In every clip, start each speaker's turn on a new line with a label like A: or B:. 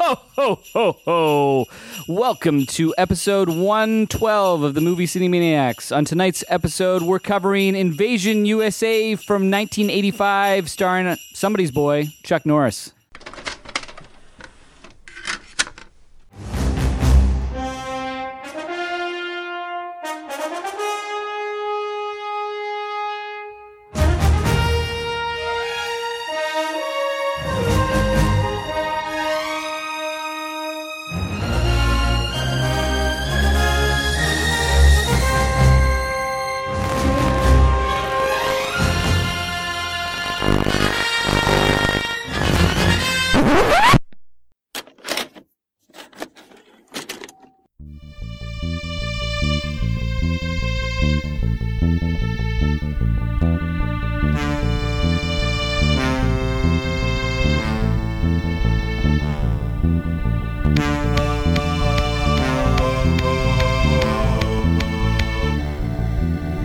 A: Ho, ho, ho, ho. Welcome to episode 112 of the movie City Maniacs. On tonight's episode, we're covering Invasion USA from 1985, starring somebody's boy, Chuck Norris.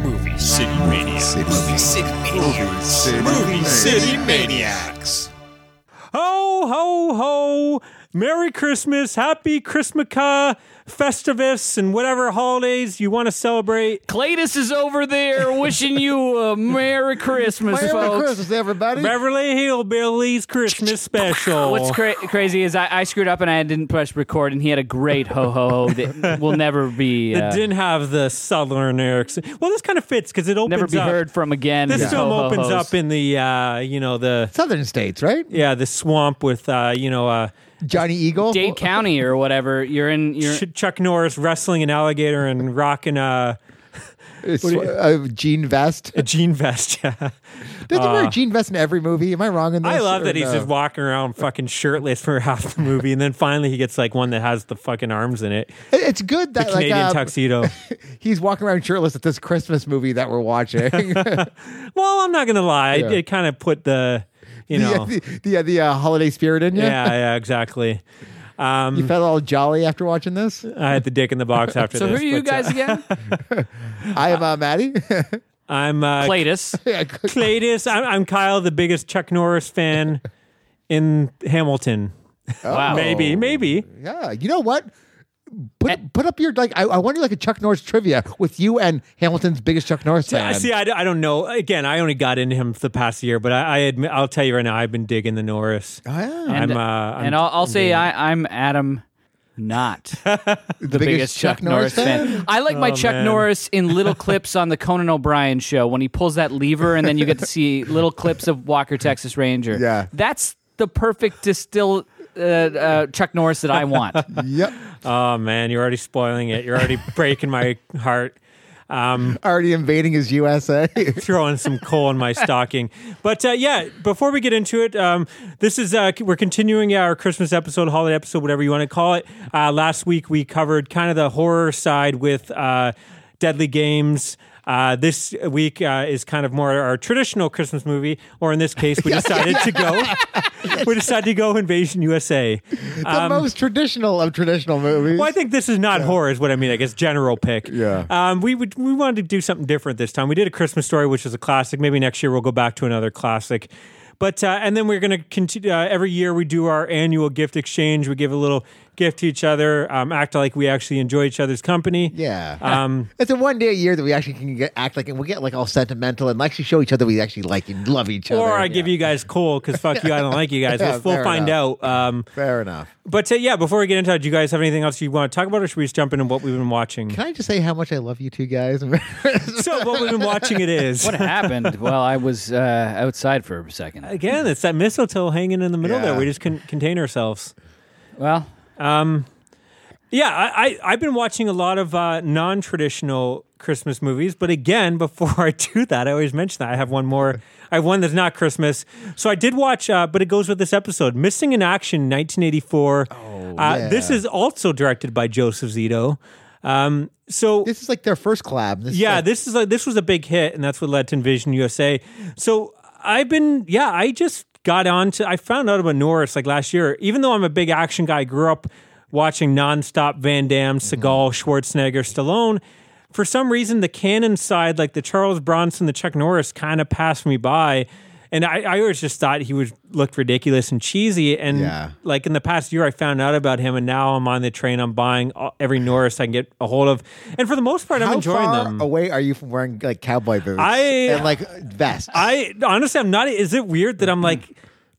B: Movie City Maniacs.
C: Movie City Maniacs.
B: Movie City Maniacs.
D: Ho, ho, ho. Merry Christmas. Happy Christmaka, Festivus, and whatever holidays you want to celebrate.
A: Cletus is over there wishing you a Merry Christmas,
E: Merry
A: folks.
E: Christmas, everybody.
D: Beverly Hillbillies Christmas Special.
A: What's cra- crazy is I, I screwed up and I didn't press record, and he had a great ho ho ho that will never be
D: It
A: uh,
D: didn't have the Southern accent. Well, this kind of fits because it opens
A: never be
D: up.
A: heard from again.
D: This
A: Yeah.
D: film opens
A: Ho-ho-hos.
D: up in the, uh, you know, the,
E: Southern states, right?
D: yeah, the swamp with, uh, you know, uh,
E: Johnny Eagle.
A: Dade County or whatever. You're in. You're
D: Ch- Chuck Norris wrestling an alligator and rocking a,
E: It's, uh, jean vest.
D: a jean vest. Yeah.
E: Doesn't he wear a jean vest in every movie? Am I wrong in this?
D: Uh. I love
E: or
D: that he's
E: no?
D: just walking around fucking shirtless for half the movie, and then finally he gets like one that has the fucking arms in it.
E: It- It's good
D: The
E: that like
D: Canadian
E: um,
D: tuxedo.
E: he's walking around shirtless at this Christmas movie that we're watching. the,
D: well, I'm not gonna lie,
E: Yeah.
D: it, it kind of put the, you know,
E: the the, the uh, holiday spirit in you.
D: yeah, yeah, exactly.
E: You
D: Um,
E: felt all jolly after watching this.
D: I had the dick in the box after
A: so who
D: this.
A: are you
D: but, uh,
A: guys again?
E: I am uh, Maddie.
D: I'm uh,
A: Cletus.
E: Yeah, good.
D: Cletus. I'm, I'm Kyle, the biggest Chuck Norris fan in Hamilton.
A: Wow.
D: Maybe, maybe.
E: yeah. You know what? Put, put up your like. I, I want to do like a Chuck Norris trivia with you and Hamilton's biggest Chuck Norris
D: See, I-
E: fan.
D: See, I, d- I don't know. Again, I only got into him for the past year, but I, I admit, I'll tell you right now, I've been digging the Norris.
E: Oh, yeah.
D: I'm,
A: And-
D: uh, I'm
A: and I'll, I'll say I, I'm Adam, not the, biggest, Chuck, Norris fan. I like my Chuck
D: man.
A: Norris in little clips on the Conan O'Brien show when he pulls that lever, and then you get to see little clips of Walker Texas Ranger.
E: Yeah.
A: that's the perfect distill. Uh, uh, Chuck Norris that I want.
E: Yep.
D: Oh man, you're already spoiling it. You're already breaking my heart. Um,
E: Already invading his USA.
D: throwing some coal in my stocking. But uh, yeah, before we get into it, um, this is uh, we're continuing our Christmas episode, holiday episode, whatever you want to call it. Uh, last week we covered kind of the horror side with uh, Deadly Games. Uh, this week uh, is kind of more our traditional Christmas movie, or in this case, we decided to go. we decided to go Invasion USA.
E: the
D: Um,
E: most traditional of traditional movies.
D: Well, I think this is not horror, is what I mean. I guess general pick.
E: Yeah.
D: Um, we would we wanted to do something different this time. We did a Christmas story, which is a classic. Maybe next year we'll go back to another classic. But uh, and then we're going to continue. Uh, every year we do our annual gift exchange. We give a little gift to each other. Um, act like we actually enjoy each other's company.
E: Yeah.
D: Um,
E: it's a one day a year that we actually can get, act like, and we get like all sentimental and actually show each other we actually like and love each other.
D: or I give you guys coal because fuck you, I don't like you guys.
E: Yeah,
D: We'll- we'll
E: fair
D: find out. Um,
E: Fair enough.
D: but uh, yeah, before we get into it, do you guys have anything else you want to talk about, or should we just jump into what we've been watching?
E: Can I just say how much I love you two guys?
D: so what we've been watching it is
A: what happened? Well, I was uh, outside for a second.
D: Again, it's that mistletoe hanging in the middle there.
E: Yeah.
D: We just couldn't contain ourselves.
A: Well,
D: Yeah, I, I, I've been watching a lot of uh, non traditional Christmas movies. But again, before I do that, I always mention that I have one more. I have one that's not Christmas. So I did watch, uh, but it goes with this episode Missing in Action 1984. Oh, uh,
E: yeah.
D: This is also directed by Joseph Zito. Um, so
E: this is like their first collab. This is
D: yeah,
E: like-
D: this is like this was a big hit, and that's what led to Envision USA. So I've been, yeah, I just got on to. I found out about Norris like last year. Even though I'm a big action guy, I grew up watching nonstop Van Damme,
F: Mm-hmm.
D: Seagal, Schwarzenegger, Stallone. For some reason, the canon side, like the Charles Bronson, the Chuck Norris, kind of passed me by. And I, I always just thought he was looked ridiculous and cheesy. And
F: Yeah.
D: like in the past year, I found out about him, and now I'm on the train. I'm buying all, every Norris I can get a hold of, and for the most part, I'm
F: How
D: enjoying
F: far
D: them.
F: away are you from wearing like cowboy boots
D: I-
F: and like vests?
D: I honestly, I'm not. Is it weird that I'm like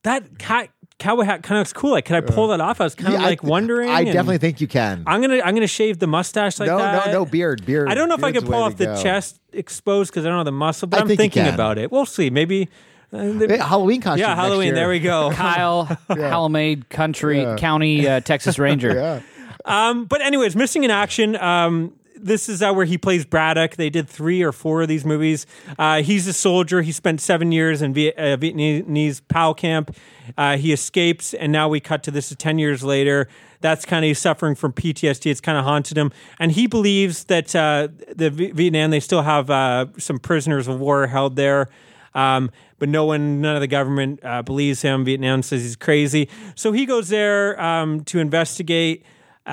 D: that cat, cowboy hat kind of looks cool? Like, can I pull that off? I was kind
F: Yeah,
D: of like wondering.
F: I
D: and
F: definitely think you can.
D: I'm gonna I'm gonna shave the mustache like
F: no,
D: that.
F: no, no beard, beard.
D: I don't know if I
F: Beard's
D: could pull
F: way
D: off
F: to
D: the
F: go.
D: chest exposed because I don't have the muscle, but
F: I
D: I'm
F: think you
D: thinking
F: can.
D: about it. We'll see. Maybe. uh, the-
F: Eh, Halloween costume.
D: yeah,
F: next
D: Halloween.
F: year.
D: There we go.
A: Kyle, Halamade Country County, uh, Texas Ranger.
D: Um, but anyways, missing in action. Um, this is uh, where he plays Braddock. They did three or four of these movies. Uh, he's a soldier. He spent seven years in Viet- uh, Vietnamese POW camp. Uh, he escapes, and now we cut to this is ten years later. That's kind of he's suffering from PTSD. It's kind of haunted him, and he believes that uh, the v- Vietnam they still have uh, some prisoners of war held there. Um, but no one, none of the government uh, believes him. Vietnam says he's crazy. So he goes there um, to investigate. Uh,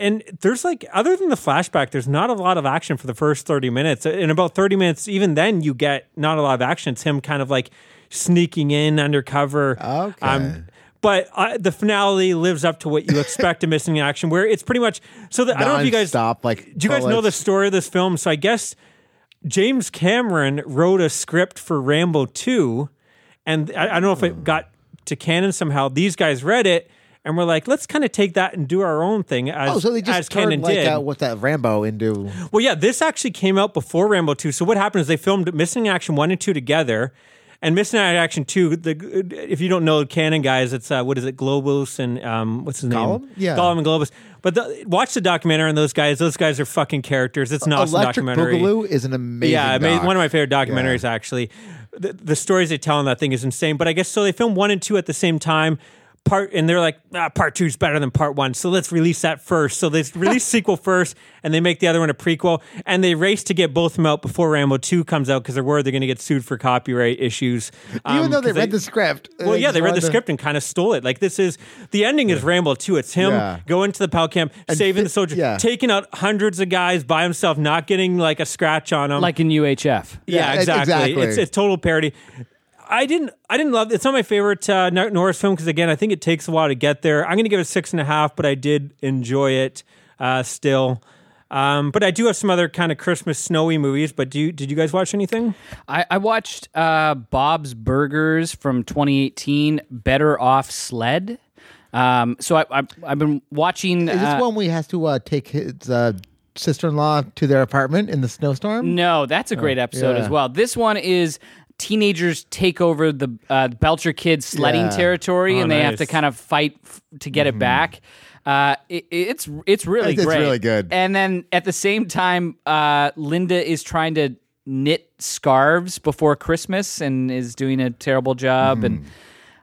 D: and there's like, other than the flashback, there's not a lot of action for the first 30 minutes. In about 30 minutes, even then, you get not a lot of action. It's him kind of like sneaking in undercover.
F: Okay.
D: but uh, the finale lives up to what you expect a missing in action, where it's pretty much. So the, I don't know if you guys
F: Nonstop, like,
D: do you guys know the
F: bullets.
D: story of this film? So I guess James Cameron wrote a script for Rambo 2, and I, I don't know if
F: Hmm.
D: it got to canon somehow. These guys read it and were like, let's kind of take that and do our own thing as,
F: Oh, so they
D: as
F: just
D: canon
F: turned like
D: did.
F: uh, what's that Rambo into?
D: well, yeah, this actually came out before Rambo 2. So what happened is they filmed Missing in Action 1 and 2 together. And Missing in Action 2, the, if you don't know canon guys, it's, uh, what is it, Globus and um, what's his
F: Gollum?
D: name?
F: Yeah.
D: Gollum and Globus. But the, watch the documentary on those guys. Those guys are fucking characters. It's an awesome
F: Electric
D: documentary.
F: Boogaloo is an amazing.
D: Yeah, I mean,
F: doc.
D: one of my favorite documentaries actually. The, the stories they tell on that thing is insane. But I guess so. They filmed one and two at the same time. Part and they're like, ah, part two is better than part one, so let's release that first. So they release sequel first, and they make the other one a prequel, and they race to get both of them out before Rambo two comes out because they're worried they're going to get sued for copyright issues.
F: Even
D: Um,
F: though they
D: 'cause
F: read the script.
D: well, yeah,
F: just
D: they read the
F: wanted to-
D: script and kind of stole it. Like this is the ending is Rambo too. It's him
F: Yeah.
D: going to the POW camp, saving
F: fi-
D: the soldier,
F: yeah.
D: taking out hundreds of guys by himself, not getting like a scratch on him.
A: Like in UHF.
D: Yeah,
F: Yeah, e-
D: exactly.
F: exactly.
D: It's a total parody. I didn't. I didn't love. It's not my favorite uh, Nor- Norris film because again, I think it takes a while to get there. I'm going to give it six and a half, but I did enjoy it uh, still. Um, but I do have some other kind of Christmas snowy movies. But do you, did you guys watch anything?
A: I, I watched uh, Bob's Burgers from 2018, Better Off Sled. Um, so I, I, I've been watching.
F: Is this
A: uh,
F: one where he has to uh, take his uh, sister-in-law to their apartment in the
D: Mm,
F: snowstorm?
A: No, that's a great
F: Oh,
A: episode
F: yeah.
A: as well. This one is teenagers take over the uh, Belcher kids sledding
F: Yeah. Mm-hmm.
A: territory,
D: Oh,
A: and they have
D: nice.
A: to kind of fight f- to get it back. Uh, it, it's it's really
F: It's- it's
A: great.
F: really good.
A: And then at the same time, uh, Linda is trying to knit scarves before Christmas and is doing a terrible job. And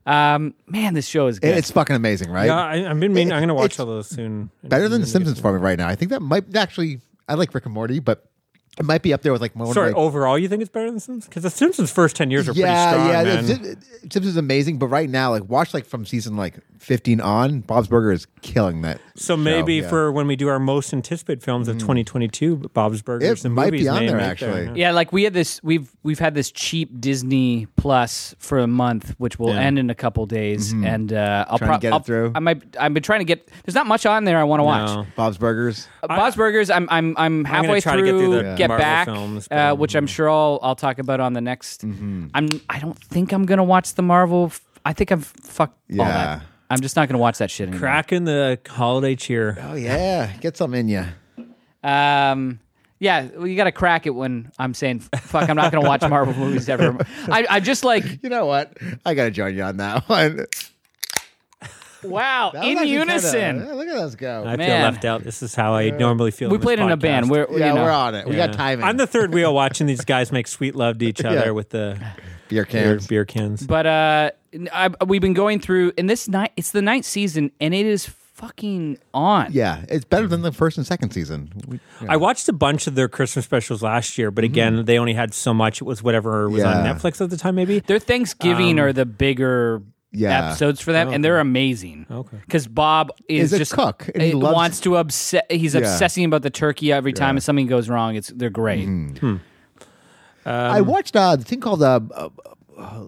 A: um, man, this show is
F: It-
A: good.
F: Mm-hmm. It's fucking amazing, right?
D: Yeah, Uh, Mm, I, I've been. Meaning, I'm going to watch
F: it's
D: all those soon.
F: Better than The Simpsons for me right now. I think that might actually. I like Rick and Morty, but it might be up there with like. one of
D: Sorry,
F: my-
D: overall, you think it's better than Simpsons? Because the Simpsons' first ten years are
F: yeah,
D: pretty strong.
F: yeah.
D: man.
F: the Sim- Simpsons is amazing, but right now, like, watch like from season like 15 on, Bob's Burger is killing that.
D: So
F: show, Oh,
D: maybe
F: yeah. Mm.
D: for when we do our most anticipated films of 2022, Bob's Burgers,
F: It
D: the
F: might be
D: movies
F: on
D: may
F: there,
D: make
F: actually.
D: yeah.
A: yeah, like we had this. We've we've had this cheap Disney Plus for a month, which will end in a couple days, and uh, I'll
F: Trying to
A: probably
F: get it through.
A: I might. I've been trying to get. There's not much on there I want to watch.
D: No.
F: Bob's Burgers.
A: Uh, Bob's Burgers. I'm I'm I'm halfway
D: try to
A: through.
D: get through the Marvel
A: back,
D: films, but-
A: uh, which I'm sure I'll I'll talk about on the next. I'm I don't think I'm gonna watch the Marvel. F- I think I've fucked all
F: Yeah.
A: that. I'm just not gonna watch that shit anymore.
D: Cracking the holiday cheer.
F: Oh yeah, get some in you.
A: Um, yeah, well, you got to crack it when I'm saying fuck. I'm not gonna watch Marvel movies ever. I I just like
F: You know what? I gotta join you on that one. That was
A: wow in
F: actually
A: unison.
F: kinda- yeah, look at us go.
D: I feel
A: Man.
D: left out. This is how I normally feel.
A: we
D: this
A: played in a
D: podcast.
A: band. We're
F: yeah,
A: you know,
F: we're on it. We got
D: Yeah.
F: timing.
D: I'm the third wheel watching these guys make sweet love to each other with the
F: beer
D: beer,
F: cans.
D: beer cans.
A: But uh, I, we've been going through, and this night it's the ninth season, and it is fucking on.
F: Yeah, it's better than the first and second season. We-
D: I watched a bunch of their Christmas specials last year, but again, they only had so much. It was whatever was on
F: Mm-hmm. Yeah.
D: Netflix at the time, maybe.
A: Their Thanksgiving are the bigger
F: Um, Yeah.
A: episodes for them, and they're amazing.
D: Okay.
A: because Bob
F: Is
A: is
F: a
A: just
F: cook, and he
A: it
F: loves-
A: wants to obsess. He's obsessing about the turkey every time if something goes wrong. It's they're
F: Mm-hmm.
A: great.
D: Um,
F: I watched uh, the thing called uh, uh, uh,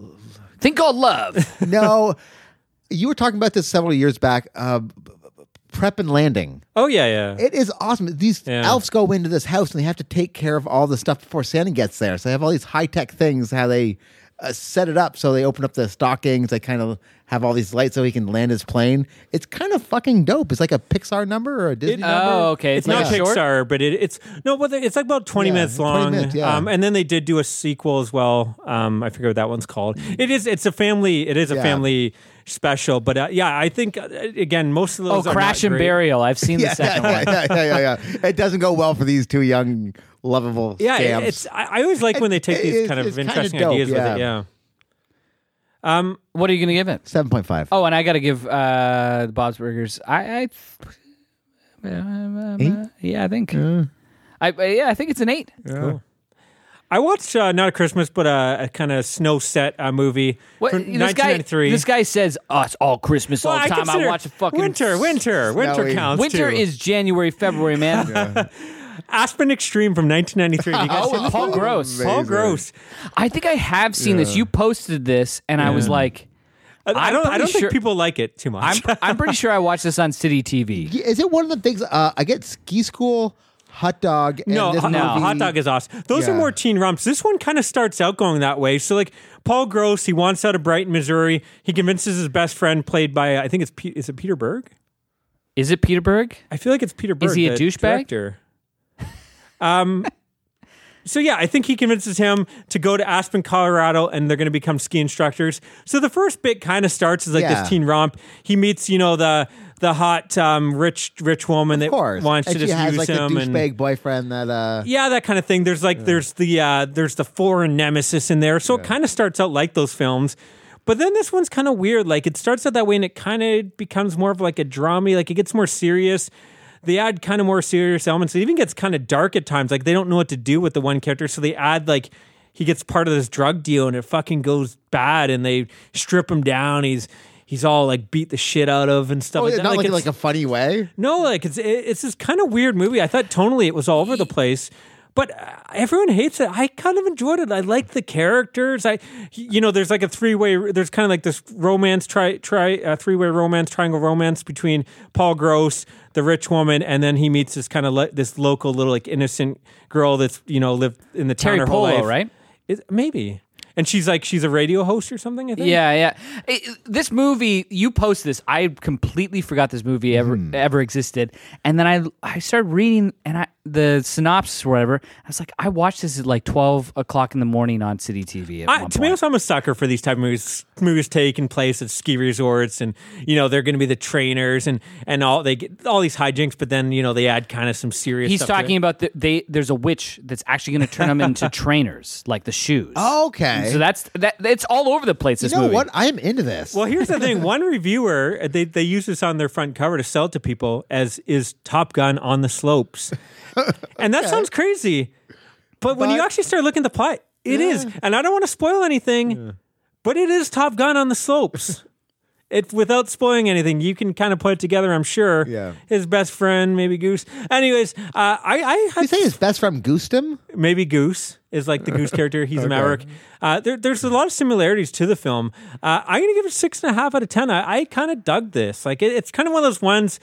A: thing called love.
F: no, you were talking about this several years back. Uh, b- b- b- prep and landing.
D: Oh yeah, yeah.
F: It is awesome. These
D: Yeah.
F: elves go into this house and they have to take care of all the stuff before Santa gets there. So they have all these high tech things. How they uh, set it up so they open up the stockings. They kind of have all these lights so he can land his plane. It's kind of fucking dope. It's like a Pixar number or a
D: uh,
F: Disney. number.
A: Oh, okay.
D: It's not
A: like a
D: Pixar,
A: short?
D: but it, it's no, but it's like about twenty
F: Yeah,
D: minutes
F: 20
D: long.
F: minutes, yeah.
D: um, and then they did do a sequel as well. Um, I forget what that one's called. It is. It's a family. It is a
F: Yeah.
D: family special. But uh, yeah, I think uh, again, most of
A: Oh,
D: those. are
A: Crash
D: not
A: and
D: great.
A: Burial. I've seen the
F: Yeah,
A: second
F: yeah,
A: one.
F: yeah, yeah, yeah, yeah. It doesn't go well for these two young, lovable
D: Yeah,
F: scamps.
D: it- it's. I, I always like when they take
F: It-
D: these
F: it's-
D: kind
F: it's
D: of
F: kinda
D: interesting
F: dope,
D: ideas
F: yeah.
D: with it. Yeah.
A: What are you going to give it?
F: seven point five.
A: Oh, and I got to give uh, Bob's Burgers. I, I
F: Eight?
A: yeah, I think. I Uh. yeah, I think it's an eight.
D: I watched uh, not a Christmas, but a, a kind of snow set uh, movie
A: What,
D: from
A: you know, this guy,
D: 1993.
A: this guy says, "Oh, it's all Christmas all
D: Well,
A: the time." I
D: consider
A: watch a fucking
D: winter, winter, winter
F: Snowy.
D: counts.
A: Winter
D: too.
A: is January, February, man.
D: Aspen Extreme from 1993. Did you guys see
A: Oh,
D: this
A: Paul
D: one?
A: Gross.
D: Paul Gross.
A: I think I have seen this. You posted this, and I was like,
D: I, I
A: I'm
D: don't. I
A: pretty
D: don't
A: sure-
D: think people like it too
A: "I'm
D: much.
A: I'm pretty sure I watched this on City TV."
F: Yeah, Is it one of the things? Uh, I get ski school, hot dog.
D: no,
F: and this
D: hot,
F: movie,
D: hot dog is awesome. Those are
F: Yeah.
D: more teen romps. This one kind of starts out going that way. So like Paul Gross, he wants out of Brighton, Missouri. He convinces his best friend, played by I think it's Pe- is it Peter Berg.
A: Is it Peterburg?
D: I feel like it's Peter Berg.
A: he a
D: the
A: douchebag?
D: director. Um. So yeah, I think he convinces him to go to Aspen, Colorado, and they're going to become ski instructors. So the first bit kind of starts as like
F: Yeah.
D: this teen romp. He meets, you know, the the hot um, rich rich woman
F: Of
D: that
F: course,
D: wants
F: and
D: to
F: she
D: just
F: has
D: use
F: like
D: him
F: the
D: and
F: douchebag boyfriend that. Uh,
D: yeah, that kind of thing. There's like there's the uh, there's the foreign nemesis in there, so it kind of starts out like those films. But then this one's kind of weird. Like it starts out that way, and it kind of becomes more of like a drama. Like it gets more serious. They add kind of more serious elements. It even gets kind of dark at times. Like they don't know what to do with the one character, so they add like he gets part of this drug deal, and it fucking goes bad, and they strip him down. He's he's all like beat the shit out of and stuff.
F: Oh,
D: like
F: yeah,
D: that.
F: not like in like
D: it's-
F: a funny way.
D: no, like it's it- it's this kind of weird movie. I thought tonally it was all over the place, but uh, everyone hates it. I kind of enjoyed it. I liked the characters. I, you know, there's like a three way. There's kind of like this romance try try uh, three way romance triangle romance between Paul Gross, the rich woman, and then he meets this kind of lo- this local little like innocent girl that's you know lived in the
A: Terry
D: town her whole
A: Polo,
D: life.
A: right?
D: Is, maybe. And she's like she's a radio host or something. I think.
A: Yeah, yeah. It- this movie, you post this. I completely forgot this movie ever
F: Hmm.
A: ever existed, and then I I started reading and I the synopsis or whatever. I was like, I watched this at like twelve o'clock in the morning on City TV. At
D: I,
A: one
D: to be
A: point.
D: honest, I'm a sucker for these type of movies. Movies taking place at ski resorts, and you know they're going to be the trainers and and all they get all these hijinks, but then you know they add kind of some serious.
A: He's
D: stuff to
A: talking
D: it.
A: about the, they. There's a witch that's actually going to turn them into trainers, like the shoes.
F: Okay.
A: So that's that. It's all over the place.
F: you
A: This
F: know
A: movie.
F: what? I am into this.
D: Well, here's the thing. One reviewer uh, they they use this on their front cover to sell to people as is Top Gun on the slopes, and that sounds crazy, but, when you
F: But-
D: actually start looking at the plot, it is. And I don't want to spoil anything, but it is Top Gun on the slopes. it without spoiling anything. You can kind of put it together, I'm sure.
F: Yeah.
D: His best friend, maybe Goose. Anyways, uh, I I
F: you say his best friend Goostum?
D: maybe Goose is like the Goose character. He's a Maverick. Uh, there, there's a lot of similarities to the film. Uh, I'm gonna give it six and a half out of ten. I, I kind of dug this. Like it, it's kind of one of those ones.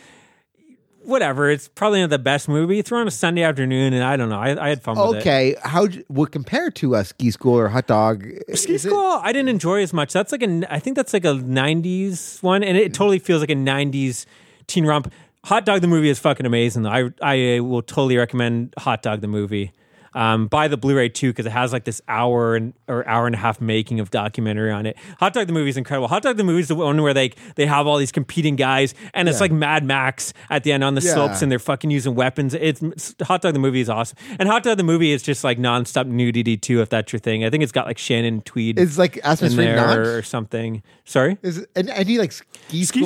D: Whatever. It's probably not the best movie. It's on a Sunday afternoon, and I don't know. I, I had fun with it.
F: Okay, how would compare to a ski school or hot dog?
D: Ski
F: Is it-
D: School, I didn't enjoy as much. That's like a, I think that's like a '90s one, and it totally feels like a '90s teen romp. Hot Dog the movie is fucking amazing. Though. I I will totally recommend Hot Dog the movie. Um, buy the Blu-ray too because it has like this hour and or hour and a half making of documentary on it. Hot Dog the movie is incredible. Hot Dog the movie is the one where they they have all these competing guys and it's like Mad Max at the end on the
F: Yeah.
D: slopes and they're fucking using weapons. It's Hot Dog the movie is awesome and Hot Dog the movie is just like nonstop nudity too if that's your thing. I think it's got like Shannon Tweed
F: Is like Aspen
D: in
F: Street
D: there or
F: not?
D: something. Sorry.
F: Is and any like ski
D: Ski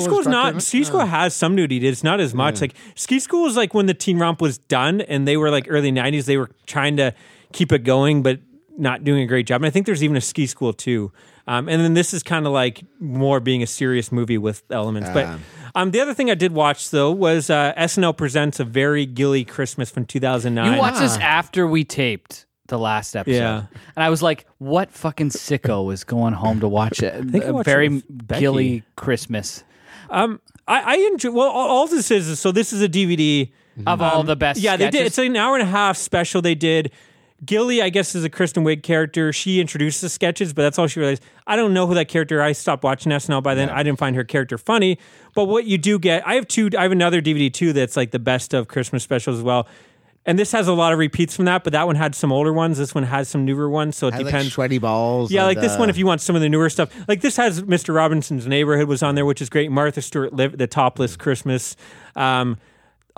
F: school
D: school's
F: instructor? Uh,
D: not ski school has some nudity. It's not as much. Like ski school is like when the teen romp was done and they were like early nineties, they were trying to keep it going but not doing a great job. And I think there's even a ski school too. Um, and then this is kind of like more being a serious movie with elements. But um, the other thing I did watch though was uh, SNL presents a very Gilly Christmas from 2009.
A: You watched this after we taped the last episode.
D: Yeah.
A: And I was like, what fucking sicko was going home to watch it?
D: think I
A: a
D: watched it
A: very
D: with Becky.
A: gilly Christmas
D: I, I enjoy. Well, all, all this is is so this is a DVD.
A: of all the best.
D: Um, Yeah, they did.
A: sketches.
D: It's an hour and a half special they did. Gilly, I guess, is a Kristen Wiig character. She introduced the sketches, but that's all she realized. I don't know who that character. I stopped watching SNL by then. I didn't find her character funny. But what you do get, I have two. I have another DVD too that's like the best of Christmas specials as well. And this has a lot of repeats from that, but that one had some older ones. This one has some newer ones, so it
F: Had, like,
D: depends.
F: sweaty balls.
D: Yeah,
F: and,
D: like this
F: uh,
D: one, if you want some of the newer stuff, like this has Mr. Robinson's Neighborhood was on there, which is great. Martha Stewart lived the
F: Mm.
D: Topless Christmas, um,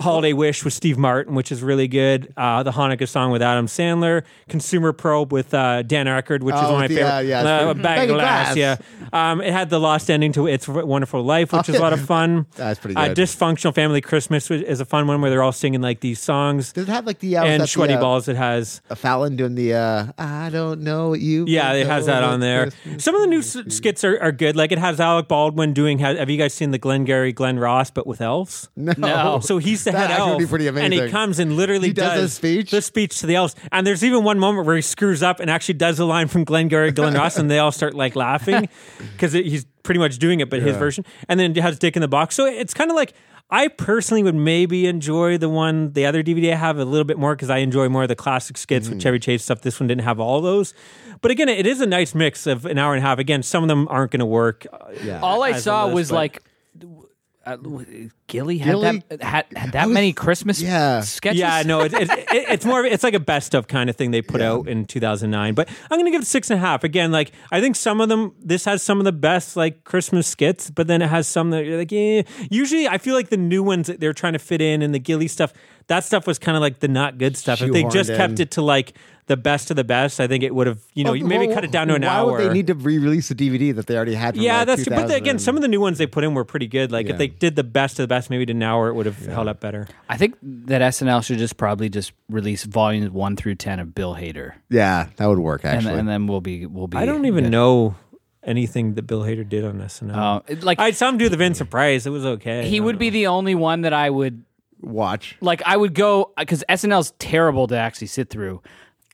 D: Holiday Wish with Steve Martin, which is really good. Uh, the Hanukkah song with Adam Sandler, Consumer Probe with uh, Dan Aykroyd, which is
F: Oh,
D: one of my
F: with the,
D: favorite.
F: uh, yeah,
D: Uh,
F: Bag
D: bag of
F: of
D: glass,
F: Glass.
D: yeah. Um, it had the lost ending to It's a Wonderful Life, which
F: Oh,
D: is a lot
F: yeah.
D: of fun.
F: That's pretty
D: Uh,
F: good.
D: Dysfunctional Family Christmas is a fun one where they're all singing like these songs.
F: Does it have like the uh, was
D: and
F: that
D: Sweaty
F: the, uh,
D: Balls, it has.
F: Fallon doing the uh, I don't know what you.
D: Yeah, it has that
F: know
D: on there.
F: Christmas
D: Some of the new s- skits are, are good. Like it has Alec Baldwin doing. Have, have you guys seen the Glengarry Glen Ross, but with elves?
F: No.
A: No.
D: So he's the
F: That
D: head
F: actually
D: elf,
F: would be pretty
D: and he
F: amazing.
D: comes and literally
F: He does a speech?
D: the speech to the elves. And there's even one moment where he screws up and actually does a line from Glengarry Glen Ross, and they all start like laughing because he's pretty much doing it, but his version. And then it has Dick in the Box. So it's kind of like. I personally would maybe enjoy the one, the other DVD I have a little bit more because I enjoy more of the classic skits
F: Mm-hmm.
D: with Chevy Chase stuff. This one didn't have all those, but again, it is a nice mix of an hour and a half. Again, some of them aren't going to work.
F: Yeah.
A: all I
D: as a
A: saw
D: list,
A: was
D: but-
A: like uh, w- Gilly had
F: Gilly-
A: that had, had that
F: was-
A: many Christmas
F: yeah.
A: sketches.
D: Yeah, no, it, it, it, it's more of it's like a best of kind of thing they put out in 2009. But I'm gonna give it six and a half again. Like I think some of them, this has some of the best like Christmas skits, but then it has some that you're like, eh. Usually, I feel like the new ones that they're trying to fit in and the Gilly stuff, that stuff was kind of like the not good stuff. If they just
F: Shoehorned
D: kept
F: in.
D: it to like the best of the best, I think it would have you know
F: Oh,
D: maybe
F: well,
D: cut it down to an
F: why
D: hour.
F: Would they need to re-release the DVD that they already had. From
D: yeah,
F: like
D: that's good. But again,
F: 2000.
D: some of the new ones they put in were pretty good. Like
F: Yeah.
D: if they did the best of the best, maybe to an hour, it would have held up better.
A: I think that SNL should just probably just release volumes one through ten of Bill Hader,
F: yeah, that would work
A: and,
F: actually.
A: and then we'll be we'll be.
D: I don't even
A: good.
D: know anything that Bill Hader did on SNL.
A: Uh, it- like
D: I saw him do the Vincent Price. It was okay.
A: he would be the only one that I would
F: Watch.
A: like. I would go because SNL's terrible to actually sit through.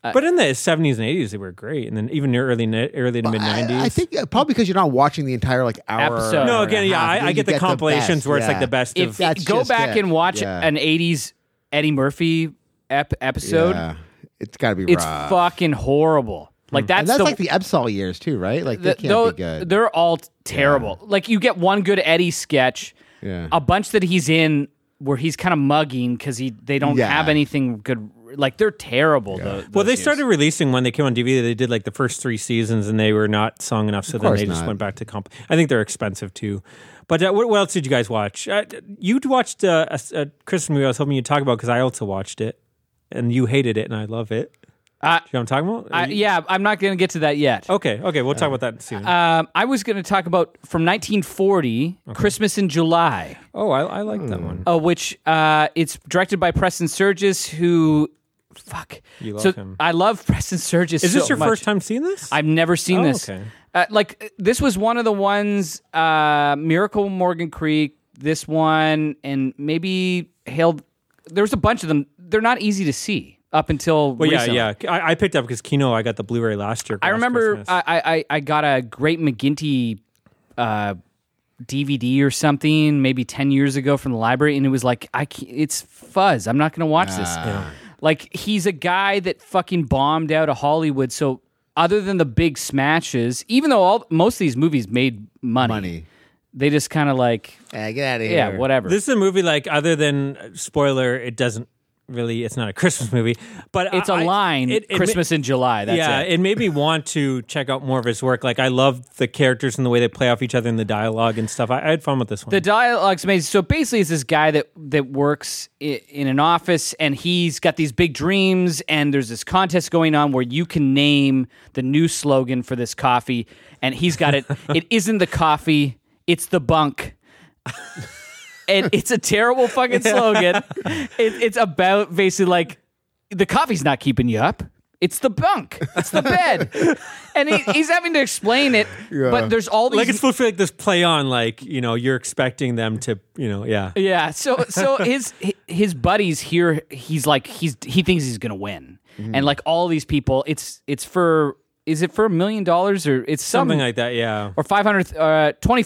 F: Uh,
D: but in the seventies and eighties, they were great, and then even the early ni- early to mid nineties.
F: I, I think uh, probably because you're not watching the entire like hour.
A: Episode.
D: no,
A: hour
D: again,
F: and a
D: yeah,
F: half,
D: I,
F: then
D: I
F: you
D: get the
F: get the
D: compilations
F: best,
D: where it's
F: yeah.
D: like the best
A: If
D: of.
F: That's
A: go
F: just
A: back
F: it.
A: and watch
F: Yeah.
A: an '80s Eddie Murphy ep- episode,
F: Yeah. It's got to be
A: it's
F: rough.
A: fucking horrible. Like that's,
F: And that's
A: the,
F: like the Epsol years too, right? Like they
A: the-
F: can't
A: though-
F: be good.
A: They're all terrible. Like you get one good Eddie sketch,
F: Yeah.
A: a bunch that he's in where he's kind of mugging because he they don't
F: Yeah.
A: have anything good. Like they're terrible. tho-
D: well,
A: those
D: they
A: years.
D: started releasing when they came on DVD. They did like the first three seasons, and they were not sung enough. So then
F: course
D: they just
F: not.
D: went back to comp. I think they're expensive too. But uh, what, what else did you guys watch? Uh, you watched uh, a, s- a Christmas movie I was hoping you'd talk about because I also watched it, and you hated it, and I love it.
A: Uh,
D: Do you Oh. know what I'm talking about?
A: I, yeah, I'm not going to get to that yet.
D: Okay, okay, we'll talk about that soon.
A: Um, I was going to talk about from 1940, Christmas in July,
D: oh, I, I like that one.
A: uh, which uh, it's directed by Preston Sturges, who fuck.
D: You love
A: so
D: him.
A: I love Preston Sturges.
D: Is this
A: so
D: your
A: much.
D: first time seeing this?
A: I've never seen
D: Oh,
A: this.
D: okay.
A: Uh, like this was one of the ones uh, Miracle Morgan Creek. This one and maybe Hail. There was a bunch of them. They're not easy to see up until.
D: well, yeah,
A: recently.
D: yeah. I, I picked up because Kino, I uh, got the Blu-ray last year.
A: I
D: last
A: remember
D: Christmas.
A: I, I I- I got a Great McGinty uh, DVD or something maybe ten years ago from the library, and it was like I ca- it's fuzz. I'm not gonna watch this.
D: Ah.
A: Like he's a guy that fucking bombed out of Hollywood. So other than the big smashes, even though all most of these movies made money,
F: Money.
A: they just kind of like
E: Eh,
F: Yeah, get out of here.
A: yeah whatever.
D: this is a movie like other than uh, spoiler, it doesn't really. It's not a Christmas movie, but
A: it's
D: a
A: a line Christmas in July. That's
D: yeah,
A: it.
D: made me want to check out more of his work. Like I love the characters and the way they play off each other and the dialogue and stuff. I, I had fun with this one.
A: The dialogue's amazing. So basically, it's this guy that that works i- in an office, and he's got these big dreams. And there's this contest going on where you can name the new slogan for this coffee, and he's got it. it isn't the coffee; it's the bunk. and it's a terrible fucking slogan. it, it's about basically like the coffee's not keeping you up. It's the bunk. It's the bed. and he, he's having to explain it, but there's all these
D: like it's supposed to be like this play on, like you know, you're expecting them to, you know, yeah.
A: Yeah. So so his his buddies here. He's like he's he thinks he's gonna win.
D: Mm-hmm.
A: and like all these people, it's it's for is it for a million dollars or it's some-
D: something like that. Yeah,
A: or five hundred uh, twenty.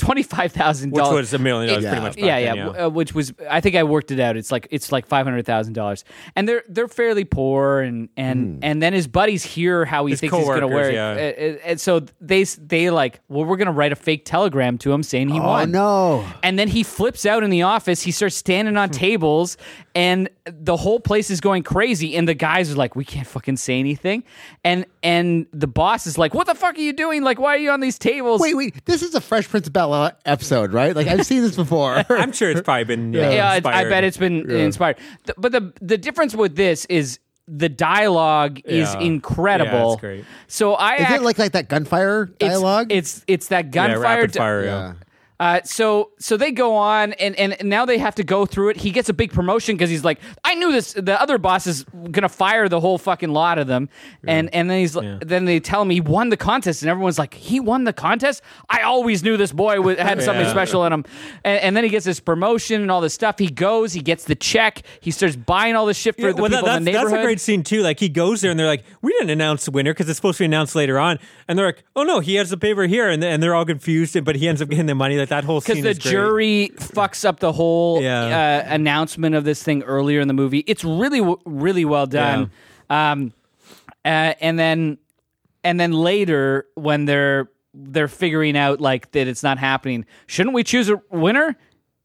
A: Twenty-five thousand
D: which
A: dollars,
D: was a million dollars, pretty much. Back
A: yeah,
D: then,
A: yeah, w- uh, which was I think I worked it out. It's like it's like five hundred thousand dollars, and they're they're fairly poor, and and and then his buddies hear how he
D: Mm. His
A: thinks he's gonna
D: coworkers,
A: wear it,
D: yeah.
A: and, and so they s- they like well we're gonna write a fake telegram to him saying he
E: Oh
A: won.
E: no!
A: And then he flips out in the office. He starts standing
D: Hmm.
A: on tables, and the whole place is going crazy. And the guys are like, "We can't fucking say anything," and and the boss is like, "What the fuck are you doing? Like, why are you on these tables?"
E: Wait, wait. This is a Fresh Prince of Bel Air episode, right? Like I've seen this before.
D: I'm sure it's probably been yeah,
A: yeah, it's- I
D: inspired.
A: bet it's been inspired. Th- but the the difference with this is the dialogue is
D: Yeah.
A: incredible.
D: Yeah, it's great.
A: So I
E: Is
A: act-
E: it like like that gunfire
A: it's-
E: dialogue?
A: It's it's, that
D: yeah,
A: gunfire.
D: rapid
A: di-
D: fire.
E: yeah.
D: Yeah.
A: uh, so so they go on and, and now they have to go through it. He gets a big promotion because he's like, I knew this. The other boss is gonna fire the whole fucking lot of them. And and then he's like, then they tell him he won the contest, and everyone's like, he won the contest. I always knew this boy wa- had something
D: Yeah.
A: special in him. And, and then he gets this promotion and all this stuff. He goes, he gets the check, he starts buying all this shit for
D: Yeah,
A: the
D: well, that-
A: people
D: that's,
A: in the
D: that's
A: neighborhood.
D: a great scene too. Like he goes there and they're like, "We didn't announce the winner because it's supposed to be announced later on." And they're like, "Oh no, he has the paper here," and, and they're all confused. But he ends up getting the money. Like that whole scene
A: because the
D: is great.
A: jury fucks up the whole
D: Yeah.
A: uh, announcement of this thing earlier in the movie. It's really, w- really well done. Um, uh, and then, and then later when they're they're figuring out like that it's not happening. Shouldn't we choose a winner?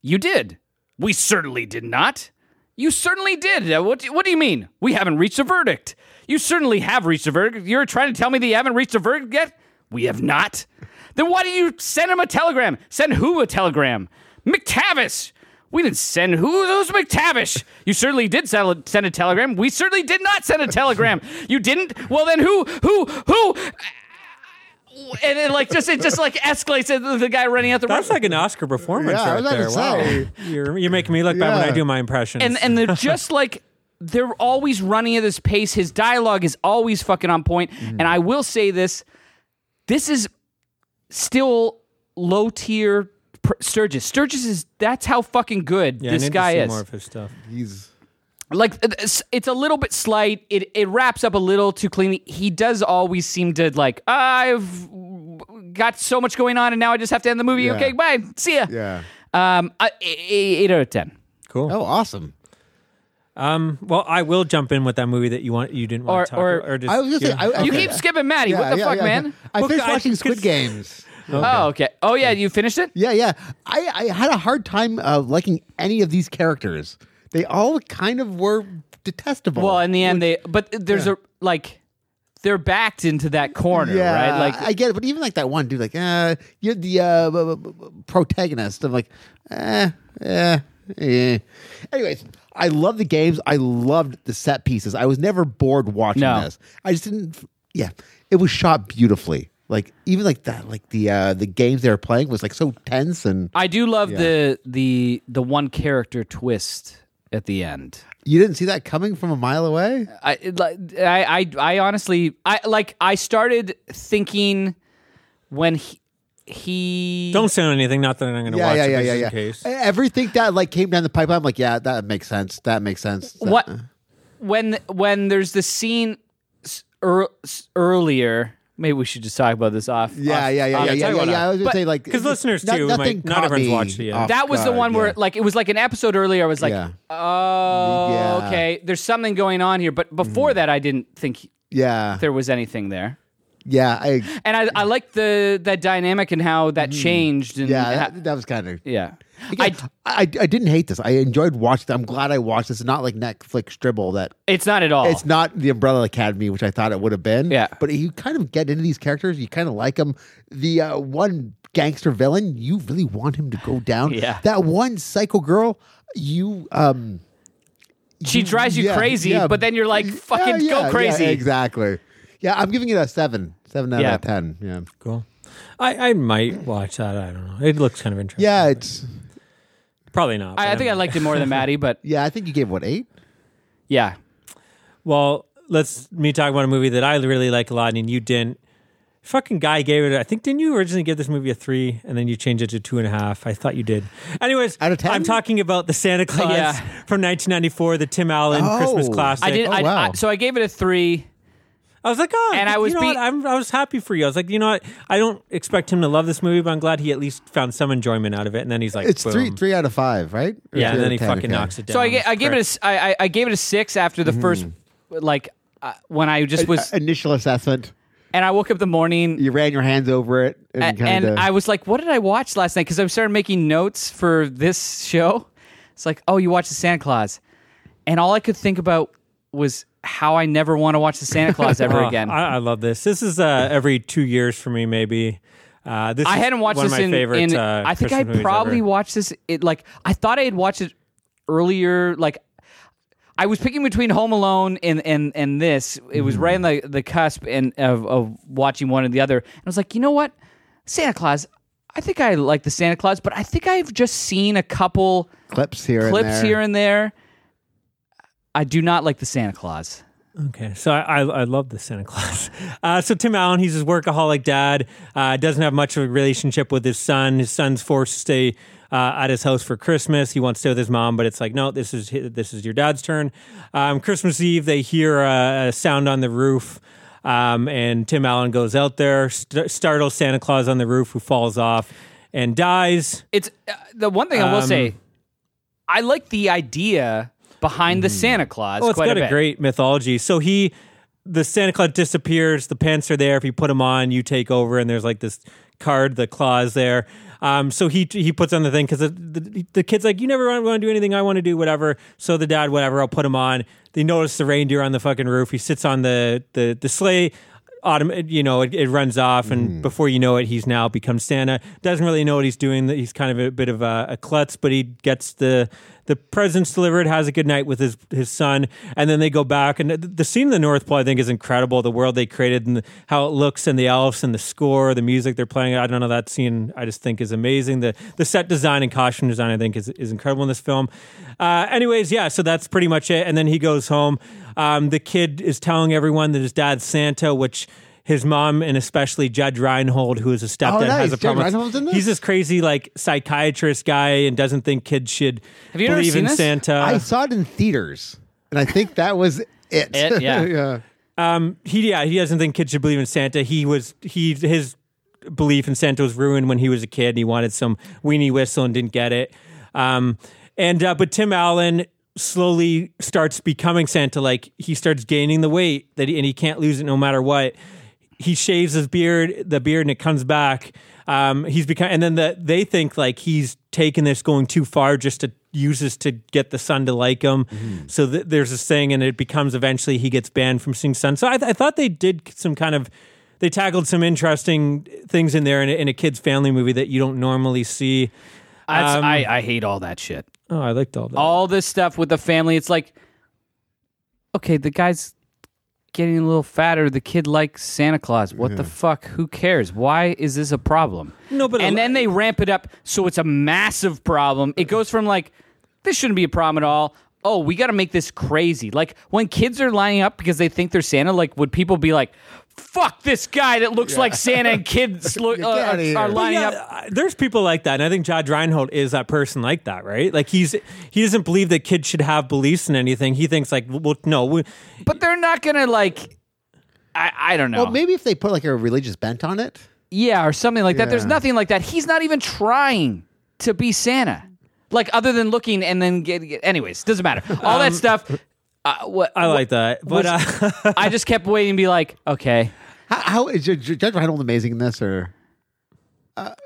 A: You did. We certainly did not. You certainly did. Uh, What do, what do you mean? We haven't reached a verdict. You certainly have reached a verdict. You're trying to tell me that you haven't reached a verdict yet? We have not. Then why do you send him a telegram? Send who a telegram? McTavish. We didn't send who? Who's McTavish? You certainly did sell send a telegram. We certainly did not send a telegram. You didn't? Well, then who? Who? Who? And then like just it just like escalates. and The guy running out the
D: That's
A: room.
D: like an Oscar performance
E: Yeah, I
D: right
E: was about
D: there.
E: to
D: Wow,
E: say.
D: you're, you're making me look bad when I
E: Yeah.
D: do my impressions.
A: and and they're just like they're always running at this pace. His dialogue is always fucking on point.
D: Mm-hmm.
A: And I will say this: this is still low tier pr- Sturgis. Sturgis is that's how fucking good
D: yeah, I need
A: this
D: to
A: guy
D: see
A: is.
D: more of his stuff.
E: He's
A: Like it's it's a little bit slight. It it wraps up a little too cleanly. He does always seem to like I've got so much going on, and now I just have to end the movie.
E: Yeah.
A: Okay, bye, see ya.
E: yeah.
A: Um, I, eight eight out of ten.
D: Cool.
E: Oh, awesome.
D: Um, well, I will jump in with that movie that you want you didn't want
A: Or-
D: to talk
A: or-
D: about. Or just,
E: I was gonna say,
D: yeah.
E: I, I,
A: You
E: okay.
A: keep skipping Maddie. what the fuck, man?
E: I
D: Well,
E: finished
D: I-
E: watching Squid
D: cause-
E: Games.
A: Oh, okay. Oh, yeah. You finished it?
E: Yeah, yeah. I, I had a hard time uh, liking any of these characters. They all kind of were detestable.
A: Well, in the end, they. But there's a like, they're backed into that corner,
E: yeah,
A: right? Like,
E: I get it, but even like that one dude, like, uh, you're the uh, b- b- b- protagonist. I'm like, eh, eh, eh. Anyways, I love the games. I loved the set pieces. I was never bored watching
A: No.
E: this. I just didn't. Yeah, it was shot beautifully. Like even like that, like the uh, the games they were playing was like so tense and
A: I do love the the the one character twist at the end.
E: you didn't see that coming from a mile away.
A: I it, like I I, I honestly I like I started thinking when he. He
D: don't say anything. Not that I'm going to watch it, but just in case.
E: E- Everything that like came down the pipeline, I'm like, yeah, that makes sense. That makes sense. That-
A: what when when there's the scene s- ear- s- earlier. Maybe we should just talk about this off.
E: Yeah,
A: off-
E: yeah, yeah,
A: off
E: yeah,
A: the
E: yeah,
A: top.
E: yeah, yeah. I was gonna
A: But-
E: say like
D: 'Cause listeners,
E: no-
D: too, might-
E: nothing
D: not
E: caught
D: everyone's
E: me
D: watched it yet.
E: off
A: That was the
E: guard,
A: one where
E: yeah.
A: like it was like an episode earlier. I was like,
E: Yeah.
A: oh,
E: Yeah. Mm-hmm.
A: okay, there's something going on here. But before that, I didn't think
E: yeah,
A: there was anything there.
E: yeah, I,
A: And I, I liked the that dynamic and how that changed. And
E: Mm-hmm. yeah,
A: ha-
E: that, that was kind of.
A: Mm-hmm. yeah.
E: I, I, I didn't hate this. I enjoyed watching. I'm glad I watched this. It's not like Netflix dribble that
A: I- it's not at all.
E: it's not the Umbrella Academy, which I thought it would have been.
A: Oh. Yeah.
E: But you kind of get into these characters, you kind of like them. The uh, one gangster villain, you really want him to go down.
A: Yeah.
E: That one psycho girl, you um
A: she drives you
E: yeah,
A: crazy,
E: yeah.
A: but then you're like,
E: Yeah,
A: fucking
E: yeah,
A: go
E: yeah,
A: crazy.
E: exactly. Yeah, I'm giving it a seven. Seven out
A: Yeah.
E: of ten. Yeah.
D: cool. I, I might watch that. I don't know. It looks kind of interesting.
E: Yeah, it's
D: probably not.
A: I, I
D: but
A: think I
D: I'm-
A: liked it more than Maddie, but
E: yeah, I think you gave what, eight?
A: yeah.
D: Well, let's me talk about a movie that I really like a lot, and you didn't. fucking guy gave it. I think didn't you originally give this movie a three, and then you changed it to two and a half? I thought you did. Anyways,
F: Out of 10?
D: I'm talking about the Santa Claus
A: Yeah.
D: from 1994, the Tim Allen
F: Oh.
D: Christmas classic.
A: I did.
F: Oh,
A: I,
F: wow.
A: I, so I gave it a three.
D: I was like, oh,
A: And I
D: you
A: was
D: know
A: be-
D: what? I'm, I was happy for you. I was like, you know what? I don't expect him to love this movie, but I'm glad he at least found some enjoyment out of it. And then he's like,
F: It's
D: boom.
F: three three out of five, right? Or
D: yeah,
F: three
D: and
F: out
D: then
F: of
D: he
F: 10,
D: fucking
F: okay.
D: knocks it down.
A: So I, ga- I gave it a
D: Correct.
A: s I I I gave it a six after
E: Mm-hmm.
A: the first like uh, when I just was
E: Uh, initial assessment.
A: and I woke up the morning
E: You ran your hands over it, and,
A: A-
E: kinda,
A: and I was like, "What did I watch last night?" Because I started making notes for this show. It's like, "Oh, you watched the Santa Claus," and all I could think about was how I never want to watch the Santa Claus ever
D: Oh,
A: again. I,
D: I, I love this. This is uh, every two years for me, maybe. Uh, this is
A: hadn't watched
D: one
A: this
D: of my
A: in.
D: favorite.
A: in
D: uh,
A: I think
D: Christmas
A: I
D: movies
A: probably
D: ever.
A: watched this. It like I thought I had watched it earlier. Like I was picking between Home Alone and and and this. It was right on
D: Mm-hmm.
A: the the cusp and of of watching one or the other. And I was like, you know what, Santa Claus. I think I like the Santa Claus, but I think I've just seen a couple
E: clips here,
A: clips
E: and there.
A: here and there. I do not like the Santa Claus.
D: Okay, so I, I, I love the Santa Claus. Uh, so Tim Allen, he's his workaholic dad. Uh, doesn't have much of a relationship with his son. His son's forced to stay uh, at his house for Christmas. He wants to stay with his mom, but it's like, no, this is hi- this is your dad's turn. Um, Christmas Eve, they hear uh, a, a sound on the roof. Um, and Tim Allen goes out there, st- startles Santa Claus on the roof, who falls off and dies.
A: It's uh, the one thing I will
D: Um,
A: say. I like the idea behind the Santa Claus.
D: Oh, it's
A: quite
D: got
A: a,
D: a,
A: bit.
D: great mythology. So he, the Santa Claus disappears. The pants are there. If you put them on, you take over. And there's like this card, the claws there. Um, so he he puts on the thing because the, the the kid's like, you never want to do anything. I want to do whatever. So the dad, whatever, I'll put him on. They notice the reindeer on the fucking roof. He sits on the the the sleigh. Autom- you know, it, it runs off, and before you know it, he's now become Santa. Doesn't really know what he's doing. He's kind of a bit of a, a klutz, but he gets the the presents delivered, has a good night with his his son, and then they go back. And the, the scene in the North Pole, I think, is incredible. The world they created and how it looks, and the elves, and the score, the music they're playing. I don't know that scene. I just think is amazing. The the set design and costume design, I think, is is incredible in this film. Uh, anyways, yeah. So that's pretty much it. And then he goes home. Um, the kid is telling everyone that his dad's Santa, which his mom and especially Judge Reinhold, who is a
A: Oh,
D: stepdad,
E: nice.
D: has a
E: Judge
D: problem.
E: Reinhold's in this?
D: He's this crazy like psychiatrist guy and doesn't think kids should
A: Have you ever
D: believe
A: seen
D: in
A: this?
D: Santa.
E: I saw it in theaters, and I think that was it.
A: It, yeah.
D: he yeah he doesn't think kids should believe in Santa. He was he his belief in Santa was ruined when he was a kid. and He wanted some weenie whistle and didn't get it. Um, and uh, but Tim Allen slowly starts becoming Santa. Like he starts gaining the weight that he, and he can't lose it no matter what. He shaves his beard, the beard, and it comes back. Um, he's become, and then the, they think like he's taken this going too far just to uses to get the son to like him. So th- there's this thing, and it becomes eventually he gets banned from Sing Sun. So I, th- I thought they did some kind of they tackled some interesting things in there in a, in a kids family movie that you don't normally see.
A: That's-
E: Um,
A: I, I hate all that shit.
D: Oh, I liked all that.
A: All this stuff with the family. It's like, okay, the guy's getting a little fatter. The kid likes Santa Claus. What the fuck? Who cares? Why is this a problem?
D: No, but a
A: and
D: lo-
A: then they ramp it up, so it's a massive problem. It goes from like this shouldn't be a problem at all. Oh, we got to make this crazy. Like when kids are lining up because they think they're Santa. Like would people be like? Fuck this guy that looks like Santa and kids look, uh,
E: outta
A: are,
E: here.
A: are
E: But
A: lining
D: yeah,
A: up.
D: I- there's people like that, and I think Judge Reinhold is that person like that, right? Like he's he doesn't believe that kids should have beliefs in anything. He thinks like, well, no, we,
A: But they're not gonna like. I, I don't know.
D: Oh.
E: Well, maybe if they put like a religious bent on it.
A: yeah, or something like that. There's
E: Yeah.
A: nothing like that. He's not even trying to be Santa, like other than looking and then get. get- anyways, doesn't matter. All
E: Um,
A: that stuff. Uh, what,
D: I like that. But uh,
A: I just kept waiting to be like, okay,
E: How, how is Ju- Ju- Judge Reinhold amazing in this? Or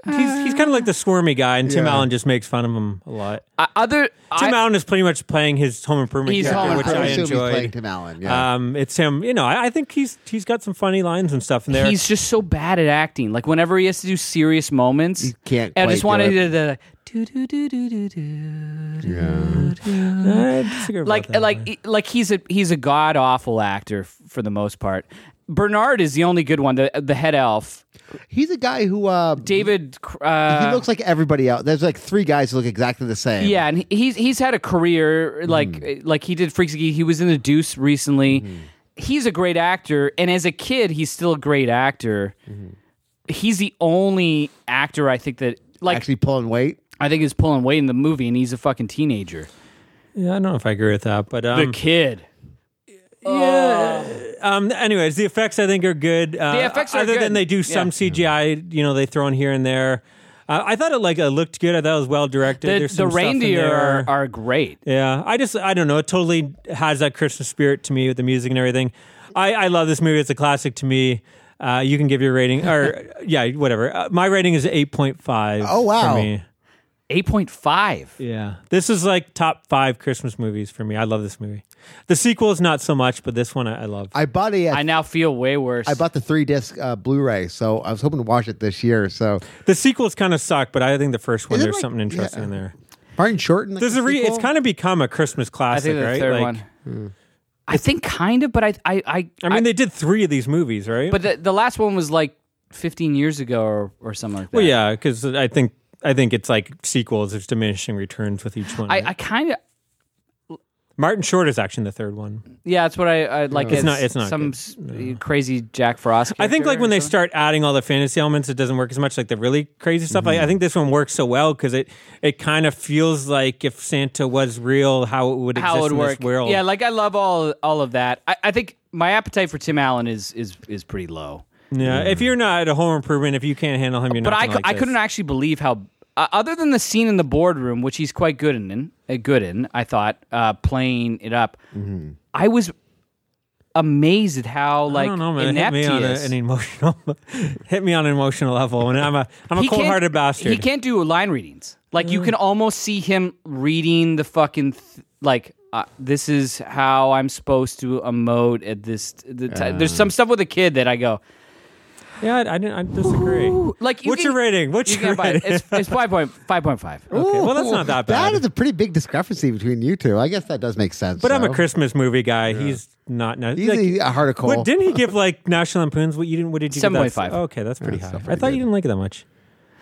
D: he's he's kind of like the squirmy guy, and Tim
E: Yeah.
D: Allen just makes fun of him a lot.
A: uh, other.
D: Tim
A: I-
D: Allen is pretty much playing his home improvement
A: He's
D: character,
A: Home
D: which
E: I
D: I
A: Improvement.
E: assume he's playing
D: enjoyed.
E: Tim Allen. Yeah.
D: Um, it's him. You know, I, I think he's he's got some funny lines and stuff in there.
A: He's just so bad at acting. Like whenever he has to do serious moments, he
E: can't
A: I
E: quite
A: just
E: do
A: wanted
E: it.
A: to the do do do do do do.
D: Uh, I disagree about
A: like
D: that.
A: like he- like he's a he's a god awful actor f- for the most part. Bernard is the only good one, the the head elf.
E: he's a guy who uh,
A: David,
E: he
A: uh,
E: looks like everybody else. There's like three guys who look exactly the same.
A: yeah, and he-
D: Mm-hmm.
A: eh, he's he's had a career like like he did Freaks and Geek. He was in the Deuce recently. he's a great actor, and as a kid, he's still a great actor.
D: Mm-hmm.
A: He's the only actor I think that like
E: Actually, pulling weight.
A: I think is pulling weight in the movie, and he's a fucking teenager.
D: Yeah, I don't know if I agree with that, but
A: The
D: um,
A: kid.
D: um, anyways, the effects I think are good. Uh,
A: The effects are
D: other
A: good.
D: than they do some
A: Yeah.
D: CGI, you know, they throw in here and there. Uh, I thought it like uh, looked good. I thought it was well directed.
A: The,
D: There's
A: the
D: some stuff in
A: reindeer
D: there.
A: are, are great.
D: Yeah, I just I don't know. It totally has that Christmas spirit to me with the music and everything. I I love this movie. It's a classic to me. Uh, you can give your rating or yeah, whatever. Uh, my rating is eight point five.
E: Oh, wow.
D: For me.
A: Eight point five.
D: Yeah, this is like top five Christmas movies for me. I love this movie. The sequel is not so much, but this one I, I love.
E: I bought a.
A: I
E: I
A: now feel way worse.
E: bought the three disc uh, Blu-ray, so I was hoping to watch it this year. So
D: the sequels kind of suck, but I think the first one
E: Is it
D: there's
E: like-
D: something interesting
E: yeah.
D: in there.
E: Martin Shorten. like,
D: There's a re-
E: sequel?
D: it's kind of become a Christmas
A: I
D: classic,
A: think the
D: right?
A: third
D: Like,
A: one. I think kind of, but I I I,
D: I mean, they did three of these movies, right?
A: but the, the last one was like 15 years ago or, or something like that.
D: Well, yeah, because I think I think it's like sequels. There's diminishing returns with each one.
A: I,
D: right?
A: I kind of
D: Martin Short is actually in the third one.
A: yeah, that's what I, I like.
D: It's not- it's not
A: some
D: good.
A: s- crazy Jack Frost.
D: I think
A: character
D: like
A: or
D: when they
A: something.
D: start adding all the fantasy elements, it doesn't work as much. Like the really crazy stuff.
A: Mm-hmm.
D: Like, I think this one works so well because it it kind of feels like if Santa was real, how it would exist
A: how it
D: in
A: would work.
D: this world.
A: Yeah, like I love all all of that. I, I think my appetite for Tim Allen is is is pretty low.
D: yeah. If you're not a home improvement, if you can't handle him, you're
A: Mm. But
D: not.
A: I, cou-
D: like
A: I
D: this.
A: couldn't actually believe how, uh, other than the scene in the boardroom, which he's quite good in, uh, good in, I thought, uh, playing it up. I was amazed at how
D: Mm-hmm. I
A: like
D: don't know, man. It
A: inept
D: hit me
A: he
D: on a-
A: is.
D: an emotional, hit me on an emotional level, and I'm a I'm a
A: He can't-
D: cold-hearted bastard. Mm.
A: He can't do line readings. Like you can almost see him reading the fucking th- like. Uh, this is how I'm supposed to emote at this. The ti There's
D: Uh.
A: some stuff with a kid that I go
D: Yeah, I, I, didn't, I disagree.
A: like. You
D: What's
A: can-
D: your rating? What's
A: You
D: your
A: can buy
D: rating?
A: it. It's, it's five point five point five.
D: Okay, well, that's not that bad.
E: That is a pretty big discrepancy between you two. I guess that does make sense.
D: But I'm a
E: though.
D: Christmas movie guy. He's not. No,
E: He's
D: like,
E: a, a hardcore.
D: what didn't he give like National Lampoon's? What you didn't? What did you? give that?
A: 7.5.
D: Okay, that's pretty high.
E: that's
D: I
E: pretty
D: thought you
E: good.
D: didn't like it that much.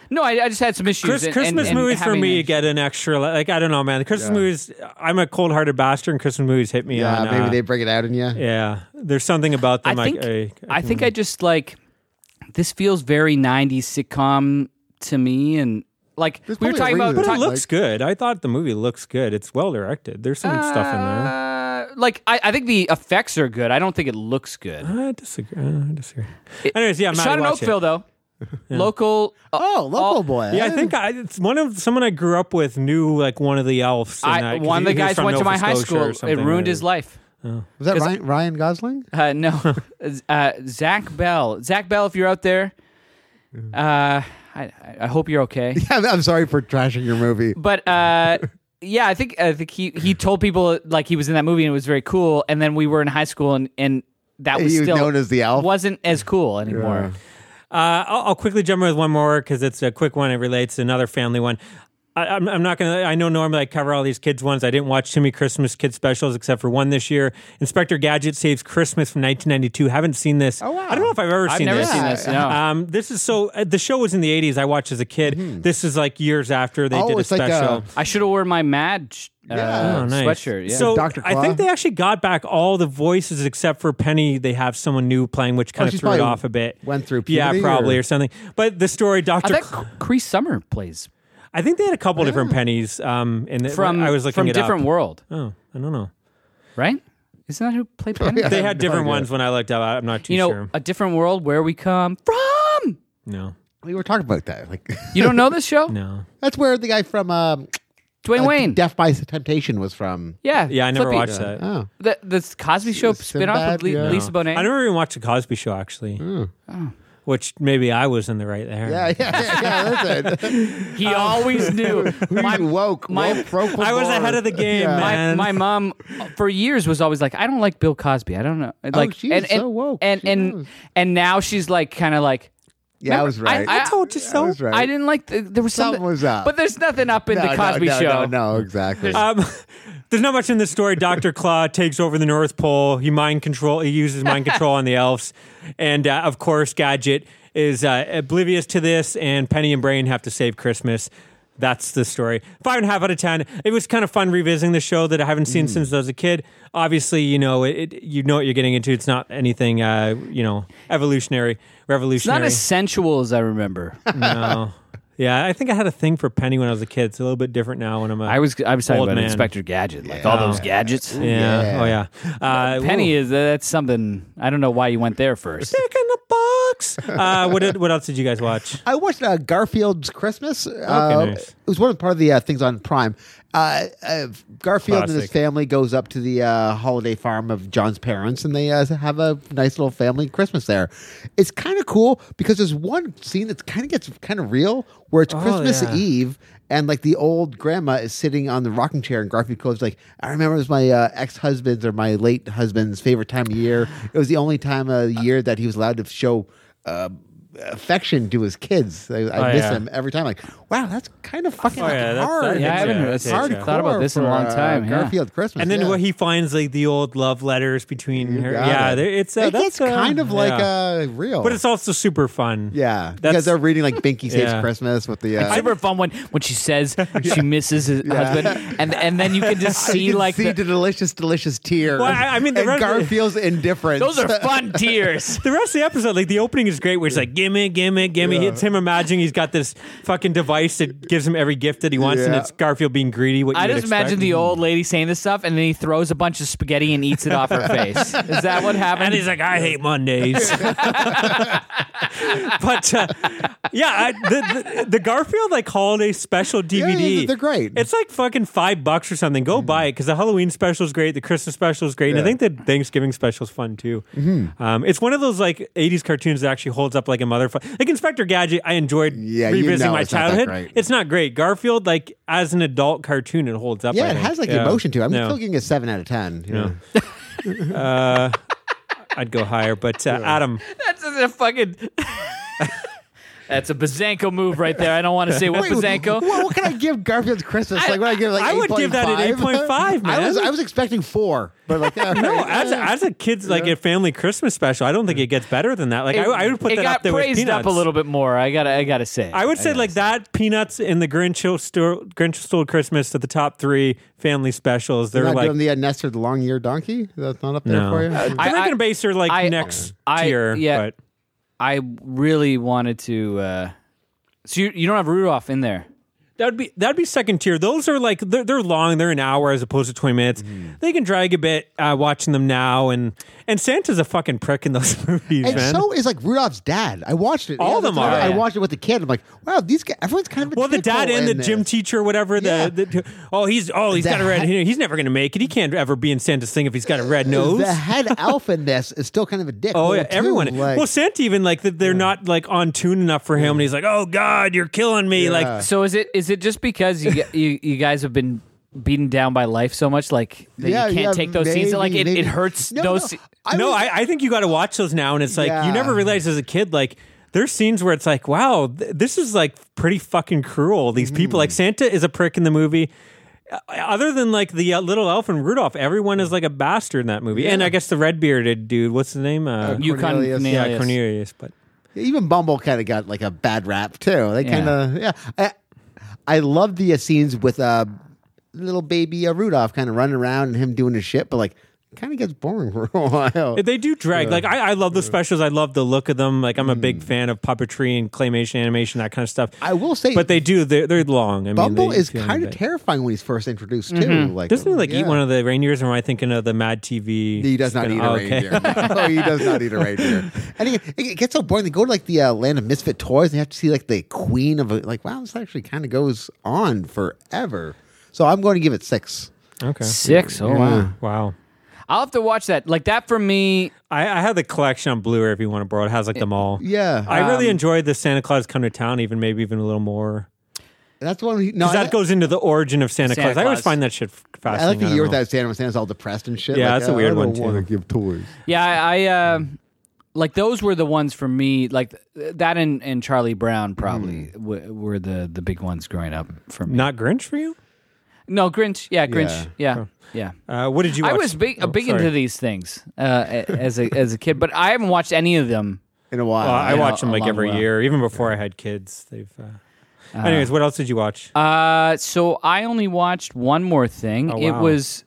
A: No, I, I just had some issues.
D: Chris,
A: and-
D: Christmas
A: and- and
D: movies for
A: having
D: me
A: an-
D: get an extra. Like I don't know, man. The Christmas movies. I'm a cold-hearted bastard, and Christmas movies hit me.
E: Yeah,
D: on,
E: maybe
D: uh,
E: they bring it out in you.
D: Yeah, there's something about
A: I
D: them.
A: think
D: I,
A: I think I just like this feels very '90s sitcom to me, and like
E: There's
A: we were
E: probably
A: talking
E: a
A: about.
E: reason.
D: but
A: talk-
D: it looks good. I thought the movie looks good. It's well directed. There's some stuff in there.
A: Uh, like I, I think the effects are good. I don't think it looks good.
D: I disagree. I disagree. Anyways, yeah, Matt,
A: Shot in
D: watch it.
A: Oakville though. Local. uh,
E: Oh, local
A: all-
E: boy.
D: Yeah, I think I, it's one of someone I grew up with knew like one of the elves. and
A: I,
D: that- Oh, 'cause
A: one of the
D: he- he was
A: guys
D: from
A: went to
D: Nova
A: my high
D: Scotia or
A: school. It
D: something,
A: ruined
D: or-
A: his life.
E: was that Ryan, Ryan Gosling?
A: Uh, no, uh, Zach Bell. Zach Bell, if you're out there, uh, I, I- I hope you're okay.
E: I'm, I'm sorry for trashing your movie.
A: But uh, yeah, I think I think he he told people like he was in that movie and it was very cool. And then we were in high school and and that was
E: He was
A: still
E: known as the elf.
A: Wasn't as cool anymore.
D: Uh, I'll, I'll quickly jump in with one more because it's a quick one. It relates to another family one. I, I'm, I'm not gonna. I know normally I cover all these kids ones. I didn't watch too many Christmas kids specials except for one this year. Inspector Gadget Saves Christmas from 1992. Haven't seen this. Oh wow! I don't know if I've ever
A: I've
D: seen
A: never
D: this.
A: seen this. No.
D: Um, this is so. Uh, the show was in the 80s. I watched as a kid.
A: Mm-hmm.
D: This is like years after they
E: Oh,
D: did a
E: it's like, uh,
D: special.
A: I should have worn my Mad uh,
E: Yeah.
D: Oh, nice.
A: sweatshirt. Yeah.
D: So
E: Dr.
D: I
E: Claw.
D: think they actually got back all the voices except for Penny. They have someone new playing, which kind of
E: she's
D: threw it
E: probably
D: off a bit.
E: went through
D: yeah,
E: puberty
D: probably or,
E: or-
D: something. But the story,
A: I
D: Doctor,
A: bet Cree Summer plays
D: I think they had a couple different Pennies. Um, in the,
A: from
D: I was looking
A: from
D: it
A: different
D: up.
A: world,
D: Oh, I don't know.
A: right? Isn't that who played Penny?
D: They
E: have
D: had
E: no
D: different
E: idea.
D: ones when I looked up. I'm not too
A: You know, uh,
D: sure.
A: a different world where we come from.
D: No,
E: We were talking about that. Like
A: You don't know this show,
D: no.
E: that's where the guy from um,
A: Dwayne
E: uh,
A: Wayne?
E: Death by Temptation was from.
A: yeah,
D: Yeah, I never
A: Flippy.
D: watched that.
E: Oh,
A: the the Cosby Show spinoff with
E: Sinbad,
A: Le-
E: yeah.
A: Lisa Bonet.
D: I never even watched the Cosby Show actually. Which maybe I was in the right there.
E: yeah, yeah, yeah, yeah that's it.
A: he always knew.
E: My, Um, woke,
A: my-
E: woke, broke
D: I was
E: born.
D: ahead of the game,
A: My,
D: man.
A: my mom, uh, for years, was always like, "I don't like Bill Cosby. I don't know." Like,
E: Oh, she was
A: and, and,
E: so woke.
A: and
E: She
A: and
E: knows.
A: and now she's like, kind of like,
E: Yeah, I was
A: Remember,
E: right.
A: I-
D: I told you so.
E: I was right.
A: I didn't like. The, there was
E: Something
A: something
E: was up.
A: but there's nothing up in
E: no,
A: the Cosby
E: no, no,
A: Show.
E: No, no, exactly.
D: Um, there's not much in this story. Doctor Claw takes over the North Pole. He mind control. He uses mind control on the elves, and uh, of course, Gadget is uh, oblivious to this. And Penny and Brain have to save Christmas. That's the story. Five and a half out of ten. It was kind of fun revisiting the show that I haven't
A: Hmm.
D: seen since I was a kid. Obviously, you know it, it- You know what you're getting into. It's not anything, uh, you know, evolutionary,
A: It's not
D: revolutionary.
A: as sensual as I remember.
D: no. Yeah, I think I had a thing for Penny when I was a kid. It's a little bit different now when I'm a.
A: I was I was talking
D: Old
A: about
D: man.
A: Inspector Gadget, like all those gadgets.
D: Yeah. Oh yeah. Uh,
A: Penny
D: ooh.
A: is that's something. I don't know why you went there first.
D: Dick in the box. Uh, what did- What else did you guys watch?
E: I watched uh, Garfield's Christmas. uh,
D: nice.
E: It was one of part of the uh, things on Prime. Uh, uh, Garfield and
D: Classic.
E: his family goes up to the uh, holiday farm of John's parents, and they uh, have a nice little family Christmas there. It's kind of cool because there's one scene that kind of gets kind of real, where it's Christmas
D: Oh, yeah.
E: Eve, and like the old grandma is sitting on the rocking chair, and Garfield goes like, "I remember it was my uh, ex husband's or my late husband's favorite time of year. It was the only time of year that he was allowed to show." Uh, affection to his kids. I, I
D: Oh,
E: miss
D: yeah.
E: him every time. Like, wow, that's kind of fucking
D: Oh, yeah, that's-
E: hard.
D: that
A: Yeah, I
D: hits
A: haven't
D: ya.
A: it's
D: That hits ya.
A: thought about this in a
E: for,
A: long
E: uh,
A: time. yeah.
E: Garfield Christmas,
D: And then
E: yeah.
D: what he finds like the old love letters between her.
E: got
D: Yeah,
E: it.
D: there- it's uh,
E: Like,
D: that's
E: that's kind
D: uh,
E: of like
D: yeah.
E: uh, real,
D: but it's also super fun.
E: yeah,
D: that's-
E: because they're reading like Binky Saves
D: Yeah.
E: Christmas with the.
A: It's
E: Uh,
A: super fun when, when she says she misses his husband, and and then you can just see
E: you can
A: like
E: see
A: the-
E: the delicious, delicious tear.
D: Well, I- I mean, the
E: and
D: rest-
E: Garfield's indifference.
A: those are fun tears.
D: The rest of the episode, like the opening is great, where it's like gimme, gimme, gimme. It's him imagining he's got this fucking device that gives him every gift that he wants, and
E: Yeah.
D: it's Garfield being greedy. What you
A: I
D: would
A: just imagine
D: expect.
A: the old lady saying this stuff, and then he throws a bunch of spaghetti and eats it off her face. Is that what happened?
D: And he's like, I hate Mondays. but uh, yeah, I, the, the the Garfield like holiday special DVD.
E: yeah, they're great.
D: It's like fucking five bucks or something. Go buy it because the Halloween special is great. The Christmas special is great. And I think the Thanksgiving special is fun too.
E: Mm-hmm.
D: Um, it's one of those like '80s cartoons that actually holds up like a motherfucker. Like Inspector Gadget, I enjoyed
E: Yeah, you
D: revisiting
E: know
D: my
E: it's not that
D: childhood.
E: great.
D: It's not great. Garfield, like as an adult cartoon, it holds up. I
E: yeah, it
D: think.
E: has like
D: Yeah.
E: emotion to it. I'm
D: No.
E: still getting a seven out of ten. you know.
D: I'd go higher, but uh, Adam.
A: That's just a fucking. That's a Bazanko move right there. I don't want to say what
E: Wait,
A: Bazanko.
E: What, what can I give Garfield's Christmas? like, what I give? Like,
D: I would give that an 8.5,
E: I was,
D: man.
E: I was expecting four, but like, all
D: No,
E: right.
D: as as a kid's like a family Christmas special, I don't think it gets better than that. Like I, I would put
A: it
D: that
A: got
D: up there with
A: praised up
D: peanuts.
A: a little bit more. I gotta, I gotta say.
D: I would say like that peanuts and the Grinch Who Stole, Grinch Who Stole Christmas to the top three family specials. They're
E: You're not
D: like
E: doing the uh, Nestor the long ear donkey. That's not up there
D: No.
E: for you.
D: I, am
A: I-
D: not gonna base her like
A: I-
D: next
A: I-
D: tier.
A: yeah.
D: but
A: I really wanted to. Uh, so you, you don't have Rudolph in there.
D: that'd be that'd be second tier. Those are like they're, they're long. They're an hour as opposed to twenty minutes.
E: Mm-hmm.
D: They can drag a bit uh, watching them now. And and Santa's a fucking prick in those movies,
E: And
D: man.
E: so is like Rudolph's dad. I watched it.
D: All
E: Yeah,
D: of them
E: that's what I-
D: are.
E: I watched it with the kid. I'm like, wow, these guys, everyone's kind of a
D: Well, the
E: dickhole
D: dad and the
E: in
D: gym
E: this.
D: teacher, whatever.
E: Yeah.
D: The, the oh, he's oh, he's got a
E: The
D: red.
E: hat-
D: He's never going to make it. He can't ever be in Santa's thing if he's got a red nose.
E: The head elf in this is still kind of a dick.
D: Oh yeah, everyone.
E: Like,
D: well, Santa even like that they're not like on tune enough for him, and he's like, "Oh God, you're killing me!" Like,
A: So is it is it just because you g- you, you guys have been beaten down by life so much like that you can't take those scenes that, like it,
E: maybe.
A: it hurts
E: No,
A: those
E: no,
A: se-
D: no,
E: was-
D: I, I think you got to watch those now, and it's like you
E: Yeah.
D: never realize as a kid, like there's scenes where it's like, "Wow, th- this is like pretty fucking cruel." These people, like Santa, is a prick in the movie. Uh, Other than like the uh, little elf and Rudolph, everyone is like a bastard in that movie, and I guess the red bearded dude. What's his name? Uh,
A: you can
E: Cornelius.
D: yeah,
A: Cornelius.
D: Cornelius. But
E: Even Bumble kind of got like a bad rap too. They
A: Yeah.
E: kind of yeah. I, I love the uh, scenes with uh, little baby uh, Rudolph kind of running around and him doing his shit, but like kind of gets boring for a while.
D: They do drag. Like I, I love the specials. I love the look of them. Like I'm a big fan of puppetry and claymation animation, that kind of stuff.
E: Mm. I will say-
D: but they do. They're, they're long. I mean,
E: Bumble
D: they
E: is
D: do,
E: kind of
D: but-
E: terrifying when he's first introduced too. Like
D: Mm-hmm. Doesn't he like
E: yeah.
D: eat one of the reindeers? Or am I thinking of the Mad TV?
E: He does not eat a
D: Oh,
E: reindeer. No, he does not eat a reindeer. And it, it gets so boring. They go to like the uh, land of misfit toys, and you have to see like the queen of a, like. Wow, this actually kind of goes on forever. So I'm going to give it six.
D: Okay.
A: six oh wow
D: Wow.
A: I'll have to watch that like that for me
D: I, I have the collection on Blu-ray if you want to borrow. It It has like them all.
E: Yeah, Um,
D: I really enjoyed the Santa Claus Come to Town, even maybe even a little more.
E: that's one. He, no,
D: Because
E: I,
D: that goes into the origin of Santa,
A: Santa
D: Claus. I always
A: Claus.
D: find that shit f-
E: I
D: fascinating.
E: like the
D: don't
E: year with
D: know.
E: that Santa when Santa's all depressed and shit.
D: Yeah,
E: like,
D: that's a weird
E: I
D: one,
E: don't wanna
D: too.
E: give toys.
A: yeah I, I uh, like those were the ones for me like th- that and, and Charlie Brown
D: Mm.
A: probably w- were the the big ones growing up for me
D: Not Grinch for you?
A: no Grinch yeah Grinch yeah yeah.
D: Uh, what did you? Watch?
A: I was big,
D: Oh,
A: big
D: sorry.
A: into these things uh, a- as a as a kid, but I haven't watched any of them
E: In Uh, a while,
D: Well, I
E: yeah.
D: watch them
A: a
D: like
A: long
D: every
A: while.
D: year, even before I had kids. They've uh, Anyways, what else did you watch?
A: Uh, so I only watched one more thing.
D: Oh,
A: It
D: wow.
A: was,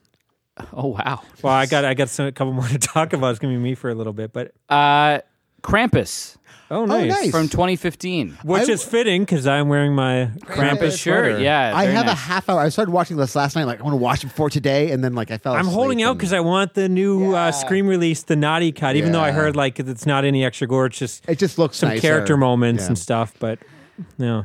A: oh wow,
D: well, I got I got some, a couple more to talk about. It's gonna be me for a little bit, but
A: uh, Krampus
D: oh nice,
E: nice.
A: from 2015.
D: which
E: I-
D: is fitting because I'm wearing my Krampus
A: Krampus shirt,
D: sweater.
A: yeah.
E: I
A: very
E: have a
A: nice.
E: half hour. I started watching this last night. Like I want to watch it for today, and then like I fell.
D: I'm
E: asleep
D: holding out
E: and-
D: because I want the new uh, Scream release, the naughty cut. Even though I
E: Yeah.
D: heard like it's not any extra gore, it's just
E: it just looks
D: some
E: nicer.
D: character moments
E: Yeah.
D: and stuff. But no,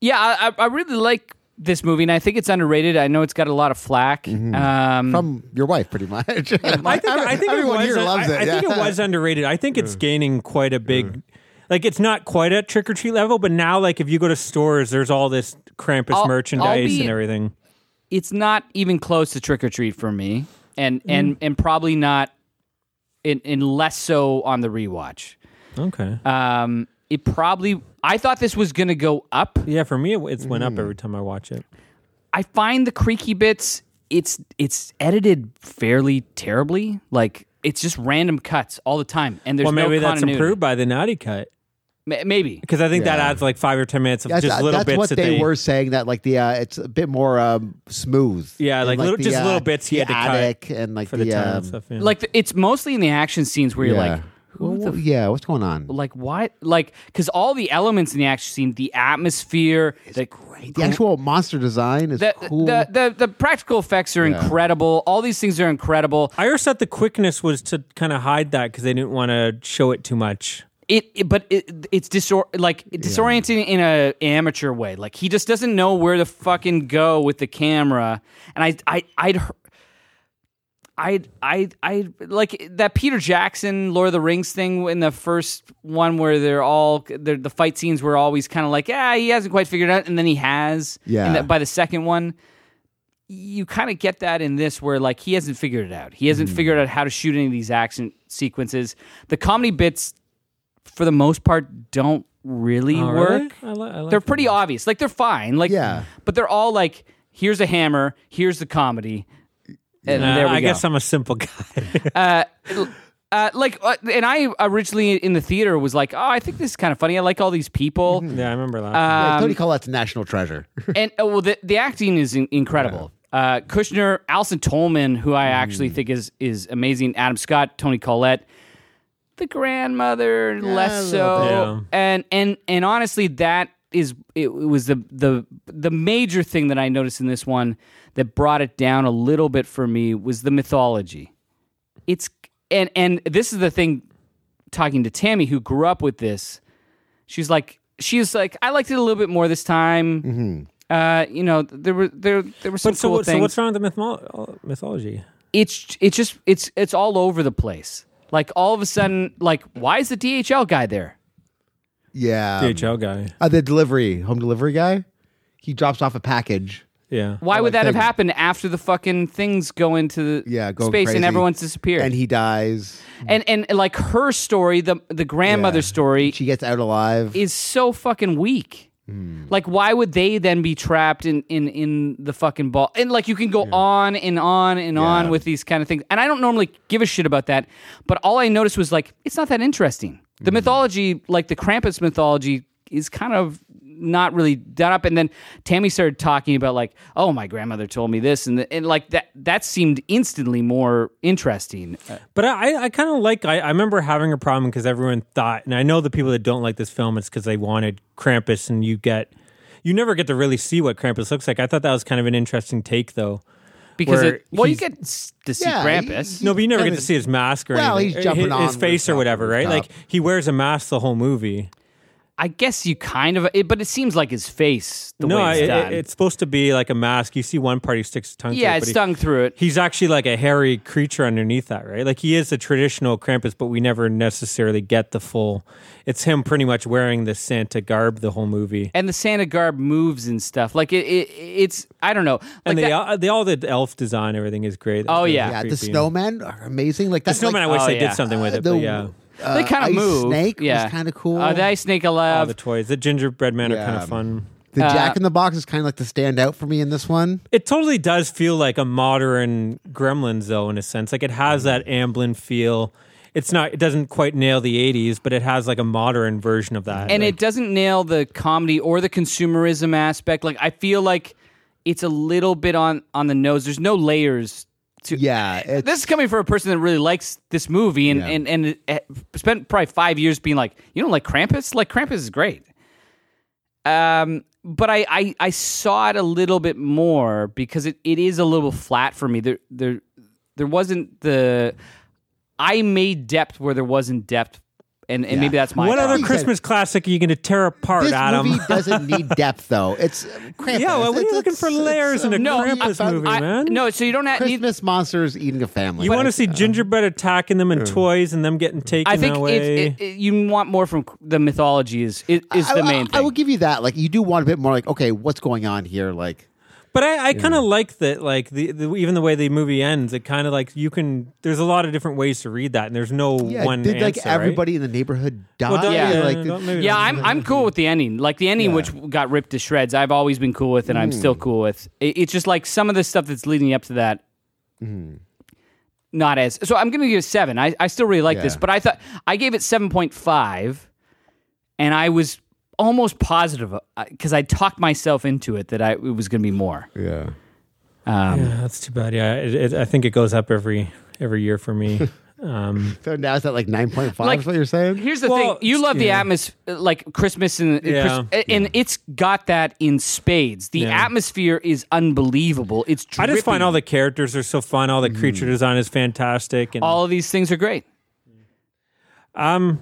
A: yeah. I, I- I really like this movie, and I think it's underrated. I know it's got a lot of flack. Um,
E: from your wife, pretty much.
D: I think I think it
E: everyone
D: was.
E: here loves
D: I,
E: it.
D: I think it
E: yeah.
D: was underrated. I think it's gaining quite a big. Like it's not quite at trick or treat level, but now like if you go to stores, there's all this Krampus
A: I'll- I'll
D: merchandise
A: be-
D: and everything.
A: it's not even close to trick or treat for me, and and and probably not, in, in less so on the rewatch.
D: Okay.
A: Um, it probably. I thought this was gonna go up.
D: yeah, for me, it, it's went up every time I watch it.
A: I find the creaky bits. It's it's edited fairly terribly. Like it's just random cuts all the time, and there's
D: well, maybe
A: no
D: that's
A: continuity.
D: improved by the naughty cut
A: Ma- maybe.
D: because I think that adds like five or ten minutes of
E: That's,
D: just little
E: that's
D: bits
E: what
D: that
E: they, were saying. That like the uh, it's a bit more um, smooth.
D: Yeah,
E: And,
D: like, little- just little bits he
E: the
D: had to cut
E: attic and like
D: for the, time
E: um,
D: and stuff. Yeah.
A: Like it's mostly in the action scenes where you're
E: yeah.
A: like, who
E: Well,
A: the f-
E: yeah, what's going on?
A: like why like because all the elements in the action scene, the atmosphere, the great.
E: the actual monster design is
A: The,
E: cool.
A: the, the the practical effects are incredible. All these things are incredible.
D: I always thought the quickness was to kind of hide that because they didn't want to show it too much.
A: It, it- but it, it's disor- like disorienting in a amateur way. Like he just doesn't know where to fucking go with the camera. And I I I'd I I I like that Peter Jackson Lord of the Rings thing in the first one where they're all they're, the fight scenes were always kind of like ah he hasn't quite figured it out and then he has
E: Yeah.
A: And that- by the second one you kind of get that in this where like he hasn't figured it out he
D: Mm-hmm.
A: hasn't figured out how to shoot any of these action sequences the comedy bits for the most part don't really
D: Oh,
A: work
D: really? I li- I like
A: they're
D: that.
A: pretty obvious like they're fine like
E: Yeah.
A: but they're all like here's a hammer here's the comedy and
D: Uh,
A: there we
D: I
A: go.
D: guess I'm a simple guy.
A: Uh, like, uh, and I originally in the theater was like, oh, I think this is kind of funny. I like all these people,
D: yeah, I remember that.
E: yeah, Tony Collette's a national treasure.
A: and oh, well, the, the acting is in- incredible. Uh, Kushner, Alison Tolman, who I actually think is is amazing. Adam Scott, Tony Collette, the grandmother,
E: a
A: less
E: little
A: so,
D: bit.
A: and and and honestly, that is it, it was the the the major thing that I noticed in this one that brought it down a little bit for me was the mythology. It's and and this is the thing talking to Tammy, who grew up with this, she's like, she's like, I liked it a little bit more this time.
E: Mm-hmm.
A: Uh, you know, there were there there were some
D: but so,
A: cool
D: what- so
A: things.
D: what's wrong with the mythmo- mythology?
A: it's it's just it's it's all over the place. Like all of a sudden, like why is the DHL guy there?
E: Yeah,
D: DHL guy.
E: Uh, the delivery, home delivery guy, he drops off a package.
D: Yeah.
A: Why would
E: like
A: that have
E: that-
A: happened after the fucking things go into the
E: Yeah, go
A: space and
E: crazy.
A: everyone's disappeared?
E: And
A: And,
E: he dies.
A: and like her story, the the grandmother story
E: She gets out alive.
A: is so fucking weak.
D: Hmm.
A: Like, why would they then be trapped in in in the fucking ball? And like, you can go on and on and on with these kind of things. And I don't normally give a shit about that, but all I noticed was like, it's not that interesting.
D: Mm-hmm.
A: The mythology, like the Krampus mythology, is kind of not really done up. And then Tammy started talking about like, oh, my grandmother told me this, and the, and like that that seemed instantly more interesting. Uh,
D: But I, I kind of like. I, I remember having a problem because everyone thought, and I know the people that don't like this film, it's because they wanted Krampus, and you get, you never get to really see what Krampus looks like. I thought that was kind of an interesting take, though.
A: because
D: Where
A: it, well, you
D: he's-
A: get s- to see
E: Yeah,
A: Krampus.
D: No, but you never
E: I
D: get to
E: mean-
D: see his mask or
E: Well,
D: anything.
E: he's jumping
D: his,
E: on
D: his face or
E: the
D: whatever, right?
E: rooftop.
D: Like he wears a mask the whole movie.
A: I guess you kind of, it, but it seems like his face. The
D: no,
A: way it's
D: it- it-
A: done.
D: it's supposed to be like a mask. You see one part, he sticks his tongue. to
A: yeah,
D: it,
A: it
D: but he-
A: stung through it.
D: He's actually like a hairy creature underneath that, right? Like he is the traditional Krampus, but we never necessarily get the full. It's him pretty much wearing the Santa garb the whole movie.
A: And the Santa garb moves and stuff. Like it, it it's I don't know. Like
D: and they,
A: that-
D: all they all the elf design everything is great. That's
A: Oh,
D: really
A: yeah.
E: yeah,
D: creepy.
E: the snowmen are amazing. Like
D: The
E: that's
D: snowman.
E: like,
D: I wish
A: Oh,
D: they
A: yeah.
D: did something with
E: uh,
D: it.
E: the
D: but yeah,
E: uh,
A: they kind of
E: ice
A: move.
E: Snake
A: yeah,
E: was kind of cool.
A: Uh, the ice snake I
D: all
A: love.
D: the toys. The gingerbread man are kind
E: Yeah.
D: of fun.
E: the
A: uh,
E: Jack in the Box is kind of like the standout for me in this one.
D: It totally
E: Mm-hmm.
D: does feel like a modern Gremlins, though, in a sense. Like it has that Amblin feel. it's not it doesn't quite nail the 80s, but it has like a modern version of that.
A: and
D: Like,
A: it doesn't nail the comedy or the consumerism aspect. Like I feel like it's a little bit on on the nose. There's no layers. To,
E: Yeah, it's-
A: this is coming from a person that really likes this movie and and and uh, spent probably five years being like, you don't like Krampus? Like Krampus is great. Um, but I, I I saw it a little bit more because it, it is a little flat for me. There there there wasn't the I made depth where there wasn't depth, and and maybe that's my
D: what
A: problem.
D: other Christmas classic are you going to tear apart,
E: This
D: Adam?
E: movie doesn't need depth, though. It's Krampus.
D: Yeah, well,
E: It's-
D: we're
E: it's-
D: looking for
E: it's,
D: layers in a
A: no,
D: Krampus
A: I-
D: movie,
A: I-
D: man.
A: No, so you don't have. you-
E: Christmas monsters eating a family.
D: you want to see gingerbread attacking them and toys and them getting taken
A: I think
D: away.
A: it's, it, it, you want more from the mythology is is, is the
E: I- I-
A: main
E: I,
A: thing.
E: will give you that. Like, you do want a bit more. Like, okay, what's going on here? Like,
D: But I, I kind of like that, like the, the even the way the movie ends. It kind of like you can. There's a lot of different ways to read that, and there's no
E: yeah,
D: one.
E: did like
D: answer, right?
E: everybody in the neighborhood die?
D: Well, don't-
A: Yeah.
D: yeah,
E: like,
D: don't- maybe
A: yeah, I'm
D: don't.
A: I'm cool with the ending. Like the ending, which got ripped to shreds. I've always been cool with, and I'm
D: Hmm.
A: still cool with. It, it's just like some of the stuff that's leading up to that.
D: Hmm.
A: Not as so. I'm gonna give it seven. I, I still really like this,
E: Yeah.
A: but I thought I gave it seven point five, and I was almost positive because I talked myself into it that I it was gonna be more.
E: yeah.
A: Um,
D: Yeah, that's too bad. Yeah, it, it, I think it goes up every every year for me. Um,
E: So now it's at like nine point five.
A: Like-
E: is what you're saying?
A: Here's the
D: Well,
A: thing: you love the
D: yeah.
A: atmosphere, like Christmas, and uh,
D: Yeah.
A: Chris- and it's got that in spades. The
D: Yeah.
A: atmosphere is unbelievable. It's
D: I
A: dripping.
D: just find all the characters are so fun. All the creature design is fantastic, and
A: all of these things are great.
D: um,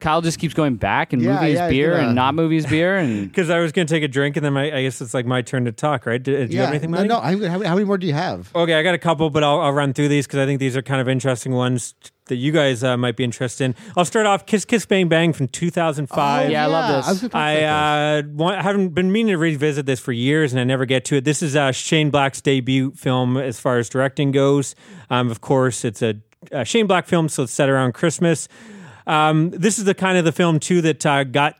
A: Kyle just keeps going back and
E: Yeah,
A: movies
E: yeah,
A: beer
E: yeah.
A: and not movies beer and
D: because I was gonna take a drink, and then my, I guess it's like my turn to talk, right? Do, do you have anything?
E: No,
D: Matty?
E: no. I'm good. How, many- how many more do you have?
D: Okay, I got a couple, but I'll, I'll run through these because I think these are kind of interesting ones that you guys uh, might be interested in. I'll start off "Kiss Kiss Bang Bang" from 2005.
A: Oh, yeah, I love this.
E: was gonna talk
D: I
E: about
D: uh, want, haven't been meaning to revisit this for years, and I never get to it. This is uh, Shane Black's debut film as far as directing goes. Um, of course, it's a, uh Shane Black film, so it's set around Christmas. Um, this is the kind of the film too that uh, got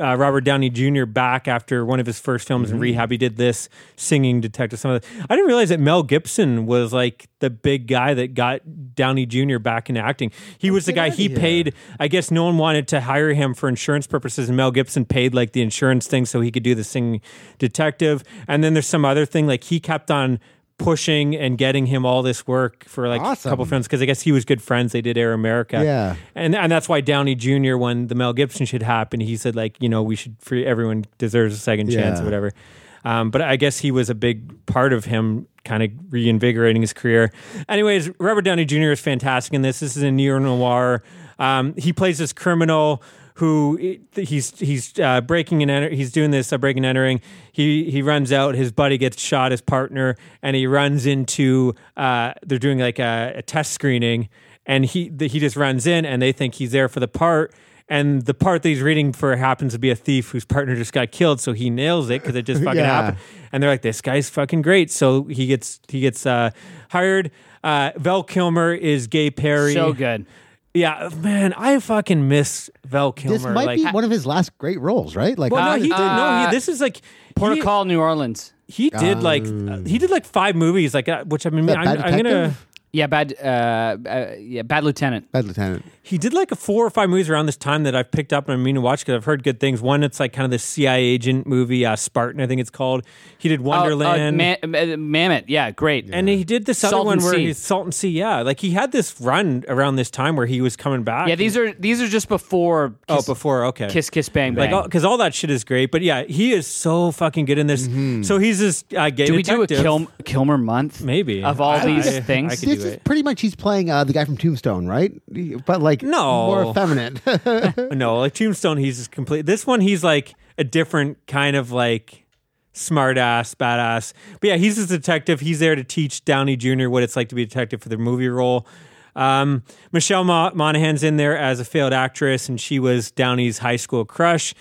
D: uh, Robert Downey Jr. back after one of his first films in rehab. He did this singing detective. Some of the, I didn't realize that Mel Gibson was like the big guy that got Downey Jr. back into acting. He was the guy he paid. I guess no one wanted to hire him for insurance purposes, and Mel Gibson paid like the insurance thing so he could do the singing detective. And then there's some other thing like he kept on pushing and getting him all this work for like a couple films because I guess he was good friends. They did Air America,
E: Yeah.
D: and and that's why Downey Jr. when the Mel Gibson shit happened, he said like you know we should free everyone deserves a second chance or
E: Yeah.
D: whatever. Um, but I guess he was a big part of him kind of reinvigorating his career. Anyways, Robert Downey Jr. is fantastic in this. This is a neo noir. Um, he plays this criminal who he's he's uh, breaking and enter, he's doing this uh, breaking and entering. He he runs out. His buddy gets shot. His partner and he runs into uh, they're doing like a, a test screening and he th- he just runs in and they think he's there for the part and the part that he's reading for happens to be a thief whose partner just got killed so he nails it because it just fucking
E: Yeah.
D: happened and they're like this guy's fucking great so he gets he gets uh, hired uh, Val Kilmer is Gay Perry
A: so good.
D: yeah man I fucking miss Val Kilmer
E: This might
D: like
E: be one of his last great roles, right? Like,
D: well, no, he did. No,
A: Uh,
D: he, this is like
A: Port
D: he-
A: of Call, New Orleans.
D: He did like uh, he did like five movies, like uh, which I mean,
E: That
D: I'm,
E: Bad
D: I'm gonna.
E: Detective?
A: Yeah, bad. Uh, uh, yeah, bad lieutenant.
E: Bad Lieutenant.
D: He did like a four or five movies around this time that I've picked up and I mean to watch because I've heard good things. One, it's like kind of the CIA agent movie, uh, Spartan, I think it's called. He did
A: Oh, uh,
D: Wonderland.
A: Ma- uh, Mammoth. Yeah, great.
D: and he did this other
A: Salt
D: one
A: and
D: where
A: Sea.
D: he's Salt and Sea, yeah. Like he had this run around this time where he was coming back.
A: yeah, these are these are just before.
D: oh
A: Kiss,
D: before okay
A: Kiss Kiss Bang Bang.
D: Like, oh, because all, that shit is great, but yeah, he is so fucking good in this. So he's this uh,
A: Mm-hmm.
D: gay
A: do we do a
D: detective.
A: Kilm- Kilmer month?
D: Maybe
A: of all
D: I-
A: these
D: I-
A: things?
D: I could do
E: This is
D: it.
E: pretty much he's playing uh, the guy from Tombstone, right? But like,
D: No.
E: more effeminate.
D: Uh, No, like Tombstone, he's just complete. This one, he's like a different kind of like smart ass, badass. But yeah, he's his detective. He's there to teach Downey Jr. what it's like to be a detective for the movie role. Um, Michelle Mo- Monaghan's in there as a failed actress, and she was Downey's high school crush.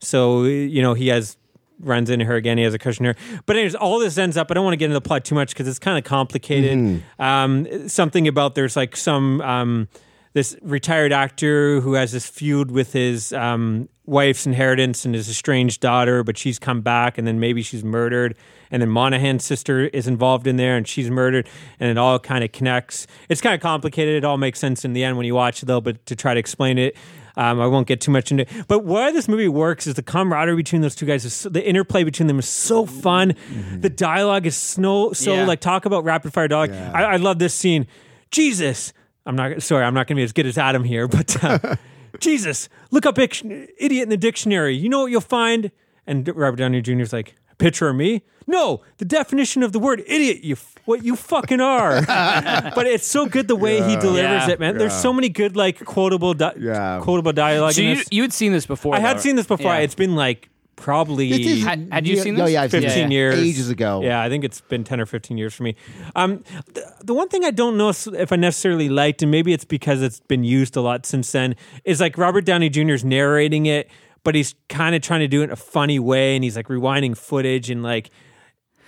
D: So, you know, he has runs into her again. He has a cushion her. But anyways, all this ends up. I don't want to get into the plot too much because it's kind of complicated. Um, something about there's like some um, this retired actor who has this feud with his um, wife's inheritance and his estranged daughter, but she's come back and then maybe she's murdered. And then Monahan's sister is involved in there and she's murdered. And it all kind of connects. It's kind of complicated. It all makes sense in the end when you watch it, though, but to try to explain it, um, I won't get too much into it. But why this movie works is the camaraderie between those two guys. Is so, the interplay between them is so fun. The dialogue is so, so
A: Yeah.
D: like, talk about rapid fire dialogue. I, I love this scene. Jesus. I'm not, sorry, I'm not going to be as good as Adam here, but uh, Jesus, look up ic- idiot in the dictionary. You know what you'll find? And Robert Downey Jr. is like, a picture of me? No, the definition of the word idiot, you f- what you fucking are. but it's so good the way he delivers
A: Yeah.
D: it, man. There's so many good, like, quotable, di-
E: Yeah.
D: quotable dialogue
A: So
D: in
A: you
D: this.
A: you had seen this before?
D: I
A: though,
D: had
A: right?
D: seen this before.
A: Yeah.
D: It's been like probably
A: Ha- had you seen
E: No,
A: this?
E: yeah, I've seen
D: 15
E: it.
D: years.
E: ages ago.
D: Yeah, I think it's been 10 or 15 years for me. Um, th- the one thing I don't know s- if I necessarily liked, and maybe it's because it's been used a lot since then, is like Robert Downey Jr. is narrating it, but he's kind of trying to do it in a funny way, and he's like rewinding footage and like.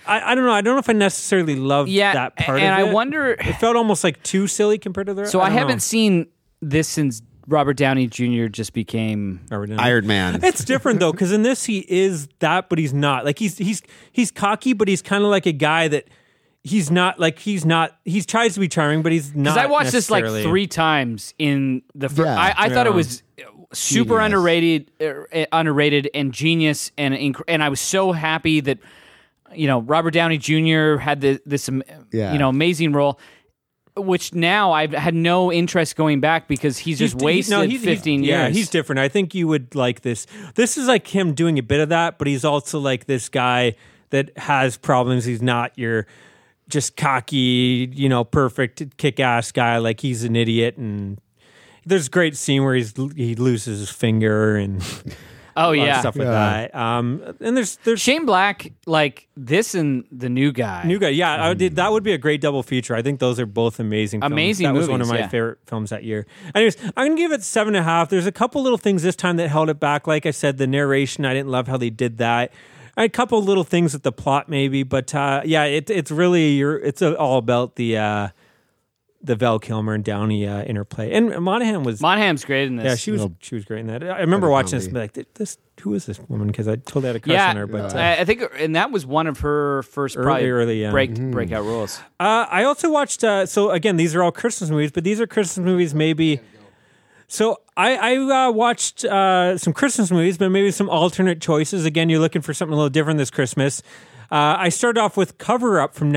D: I, I don't know. I don't know if I necessarily love
A: Yeah,
D: that part
A: and
D: of
A: I
D: it.
A: wonder-
D: It felt almost like too silly compared to the.
A: So I,
D: don't know.
A: haven't seen this since Robert Downey Jr. just became.
D: Robert Downey-
E: Iron Man.
D: It's different though, because in this he is that, but he's not. Like he's he's he's cocky, but he's kind of like a guy that he's not. Like he's not. He tries to be charming, but he's not.
A: Because I watched this like
D: necessarily.
A: three times in the first.
E: Yeah.
A: I, I thought it
D: Yeah.
A: was uh, super
E: Genius.
A: underrated, uh, underrated and genius, and inc- and I was so happy that you know Robert Downey Jr. had the, this um,
E: Yeah.
A: you know amazing role. Which now I've had no interest going back because he's just
D: He's- he's-
A: wasted
D: no, he's- he's-
A: fifteen
D: Yeah,
A: years.
D: he's different. I think you would like this. This is like him doing a bit of that, but he's also like this guy that has problems. He's not your just cocky, you know, perfect kick ass guy. Like he's an idiot and. There's a great scene where he's he loses his finger and
A: oh
D: lot of
A: yeah,
D: stuff like that. Um, and there's there's
A: Shane Black like this and the new guy.
D: new guy. Yeah, I did, that would be a great double feature. I think those are both amazing. Films.
A: Amazing
D: That was one of
A: movies,
D: my
A: yeah.
D: favorite films that year. Anyways, I'm gonna give it seven and a half. There's a couple little things this time that held it back. Like I said, the narration. I didn't love how they did that. A couple little things with the plot, maybe, but uh, yeah, it, it's really your, it's uh all about the uh, the Val Kilmer and Downey uh, interplay. And Monahan was
A: Monham's great in this.
D: yeah, she was she was great in that. I remember
E: Better
D: watching this and be
E: comedy.
D: like, this who is this woman? Because I totally had a crush
A: yeah,
D: on her. But uh,
A: I, I think, and that was one of her first
D: Early,
A: probably
D: early, yeah. Mm-hmm.
A: break breakout roles.
D: Uh, I also watched. Uh, so again, these are all Christmas movies, but these are Christmas movies maybe. So I, I uh, watched uh, some Christmas movies, but maybe some alternate choices. Again, you're looking for something a little different this Christmas. Uh, I started off with Cover Up from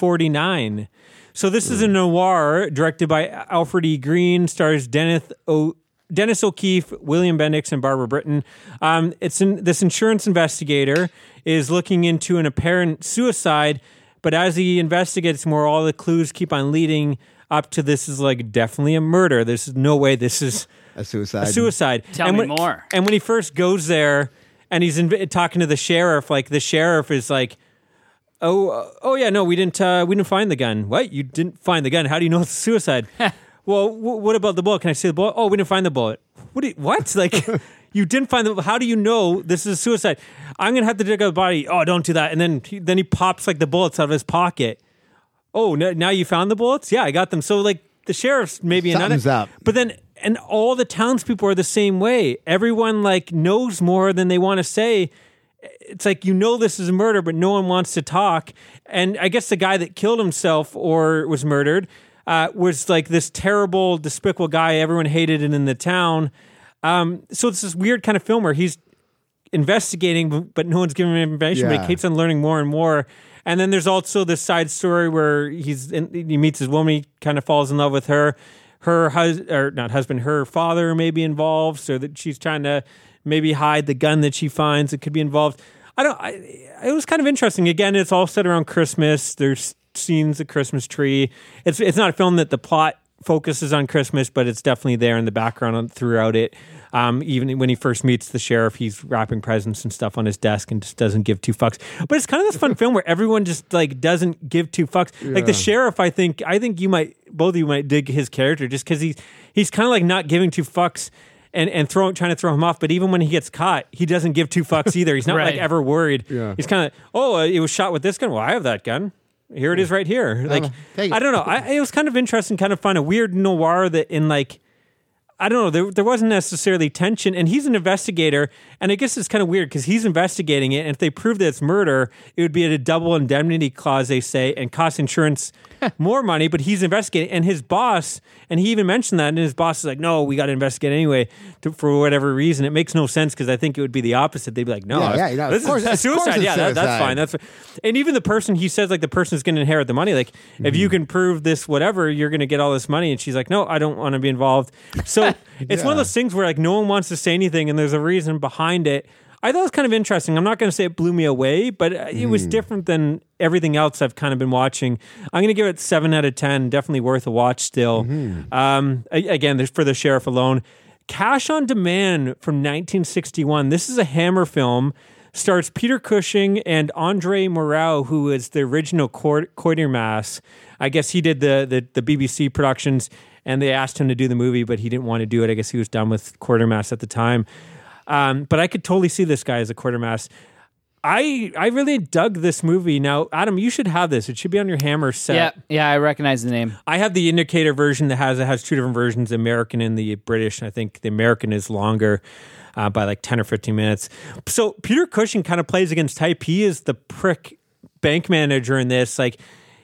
D: 1949. So this is a noir directed by Alfred E. Green, stars Dennis O. Dennis O'Keefe, William Bendix, and Barbara Britton. Um, it's in, this insurance investigator is looking into an apparent suicide, but as he investigates more, all the clues keep on leading up to this is like definitely a murder. There's no way this is
E: A suicide.
D: a suicide.
A: Tell
D: and
A: me
D: when,
A: more.
D: And when he first goes there, and he's inv- talking to the sheriff, like the sheriff is like, "Oh, uh, oh yeah, no, we didn't, uh, we didn't find the gun. What? You didn't find the gun? How do you know it's a suicide? well, w- what about the bullet? Can I see the bullet? Oh, we didn't find the bullet. What? Do you, what? Like." You didn't find the. How do you know this is a suicide? I'm gonna have to dig up the body. Oh, don't do that. And then he, then he pops like the bullets out of his pocket. Oh, no, now you found the bullets? Yeah, I got them. So like the sheriff's maybe an
E: Something's up.
D: but then, and all the townspeople are the same way. Everyone like knows more than they want to say. It's like you know this is a murder, but no one wants to talk. And I guess the guy that killed himself or was murdered uh, was like this terrible, despicable guy. Everyone hated and in the town. Um, so it's this weird kind of film where he's investigating, but no one's giving him information. But
E: Yeah.
D: he keeps on learning more and more. And then there's also this side story where he's in, he meets his woman. He kind of falls in love with her. Her hus or not husband, her father may be involved, so that she's trying to maybe hide the gun that she finds that could be involved. I don't. I, it was kind of interesting. Again, it's all set around Christmas. There's scenes of Christmas tree. It's it's not a film that the plot focuses on Christmas, but it's definitely there in the background on- throughout it. Um, even when he first meets the sheriff, he's wrapping presents and stuff on his desk and just doesn't give two fucks. But it's kind of this fun film where everyone just like doesn't give two fucks. Like the sheriff, I think I think you might both of you might dig his character just because he's he's kind of like not giving two fucks. And, and throwing trying to throw him off, but even when he gets caught, he doesn't give two fucks either. He's not
A: Right.
D: like ever worried. He's kind of oh, uh, it was shot with this gun. Well, I have that gun. here it is right here. Like
E: take it.
D: I don't know. I, it was kind of interesting, kind of fun, a weird noir that in like I don't know. There, there wasn't necessarily tension, and he's an investigator, and I guess it's kind of weird because he's investigating it. And if they prove that it's murder, it would be at a double indemnity clause, they say, and cost insurance more money. But he's investigating, and his boss, and he even mentioned that, and his boss is like, "No, we got to investigate anyway to, for whatever reason." It makes no sense because I think it would be the opposite. They'd be like, "No,
E: Yeah,
D: that's-
E: yeah, no, of
D: this
E: course-
D: is
E: of
D: suicide.
E: course it's
D: yeah, that- that's
E: suicide.
D: fine. That's fine. and even the person he says like the person is going to inherit the money. Like if you can prove this, whatever, you're going to get all this money. And she's like, no, I don't want to be involved. So it's one of those things where like no one wants to say anything, and there's a reason behind it. I thought it was kind of interesting. I'm not going to say it blew me away, but uh, it was different than everything else I've kind of been watching. I'm going to give it seven out of ten. Definitely worth a watch still. Um, a- again, there's for the sheriff alone. Cash on Demand from 1961. This is a Hammer film. Stars Peter Cushing and Andre Morau, who is the original Cour- Quatermass. I guess he did the, the the BBC productions, and they asked him to do the movie, but he didn't want to do it. I guess he was done with Quatermass at the time. Um, but I could totally see this guy as a Quatermass. I I really dug this movie. Now, Adam, you should have this. It should be on your Hammer set.
A: Yeah, yeah, I recognize the name.
D: I have the indicator version that has it has two different versions, the American and the British. And I think the American is longer uh, by like ten or fifteen minutes. So Peter Cushing kind of plays against type. He is the prick bank manager in this. Like,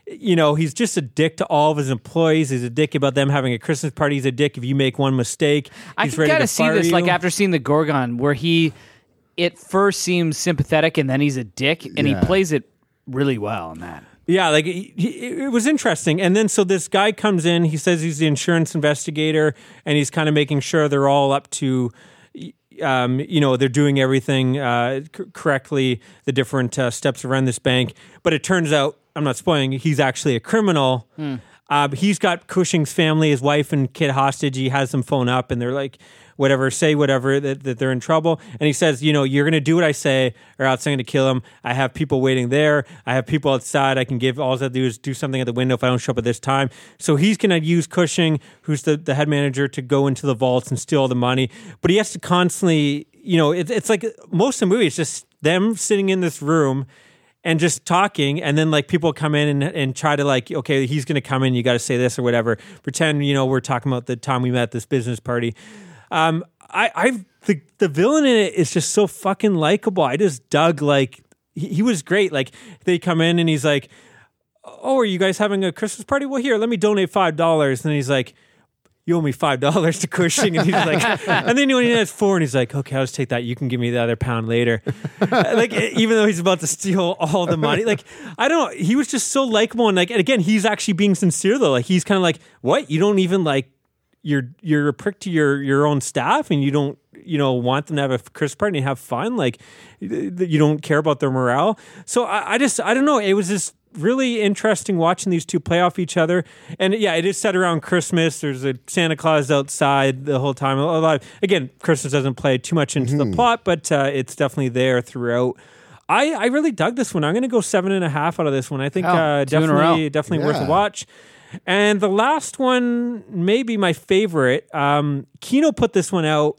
D: you know, he's just a dick to all of his employees. He's a dick about them having a Christmas party. He's a dick if you make one mistake.
A: I
D: he's
A: can
D: ready
A: kind
D: to
A: of see
D: fire
A: this
D: you.
A: like after seeing the Gorgon, where he it first seems sympathetic and then he's a dick, and he plays it really well in that.
D: Yeah, like he, he, it was interesting. And then so this guy comes in. He says he's the insurance investigator, and he's kind of making sure they're all up to, um, you know, they're doing everything uh, c- correctly, the different uh, steps around this bank. But it turns out, I'm not spoiling. He's actually a criminal. Uh, but he's got Cushing's family, his wife and kid hostage. He has them phone up, and they're like, whatever, say whatever that, that they're in trouble. And he says, you know, you're going to do what I say, or else I'm going to kill him. I have people waiting there. I have people outside. I can give all I have to do is do something at the window if I don't show up at this time. So he's going to use Cushing, who's the, the head manager, to go into the vaults and steal all the money. But he has to constantly, you know, it, it's like most of the movie, it's just them sitting in this room and just talking and then like people come in and, and try to like okay he's gonna come in you gotta say this or whatever pretend you know we're talking about the time we met at this business party um i i've the, the villain in it is just so fucking likable i just dug like he, he was great like they come in and he's like oh are you guys having a christmas party well here let me donate five dollars and then he's like you owe me five dollars to Cushing, and he's like, and then when he has four, and he's like, okay, I'll just take that. You can give me the other pound later. Uh, like even though he's about to steal all the money, like I don't. He was just so likable, and like, and again, he's actually being sincere though. Like he's kind of like, what? You don't even like you're you're a prick to your your own staff and you don't you know want them to have a Christmas party and have fun like th- th- you don't care about their morale so I, I just i don't know it was just really interesting watching these two play off each other and yeah it is set around christmas there's a santa claus outside the whole time a lot of, again christmas doesn't play too much into the plot but uh, it's definitely there throughout I, I really dug this one. I'm going to go seven and a half out of this one. I think
A: Wow,
D: uh,
A: Oh, two in a row.
D: definitely definitely worth a watch. And the last one, maybe my favorite. Um, Kino put this one out.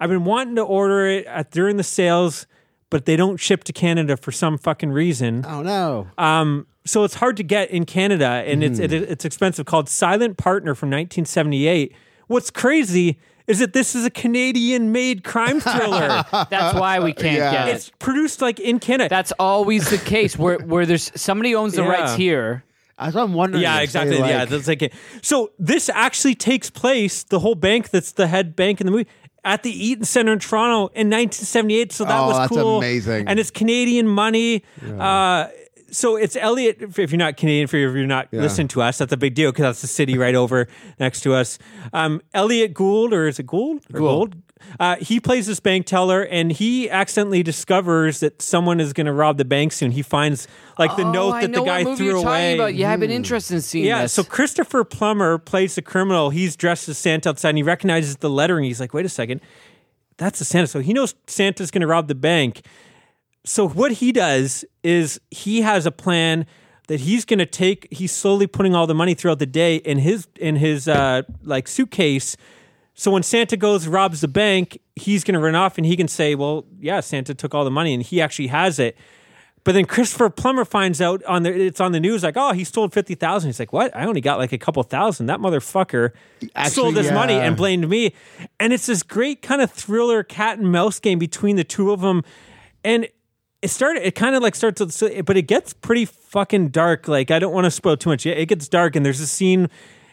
D: I've been wanting to order it at, during the sales, but they don't ship to Canada for some fucking reason.
E: Oh no!
D: Um, so it's hard to get in Canada, and it's it, it's expensive. Called Silent Partner from 1978. What's crazy is that this is a Canadian-made crime thriller.
A: That's why we can't
E: Yeah.
A: get it.
D: it's produced like in Canada.
A: That's always the case where where there's somebody owns the
D: Yeah.
A: rights here.
E: That's what I'm wondering. if
D: Yeah,
E: they,
D: exactly. yeah,
E: like-
D: that's like it. So this actually takes place. The whole bank that's the head bank in the movie at the Eaton Center in Toronto in 1978. So that
E: Oh,
D: was
E: that's
D: cool.
E: amazing.
D: And it's Canadian money. Uh, so it's Elliot. If if you're not Canadian, if you're if you're not listening to us, that's a big deal because that's the city right over next to us. Um, Elliot Gould, or is it Gould? Or Gould. Uh, he plays this bank teller, and he accidentally discovers that someone is going to rob the bank soon. He finds like
A: Oh,
D: the note that the guy threw away. Hmm.
A: Yeah, I've been interested in seeing
D: Yeah,
A: this.
D: so Christopher Plummer plays the criminal. He's dressed as Santa outside and he recognizes the lettering. He's like, wait a second, that's a Santa. So he knows Santa's going to rob the bank. So what he does is he has a plan that he's going to take. He's slowly putting all the money throughout the day in his in his uh, like suitcase. So when Santa goes robs the bank, he's going to run off and he can say, "Well, yeah, Santa took all the money and he actually has it." But then Christopher Plummer finds out on the it's on the news like, oh, he stole fifty thousand. He's like, what? I only got like a couple thousand. That motherfucker stole
E: Actually,
D: this money
E: yeah.
D: and blamed me. And it's this great kind of thriller cat and mouse game between the two of them, and it started. It kind of like starts, to- but it gets pretty fucking dark. Like I don't want to spoil too much. It gets dark, and there's a scene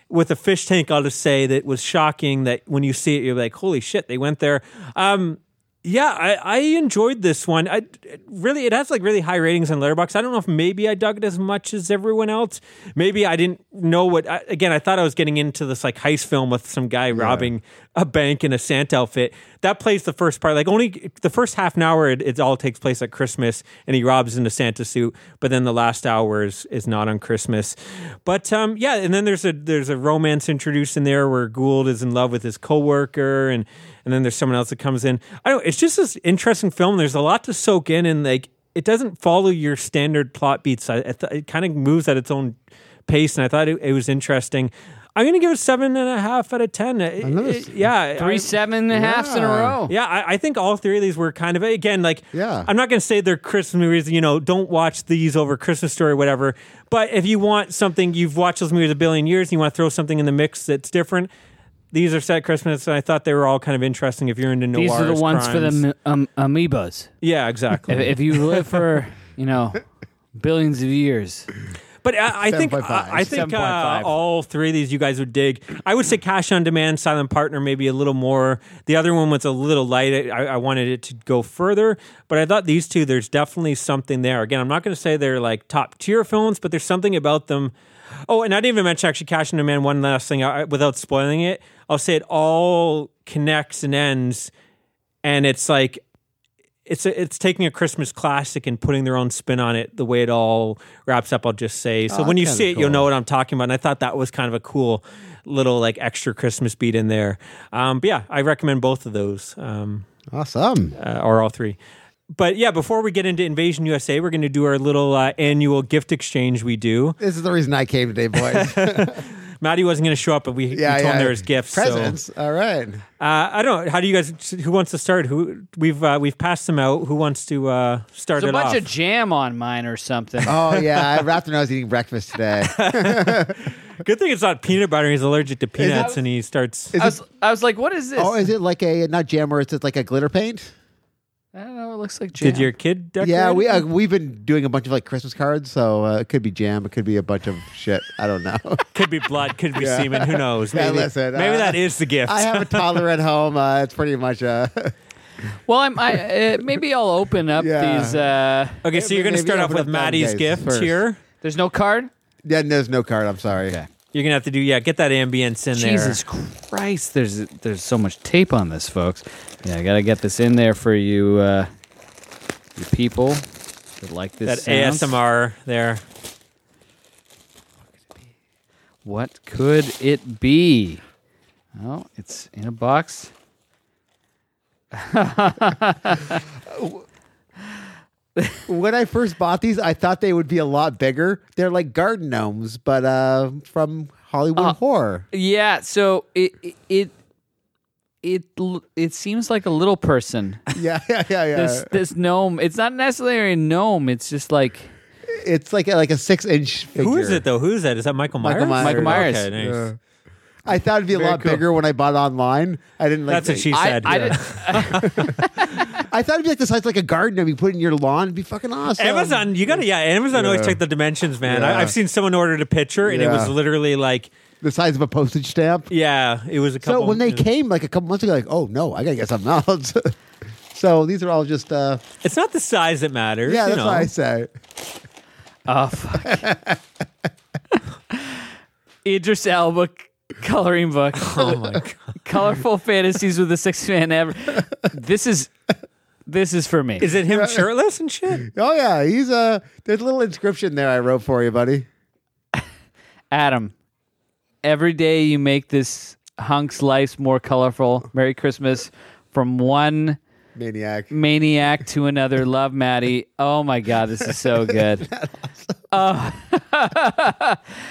D: with a fish tank. I'll just say that was shocking. That when you see it, you're like, holy shit, they went there. Um, yeah, I, I enjoyed this one. I it really it has like really high ratings on Letterbox. I don't know if maybe I dug it as much as everyone else. Maybe I didn't know what. I, again, I thought I was getting into this like heist film with some guy robbing a bank in a Santa outfit. That plays the first part. Like only the first half an hour, it, it all takes place at Christmas, and he robs in a Santa suit. But then the last hour is, is not on Christmas. But um, yeah, and then there's a there's a romance introduced in there where Gould is in love with his coworker and and then there's someone else that comes in. I don't. It's just this interesting film. There's a lot to soak in, and like it doesn't follow your standard plot beats. I, I th- it kind of moves at its own pace, and I thought it, it was interesting. I'm gonna give it seven and a half out of ten. It-
E: Another
D: it-
E: s-
D: yeah,
A: Three
D: I-
A: seven and a half in a
E: Yeah.
A: row.
D: yeah, I, I think all three of these were kind of again like.
E: Yeah.
D: I'm not going to say they're Christmas movies. You know, don't watch these over Christmas Story, or whatever. But if you want something, you've watched those movies a billion years, and you want to throw something in the mix that's different. These are set at Christmas, and I thought they were all kind of interesting. If you're into noirs,
A: These are the ones for the
D: crimes.
A: ami- um, amoebas.
D: yeah,
A: If,
D: exactly.
A: if you live for you know billions of years,
D: But I, I think I,
F: 7.5.
D: I think uh,
A: 7.5.
D: all three of these you guys would dig. I would say Cash on Demand, Silent Partner, maybe a little more. The other one was a little light. I, I wanted it to go further, but I thought these two. There's definitely something there. Again, I'm not going to say they're like top tier films, but there's something about them. Oh, and I didn't even mention actually Cash on Demand. One last thing, I, without spoiling it, I'll say it all connects and ends, and it's like it's a, it's taking a Christmas classic and putting their own spin on it. The way it all wraps up, I'll just say. So when you see it, you'll know what I'm talking about. And I thought that was kind of a cool little like extra Christmas beat in there. Um, but yeah, I recommend both of those um,
E: Awesome.
D: uh, or all three. But yeah, before we get into Invasion USA, we're going to do our little uh, annual gift exchange we do.
E: This is the reason I came today, boys. yeah,
D: Maddie wasn't going to show up, but we, we told him there was gifts. so-
E: Presents. All right.
D: uh, I don't know. How do you guys? Who wants to start? Who we've uh, we've passed them out. Who wants to uh, start
A: there's a
D: it
A: bunch
D: off?
A: of jam on mine or something.
E: Oh yeah, I wrapped when I was eating breakfast today.
D: Good thing it's not peanut butter. He's allergic to peanuts,
E: Is it-
D: and he starts.
E: Is
A: I
E: it,
A: was I was like, what is this?
E: oh, is it like a not jam or is it like a glitter paint?
A: I don't know. It looks like jam.
D: Did your kid decorate?
E: Yeah, we
D: it?
E: uh, we've been doing a bunch of like Christmas cards, so uh, it could be jam, it could be a bunch of shit. I don't know.
D: could be blood, could be semen. Who knows?
E: Yeah,
D: Maybe,
E: listen,
D: maybe
E: uh,
D: that is the gift.
E: I have a toddler at home. Uh, it's pretty much. Uh,
A: Well, I'm, I uh, maybe I'll open up
E: Yeah.
A: these. Uh,
D: okay, so you're going to
E: Maybe
D: start off
E: open
D: with
E: up that
D: Maddie's
E: guy's
D: gift
E: first.
D: here.
A: there's no card.
E: yeah, there's no card. I'm sorry.
D: You're going to have to do yeah. Get that ambience in there.
A: Jesus Christ! There's there's so much tape on this, folks. Yeah, I gotta get this in there for you, uh, you people that like
D: that
A: this. sound.
D: ASMR there.
A: What could it be? Oh, it's in a box.
E: When I first bought these, I thought they would be a lot bigger. They're like garden gnomes, but uh, from Hollywood horror.
A: Yeah. So it it. it it l- it seems like a little person.
E: Yeah, yeah, yeah, yeah.
D: Uh,
A: This this gnome. It's not necessarily a gnome. It's just like
E: it's like a, like a six inch. Figure.
D: Who is it though? Who's that? Is that Michael Myers?
A: Michael
E: Michael
A: Myers.
D: Okay, nice.
E: Yeah. I thought it'd be a
A: Very
E: lot
A: cool.
E: bigger when I bought online. I didn't like.
D: That's what she
A: I-
D: said.
A: I, did,
E: I thought it'd be like the size of like a garden gnome you put in your lawn. It'd be fucking awesome.
D: Amazon, you gotta yeah. Amazon always check the dimensions, man. I,
E: Yeah.
D: I've seen someone ordered a picture, and it was
E: Yeah.
D: literally like
E: the size of a postage stamp.
D: yeah, it was a couple.
E: So when they
D: yeah.
E: came like a couple months ago, like, oh no, I gotta get something else. so these are all just uh,
D: it's not the size that matters.
E: yeah,
D: you
E: that's
D: know.
E: what I say.
A: Oh fuck. Idris Elba c- coloring book.
D: Oh my god.
A: Colorful fantasies with the six man ever. This is this is for me.
D: Is it him shirtless and shit?
E: Oh yeah, he's uh, there's a little inscription there I wrote for you, buddy.
A: Adam. Every day you make this hunk's life more colorful. Merry Christmas from one
E: Maniac.
D: Mm,
A: maniac to another. Love Maddie. Oh my god, this is so good. Uh,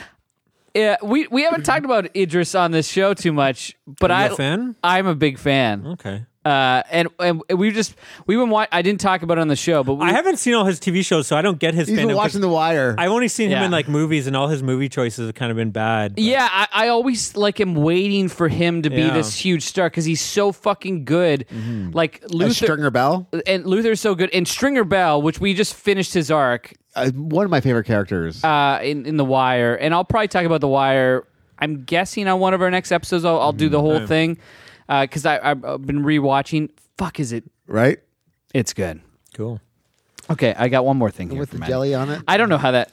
A: yeah, we we haven't talked about Idris on this show too much, but
D: Are you
A: I
D: a fan? Mm-hmm.
A: I'm a big fan.
D: Okay.
A: Uh, and and we just we've been. Wa- I didn't talk about it on the show, but we,
D: I haven't seen all his TV shows, so I don't get his
E: He's
D: fandom.
E: been
D: 'cause
E: watching The Wire.
D: I've only seen him
A: Yeah.
D: in like movies, and all his movie choices have kind of been bad. but-
A: Yeah, I, I always like am waiting for him to be
D: Yeah. Mm-hmm.
A: this huge star because he's so fucking good. Like
E: Uh,
A: Luther
E: Stringer Bell,
A: and Luther's so good, and Stringer Bell, which we just finished his arc
E: uh, one of my favorite characters.
A: uh, in in The Wire, and I'll probably talk about The Wire. I'm guessing on one of our next episodes, I'll, I'll do the whole thing because I I've been rewatching. Fuck, is it?
E: right?
A: It's good.
D: cool.
A: Okay, I got one more thing here
E: With
A: for
E: the
A: Matt.
E: jelly on it.
A: I don't know how that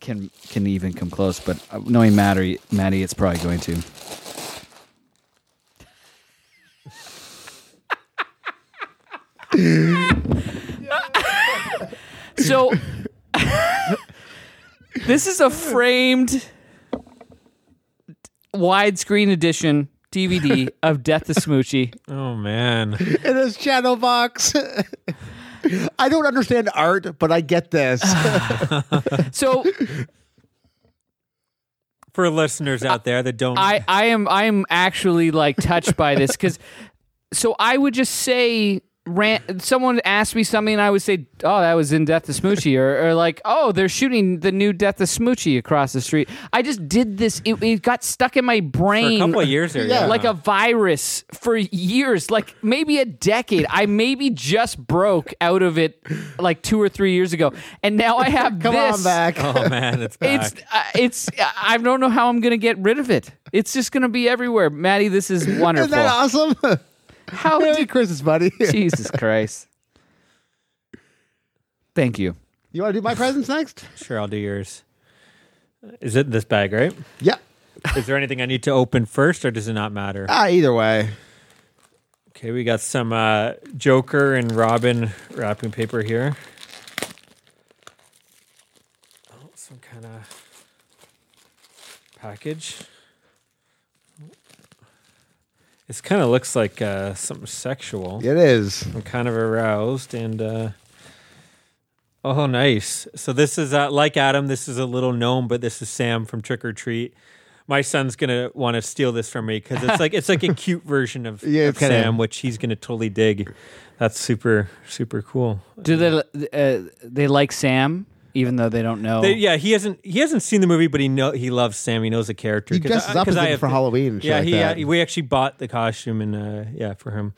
A: can can even come close, but uh, knowing Maddie, Maddie, it's probably going to. so this is a framed widescreen edition DVD of Death to Smoochie.
D: Oh man,
E: It is Shadow Box. I don't understand art, but I get this.
A: So
D: for listeners out there that don't,
A: I, I am I am actually like touched by this because so I would just say rant, someone asked me something and I would say oh that was in Death to Smoochie or, or like oh they're shooting the new Death to Smoochie across the street I just did this it, it got stuck in my
D: for a
A: brain
D: couple of years there, yeah,
A: like a virus for years like maybe a decade I maybe just broke out of it like two or three years ago and now I have
E: Come
A: this
E: on back.
D: Oh man, it's back.
A: it's uh, it's. I don't know how I'm gonna get rid of it. It's just gonna be everywhere. Maddie, this is
E: Isn't
A: wonderful.
E: that awesome?
A: how
E: Merry
A: did
E: Christmas, buddy.
A: Jesus Christ? Thank you.
E: You want to do my presents next?
D: sure I'll do yours. Is it this bag right?
E: Yeah.
D: Is there anything I need to open first, or does it not matter?
E: Ah, either way.
D: Okay, we got some uh, Joker and Robin wrapping paper here. Oh, some kind of package. This kind of looks like uh, something sexual.
E: It is.
D: I'm kind of aroused and. Uh, Oh, nice. So this is uh, like Adam. This is a little gnome, but this is Sam from Trick or Treat. My son's gonna want to steal this from me because it's like it's like a cute version of,
E: Yeah,
D: of
E: it's kinda-
D: Sam, which he's gonna totally dig. That's super super cool.
E: Oh.
A: Do they? Uh, they like Sam, even though they don't know.
D: They- yeah, he hasn't he hasn't seen the movie, but he know he loves Sam. He knows the character.
E: He
D: 'Cause
E: dresses
D: I-
E: up
D: 'cause
E: as
D: I
E: him
D: have
E: for
D: to-
E: Halloween and shit
D: Yeah,
E: like
D: he
E: that.
D: uh, we actually bought the costume and uh, yeah for him.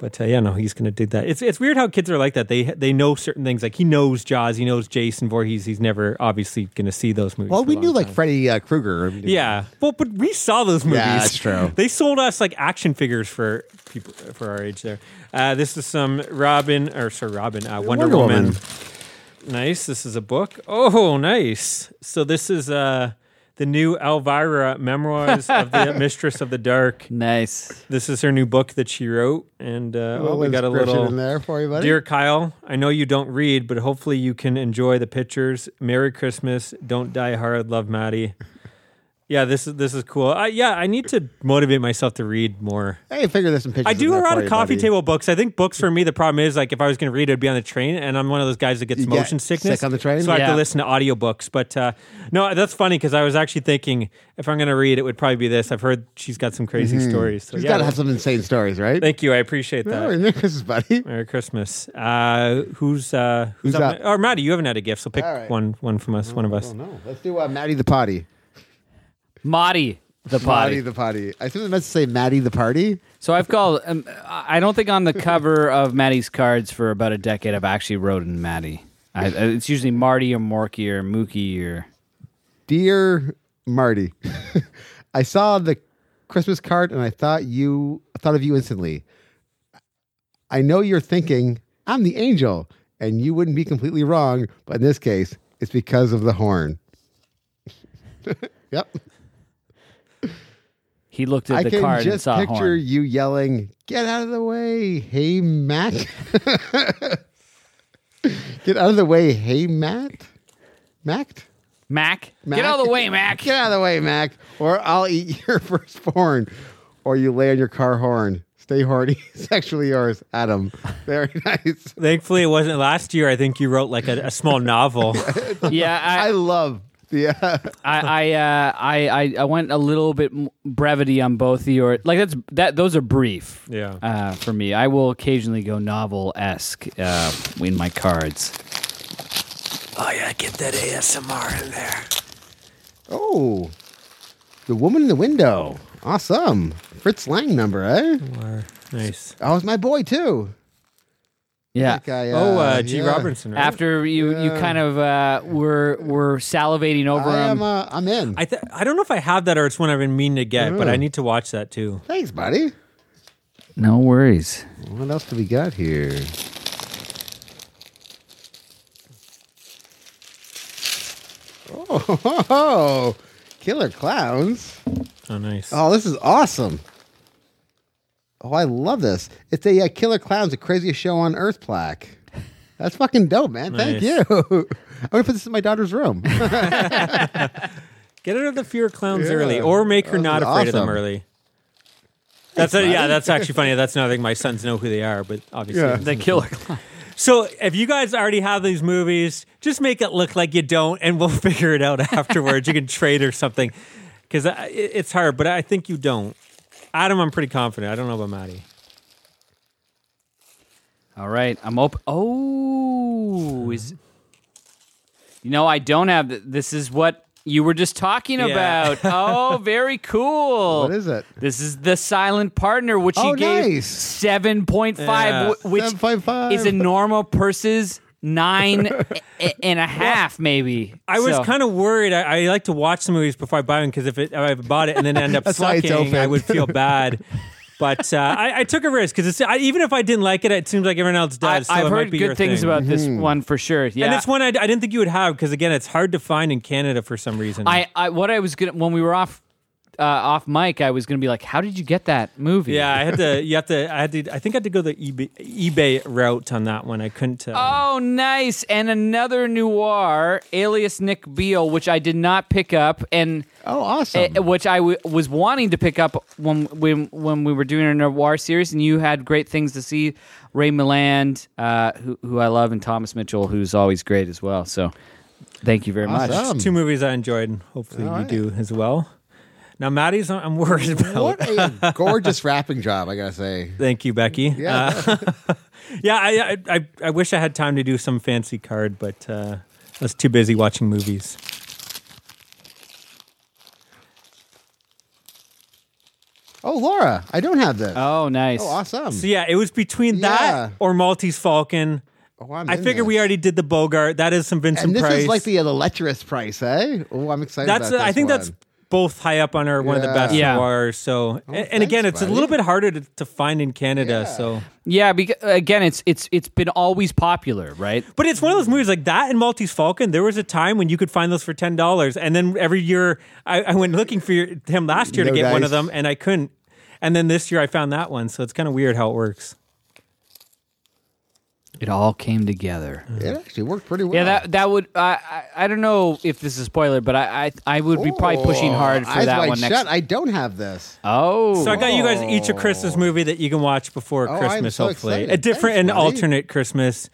D: But uh, yeah, no, he's gonna dig that. It's it's weird how kids are like that. They they know certain things. Like he knows Jaws, he knows Jason Voorhees. He's never obviously gonna see those movies.
E: Well,
D: for a
E: we
D: long
E: knew like
D: time.
E: Freddy uh, Krueger.
D: yeah, well, but we saw those movies.
E: Yeah, that's true.
D: They sold us like action figures for people for our age. There, uh, this is some Robin or sorry, Robin uh, Wonder,
E: Wonder
D: Woman.
E: Woman.
D: Nice. This is a book. Oh, nice. So this is uh, the new Elvira Memoirs of the Mistress of the Dark.
A: nice.
D: This is her new book that she wrote, and uh, oh, we got a
E: description
D: little
E: in there for you, buddy.
D: Dear Kyle, I know you don't read, but hopefully you can enjoy the pictures. Merry Christmas. Don't die hard. Love Maddie. Yeah, this is this is cool. I, yeah, I need to motivate myself to read more.
E: Hey, figure there's some pictures.
D: I do
E: in
D: a
E: there
D: lot
E: for
D: of
E: you,
D: coffee
E: buddy.
D: table books. I think books for me, the problem is like if I was going to read, it'd be on the train, and I'm one of those guys that gets
E: get
D: motion sickness
E: sick on the train?
D: so I have to
A: Yeah.
D: listen to audiobooks. But uh, no, that's funny because I was actually thinking if I'm going to read, it would probably be this. I've heard she's got some crazy stories. So
E: He's
D: yeah,
E: got to Mm-hmm. have some insane stories, right?
D: thank you. I appreciate that.
E: Merry Christmas, buddy.
D: Merry Christmas. Uh, who's uh, who's,
E: Who's
D: up?
E: up?
D: Or Maddie, you haven't had a gift, so pick
E: All right. Oh,
D: one one from us, one of us.
E: No, let's do uh, Maddie the Potty.
A: Maddie the
E: Maddie
A: potty.
E: the Potty. I think they meant to say Maddie the Party.
A: So I've called. Um, I don't think on the cover of Maddie's cards for about a decade I've actually wrote in Maddie. I, I- it's usually Marty or Morky or Mookie or.
E: Dear Marty, I saw the Christmas card and I thought you I thought of you instantly. I know you're thinking I'm the angel, and you wouldn't be completely wrong, but in this case, it's because of the horn. yep,
A: He looked at
E: I
A: the
E: can
A: card and
E: just
A: saw a
E: picture
A: horn.
E: you yelling, "Get out of the way, hey Matt! Get out of the way, hey Matt, Matt."
A: Mac,
E: Mac.
A: get out of the way, Mac.
E: Get out of the way, Mac, or I'll eat your firstborn, or you lay on your car horn. Stay horny, sexually yours, Adam. Very nice.
D: Thankfully, it wasn't last year. I think you wrote like a, a small novel.
A: Yeah, I,
E: I love Yeah.
A: I I, uh, I I I went a little bit m- brevity on both of your like that's that those are brief.
D: Yeah.
A: Uh, for me, I will occasionally go novel esque uh, in my cards.
C: Oh yeah, get that ASMR in there.
E: Oh, the woman in the window. Awesome. Fritz Lang number, eh?
D: Nice.
E: Oh, it's my boy too.
A: Yeah.
E: That guy,
D: Oh, uh, G.
E: yeah.
D: Robertson. Right?
A: After you you kind of uh, were were salivating over
E: I am.
A: them.
E: Uh, I'm in.
D: I th- I don't know if I have that or it's one I've been meaning to get, but I need to watch that too.
E: Thanks, buddy.
A: no worries.
E: What else do we got here? Oh, killer clowns!
D: Oh, nice.
E: Oh, this is awesome. Oh, I love this. It's a uh, Killer Clowns, the craziest show on earth plaque. That's fucking dope, man. Thank
D: Nice.
E: you. I'm gonna put this in my daughter's room.
D: Get out of the fear of clowns
E: Yeah.
D: early, or make her
E: That's
D: not afraid of them
E: awesome.
D: early. That's a, yeah. That's actually funny. That's another thing. My sons know who they are, but obviously
E: Yeah.
D: the killer. So if you guys already have these movies, just make it look like you don't, and we'll figure it out afterwards. you can trade or something, because it's hard. But I think you don't. Adam, I'm pretty confident. I don't know about Maddie.
A: All right, I'm open. Oh, is you know I don't have th- this. Is what you were just talking
D: Yeah.
A: about? Oh, very cool.
E: What is it?
A: This is the silent partner, which he
E: Oh,
A: gave
E: nice.
A: seven point
D: Yeah.
A: five, which
E: 7.5.
A: is a normal person's nine a- and a half, maybe.
D: I was kind of worried. I, I like to watch the movies before I buy them because if, it, if I bought it and then end up
E: That's why it's
D: sucking, I
E: open.
D: would feel bad. But uh, I, I took a risk because even if I didn't like it, it seems like everyone else
A: I,
D: does. so
A: I've
D: it might
A: heard
D: be your
A: good things
D: thing.
A: about this
E: Mm-hmm.
A: one for sure. Yeah,
D: And it's one I, I didn't think you would have because again, it's hard to find in Canada for some reason.
A: I, I what I was gonna when we were off uh, off mic, I was gonna be like, "How did you get that movie?"
D: yeah, I had to. You have to. I had to. I think I had to go the eBay, eBay route on that one. I couldn't. Uh,
A: Oh, nice! And another noir, alias Nick Beale, which I did not pick up, and
E: Oh, awesome.
A: eh, which I w- was wanting to pick up when when when we were doing our noir series, and you had great things to see. Ray Milland, uh, who who I love, and Thomas Mitchell, who's always great as well. So, thank you very much.
E: Awesome.
D: two movies I enjoyed, and hopefully you
E: All right.
D: do as well. Now, Maddie's. I'm worried about.
E: What a gorgeous wrapping job, I gotta say.
D: Thank you, Becky. Yeah, yeah. I, I- I I wish I had time to do some fancy card, but uh, I was too busy watching movies.
E: Oh, Laura, I don't have this.
A: Oh, nice!
E: oh, awesome.
D: So yeah, it was between that
E: Yeah.
D: or Maltese Falcon.
E: Oh, I'm
D: I
E: in
D: figure
E: this.
D: we already did the Bogart. That is some Vincent
E: And this
D: Price.
E: is like the, uh, the lecherous price, eh? Oh, I'm excited.
D: that's uh,
E: about
D: I
E: this
D: think that's
E: one.
D: both high up on our one of the
E: Yeah.
D: best
A: Yeah.
D: noirs. So and, and again,
E: Oh, thanks,
D: it's a little
E: buddy.
D: bit harder to, to find in Canada.
E: Yeah.
D: So
A: Yeah, because again, it's it's it's been always popular, right?
D: But it's one of those movies like that and Maltese Falcon. There was a time when you could find those for ten dollars, and then every year I, I went looking for your, him last year to
E: No
D: get one
E: dice.
D: of them, and I couldn't. And then this year I found that one, so it's kind of weird how it works.
A: It all came together.
E: It actually worked pretty well.
A: Yeah, that that would. I I, I don't know if this is a spoiler, but I I, I would be probably pushing
E: Oh,
A: hard for
E: eyes
A: that
E: wide
A: one
E: shut.
A: next.
E: I don't have this.
A: oh,
D: So I got you guys each a Christmas movie that you can watch before
E: Oh, I'm
D: Christmas,
E: so
D: hopefully
E: excited.
D: a different
E: Thanks,
D: and
E: buddy.
D: alternate Christmas.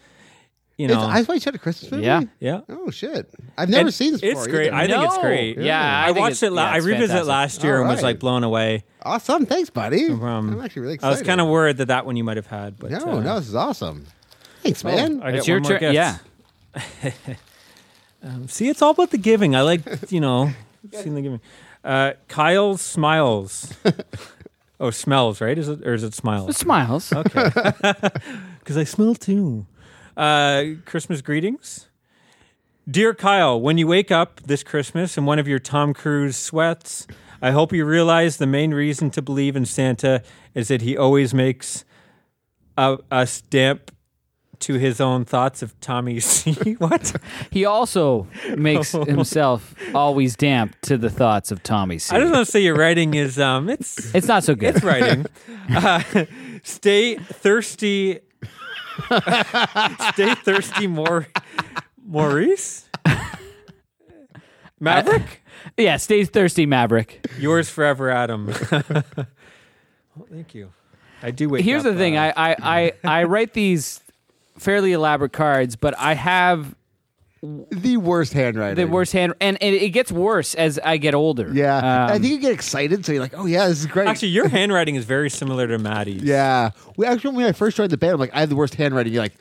D: You
E: It's
D: know,
E: Eyes Wide Shut, a Christmas movie?
A: Yeah.
D: yeah.
E: Oh, shit. I've never
D: And
E: seen this before.
D: It's great.
E: either.
D: I think it's
A: No.
D: great.
A: Yeah, Yeah. I
D: I,
A: think
D: watched
A: it's-
D: it. La-
A: yeah,
D: I
A: it's
D: revisited it
A: fantastic.
D: last year and was
E: Alright.
D: like blown away.
E: awesome. Thanks, buddy.
D: problem.
E: I'm actually really
D: I
E: excited.
D: was kind of worried that that one you might have had, but
E: No,
D: uh,
E: no, this is awesome. Thanks, man.
D: Oh, I
A: It's
D: got
A: your
D: one more
A: turn.
D: guess.
A: Yeah.
D: See, it's all about the giving. I like, you know, seeing the giving. Uh, Kyle smiles. oh, smells, right? Is it or is it
A: It
D: smiles?
A: smiles.
D: Because I smell too. Uh, Christmas greetings. Dear Kyle, when you wake up this Christmas in one of your Tom Cruise sweats, I hope you realize the main reason to believe in Santa is that he always makes a, a stamp to his own thoughts of Tommy C. what?
A: He also makes
D: Oh.
A: himself always damp to the thoughts of Tommy C.
D: I just want to say your writing is um, it's
A: It's not so good.
D: It's writing. Uh, stay thirsty. stay thirsty, more Maurice. Maverick,
A: yeah, stay thirsty, Maverick.
D: yours forever, Adam. well, thank you. I do uh, wait.
A: Here's the thing: I I I, I write these fairly elaborate cards, but I have
E: the worst handwriting.
A: the worst hand, and it, it gets worse as I get older.
E: Yeah,
A: Um,
E: I think you get excited, so you're like, "Oh yeah, this is great."
D: Actually, your handwriting is very similar to Maddie's.
E: yeah. We actually when I first joined the band, I'm like, "I have the worst handwriting." You're like,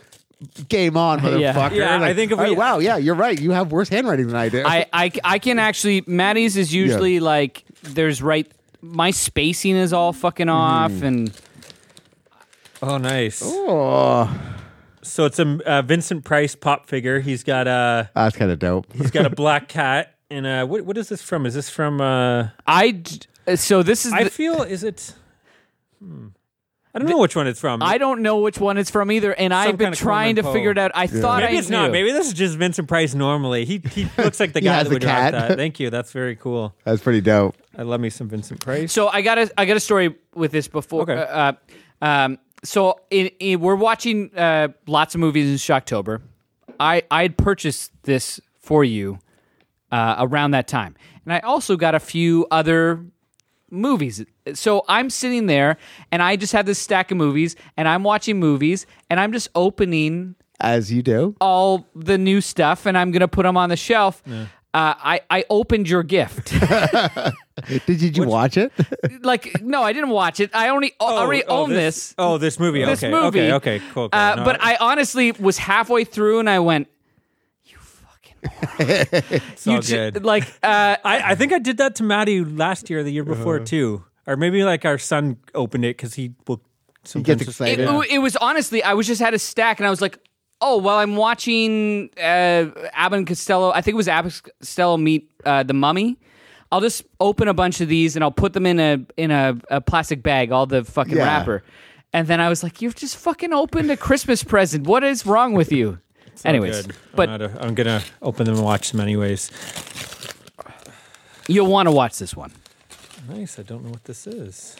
E: "Game on,
A: Yeah.
E: motherfucker!"
D: Yeah,
E: Like,
D: I think if
E: "Oh,
D: we-
E: wow, yeah, you're right. You have worse handwriting than I do.
A: I, I, I can actually. Maddie's is usually like there's right. My spacing is all fucking off,
D: Mm.
A: and
D: Oh, nice.
E: oh,
D: So it's a uh, Vincent Price pop figure. He's got a
E: that's kind of dope.
D: he's got a black cat and uh what what is this from? Is this from? uh
A: I. d- So this is.
D: I
A: the-
D: feel is it. Hmm. I don't know which one it's from.
A: I don't know which one it's from either, and I've been
D: kind of
A: trying to
D: Coleman Poe.
A: figure it out. I thought
D: Maybe
A: I
D: it's not.
A: knew.
D: Maybe this is just Vincent Price normally. He he looks like the guy
E: has
D: that
E: the
D: would rock
E: cat.
D: that. Thank you. That's very cool.
E: That's pretty dope.
D: I love me some Vincent Price.
A: So I got a I got a story with this before.
D: Okay.
A: Uh, uh, um, so in, in, we're watching uh, lots of movies in Shocktober. I I had purchased this for you uh, around that time, and I also got a few other movies. So I'm sitting there, and I just have this stack of movies, and I'm watching movies, and I'm just opening
E: As you do.
A: all the new stuff, and I'm gonna put them on the shelf. Uh, I I opened your gift.
E: Did, did you watch it?
A: like no, I didn't watch it. I only I already own this.
D: Oh, this movie.
A: This
D: okay,
A: movie.
D: Okay. Okay. Cool. cool.
A: Uh,
D: No,
A: But I honestly was halfway through and I went,
D: it's
A: "You
D: all
A: ju-
D: good.
A: like Uh-huh. uh,
D: I, I think I did that to Maddie last year, or the year before too, or maybe like our son opened it because he will. sometimes just-
E: excited.
A: it, it was honestly I was just had a stack and I was like." Oh well, I'm watching uh, Abbott and Costello. I think it was Abbott and Costello meet uh, the Mummy. I'll just open a bunch of these and I'll put them in a in a, a plastic bag, all the fucking
E: Yeah.
A: wrapper. And then I was like, "You've just fucking opened a Christmas present. What is wrong with you?" Anyways,
D: Good.
A: but
D: I'm, not a, I'm gonna open them and watch them anyways.
A: you'll want to watch this one.
D: Nice. I don't know what this is.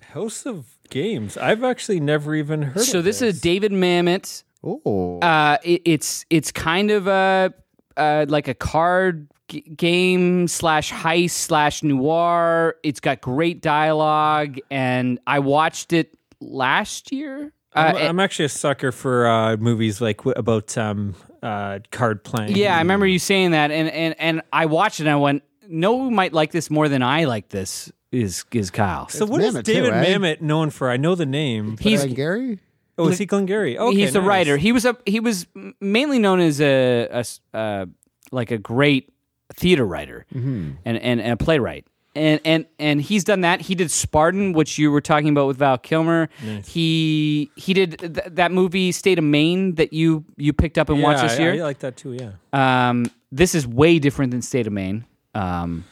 D: House of Games. I've actually never even heard.
A: So
D: of
A: this is David Mamet
E: Oh,
A: uh, it, it's it's kind of a uh, like a card g- game slash heist slash noir. It's got great dialogue, and I watched it last year. Uh,
D: I'm, I'm actually a sucker for uh, movies like w- about um, uh, card playing.
A: yeah, I remember you saying that, and and and I watched it. and I went, no, one might like this more than I like this. Is is Kyle?
D: So what is
E: Mamet too,
D: David
E: right?
D: Mamet known for? I know the name. but-
A: he's
E: Gary.
D: oh, is he Glengarry? Oh,
A: he's the writer. He was a he was m- mainly known as a, a s- uh, like a great theater writer
D: Mm-hmm.
A: and, and and a playwright. And and and he's done that. He did Spartan, which you were talking about with Val Kilmer. He he did th- that movie State of Maine that you you picked up and
D: Yeah,
A: watched this
D: I-
A: year.
D: I like that too. Yeah.
A: um, this is way different than State of Maine. Um,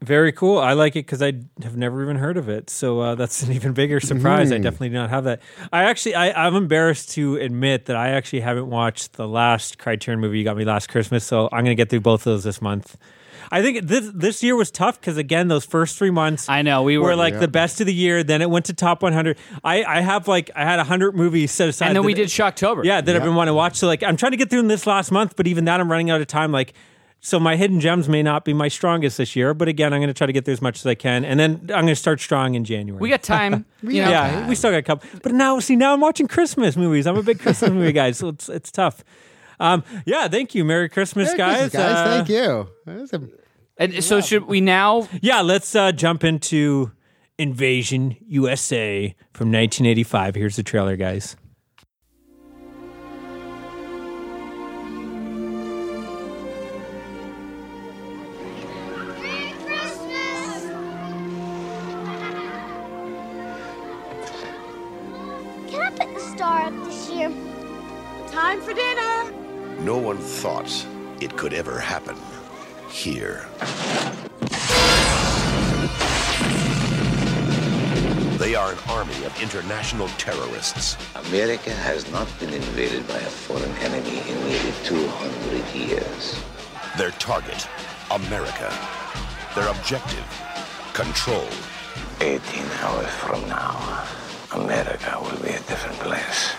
D: Very cool. I like it because I have never even heard of it. So uh, that's an even bigger surprise. I definitely do not have that. I actually, I, I'm embarrassed to admit that I actually haven't watched the last Criterion movie you got me last Christmas. So I'm going to get through both of those this month. I think this this year was tough because again, those first three months,
A: I know, we were-
D: like the best of the year. Then it went to top 100. I I have like I had 100 movies set aside,
A: and then
D: that-
A: we did Shocktober.
D: yeah, that I've been wanting to watch. So like, I'm trying to get through this last month, but even that, I'm running out of time. Like, so my hidden gems may not be my strongest this year, but again, I'm going to try to get through as much as I can, and then I'm going to start strong in January.
A: we got time. you know.
D: yeah, we still got a couple. But now, see, now I'm watching Christmas movies. I'm a big Christmas movie guy, so it's it's tough. Um, yeah, thank you, Merry Christmas,
E: Merry
D: guys.
E: Christmas, guys.
D: Uh,
E: Thank you. That's a-
A: And so should we now
D: Yeah, let's uh, jump into Invasion USA from 1985. Here's the trailer, guys.
G: Merry Christmas! Can I put the star up this year? Time for dinner!
H: No one thought it could ever happen here. They are an army of international terrorists
I: America has not been invaded by a foreign enemy in nearly 200 years.
H: Their target, America. Their objective, control.
I: 18 hours from now, America will be a different place.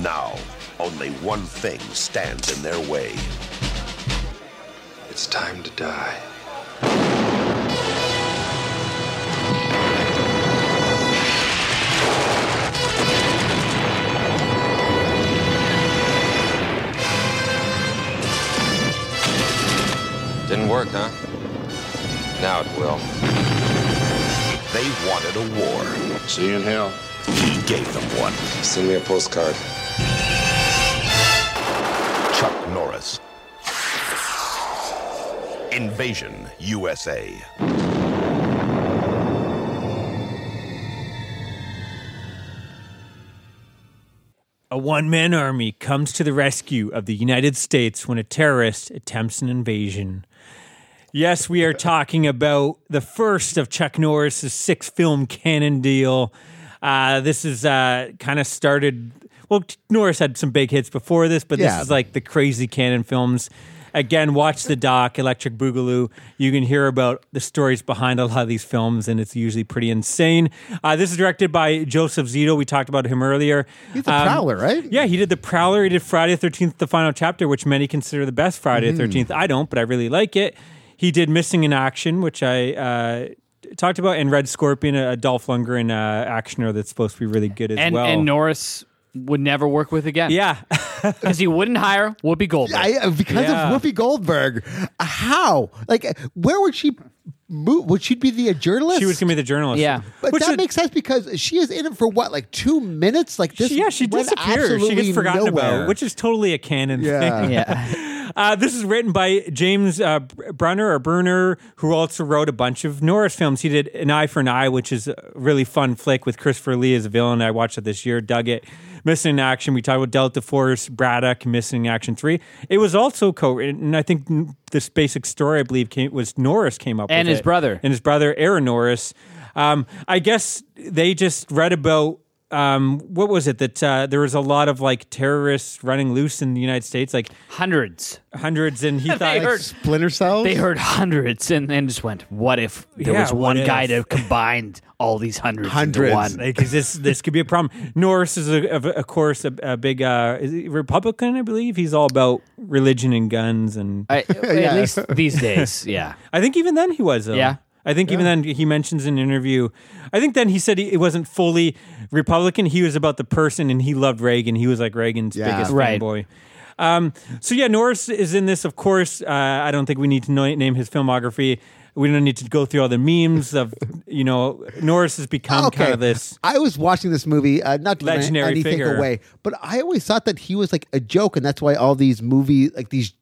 H: Now, only one thing stands in their way
J: It's time to die.
K: Didn't work, huh? Now it will.
H: They wanted a war.
K: See you in hell.
H: He gave them one.
K: Send me a postcard.
H: Chuck Norris. Invasion USA.
D: A one man army comes to the rescue of the United States when a terrorist attempts an invasion. Yes, we are talking about the first of Chuck Norris's six film canon deal. Uh, this is uh, kind of started. Well, Norris had some big hits before this, but
E: Yeah.
D: this is like the crazy canon films. Again, watch the doc, Electric Boogaloo. You can hear about the stories behind a lot of these films, and it's usually pretty insane. Uh, this is directed by Joseph Zito. We talked about him earlier.
E: He's the Prowler, right?
D: um, Yeah, he did The Prowler. He did Friday the 13th, the final chapter, which many consider the best Friday
E: Hmm.
D: the 13th. I don't, but I really like it. He did Missing in Action, which I uh, talked about, and Red Scorpion, a Dolph Lundgren uh, actioner that's supposed to be really good as
A: and
D: well.
A: and Norris would never work with again.
D: yeah.
A: because he wouldn't hire Whoopi Goldberg.
E: I, uh, because
D: Yeah.
E: of Whoopi Goldberg. Uh, How? Like, where would she move? Would she be the journalist?
D: she was going to be the journalist.
A: Yeah.
E: But
D: Which
E: that
D: is-
E: makes sense because she is in it for what, like two minutes? Like this?
D: She- yeah, she
E: went
D: disappears. She
E: absolutely
D: gets forgotten
E: nowhere.
D: about, which is totally a canon
E: Yeah.
D: thing.
A: yeah,
D: Uh, this is written by James uh, Brunner or Bruner, who also wrote a bunch of Norris films. He did An Eye for an Eye, which is a really fun flick with Christopher Lee as a villain. I watched it this year, dug it. Missing in Action, we talked about Delta Force, Braddock, Missing in Action 3. It was also co written, and I think this basic story, I believe, came, was Norris came up
A: And
D: with
A: his
D: it.
A: brother.
D: And his brother, Aaron Norris. Um, I guess they just read about um, what was it that uh, there was a lot of like terrorists running loose in the United States, like
A: hundreds.
D: hundreds and he thought
A: They heard
E: Splinter Cells?
A: they heard hundreds and then just went, "What if there
D: Yeah,
A: was
D: what
A: one
D: if?
A: guy that combined all these hundreds,
E: Hundreds.
A: into one?"
D: like, is this this could be a problem. Norris is a, of, of course a, a big uh, is he Republican, I believe. He's all about religion and guns, and I,
A: I, At least these days, yeah.
D: think even then he was. Though.
A: Yeah.
D: I think even then he mentions in an interview. I think then he said he, it wasn't fully Republican. He was about the person, and he loved Reagan. He was like Reagan's
E: Yeah.
D: biggest
A: Right.
D: fanboy. Um, so yeah, Norris is in this. Of course, uh, I don't think we need to know, name his filmography. We don't need to go through all the memes of you know Norris has become
A: Oh,
E: Okay.
D: kind of this.
E: I was watching this movie, uh, not to give
D: Legendary
E: anything
D: figure.
E: away, but I always thought that he was like a joke, and that's why all these movie, like these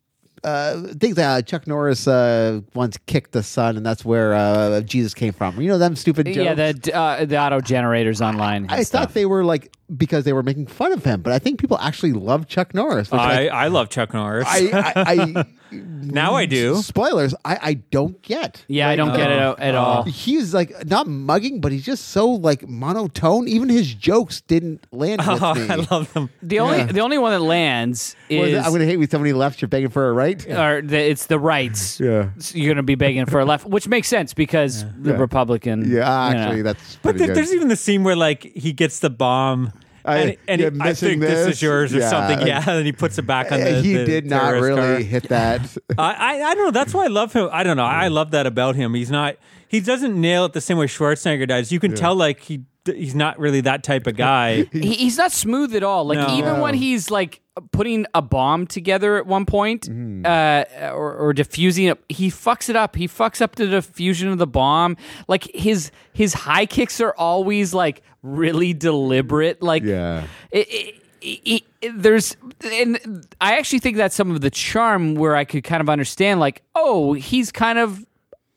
E: uh, things, uh, Chuck Norris uh, once kicked the sun, and that's where uh, Jesus came from. You know them stupid jokes.
A: Yeah, the uh, the auto generators online. and
E: I
A: stuff.
E: thought they were like because they were making fun of him, but I think people actually love Chuck Norris. Which,
D: I,
E: like,
D: I love Chuck Norris.
E: I, I, I
D: now I do. Oh.
E: spoilers. I, I don't get.
A: Yeah, I don't get it at- at all.
E: He's like not mugging, but he's just so like monotone. Even his jokes didn't land with
D: Oh,
E: me.
D: I love them.
A: The only the only one that lands
E: What is
A: is
E: it? I'm gonna hate when somebody left. You're begging for a right.
A: or the, it's the rights.
E: Yeah.
A: So you're gonna be begging for a left, which makes sense because the Republican.
E: Yeah,
A: you know.
E: actually, that's
D: But
E: pretty
D: th-
E: good.
D: there's even the scene where like he gets the bomb.
E: I-
D: and and
E: you're
D: he- I think
E: missing
D: this,
E: this?
D: is yours or
E: Yeah.
D: something. Yeah, and he puts it back on
E: Uh,
D: the.
E: he
D: the
E: did not
D: terrorist
E: really
D: car.
E: hit that.
D: I, I I don't know. That's why I love him. I don't know. I love that about him. He's not. He doesn't nail it the same way Schwarzenegger does. You can tell like he he's not really that type of guy.
A: He, he's not smooth at all. Like
D: No.
A: even when he's like putting a bomb together at one point, uh, or, or diffusing it, he fucks it up. He fucks up the diffusion of the bomb. Like his his high kicks are always like really deliberate. Like
E: Yeah.
A: It, it, it, it- there's and I actually think that's some of the charm where I could kind of understand like oh he's kind of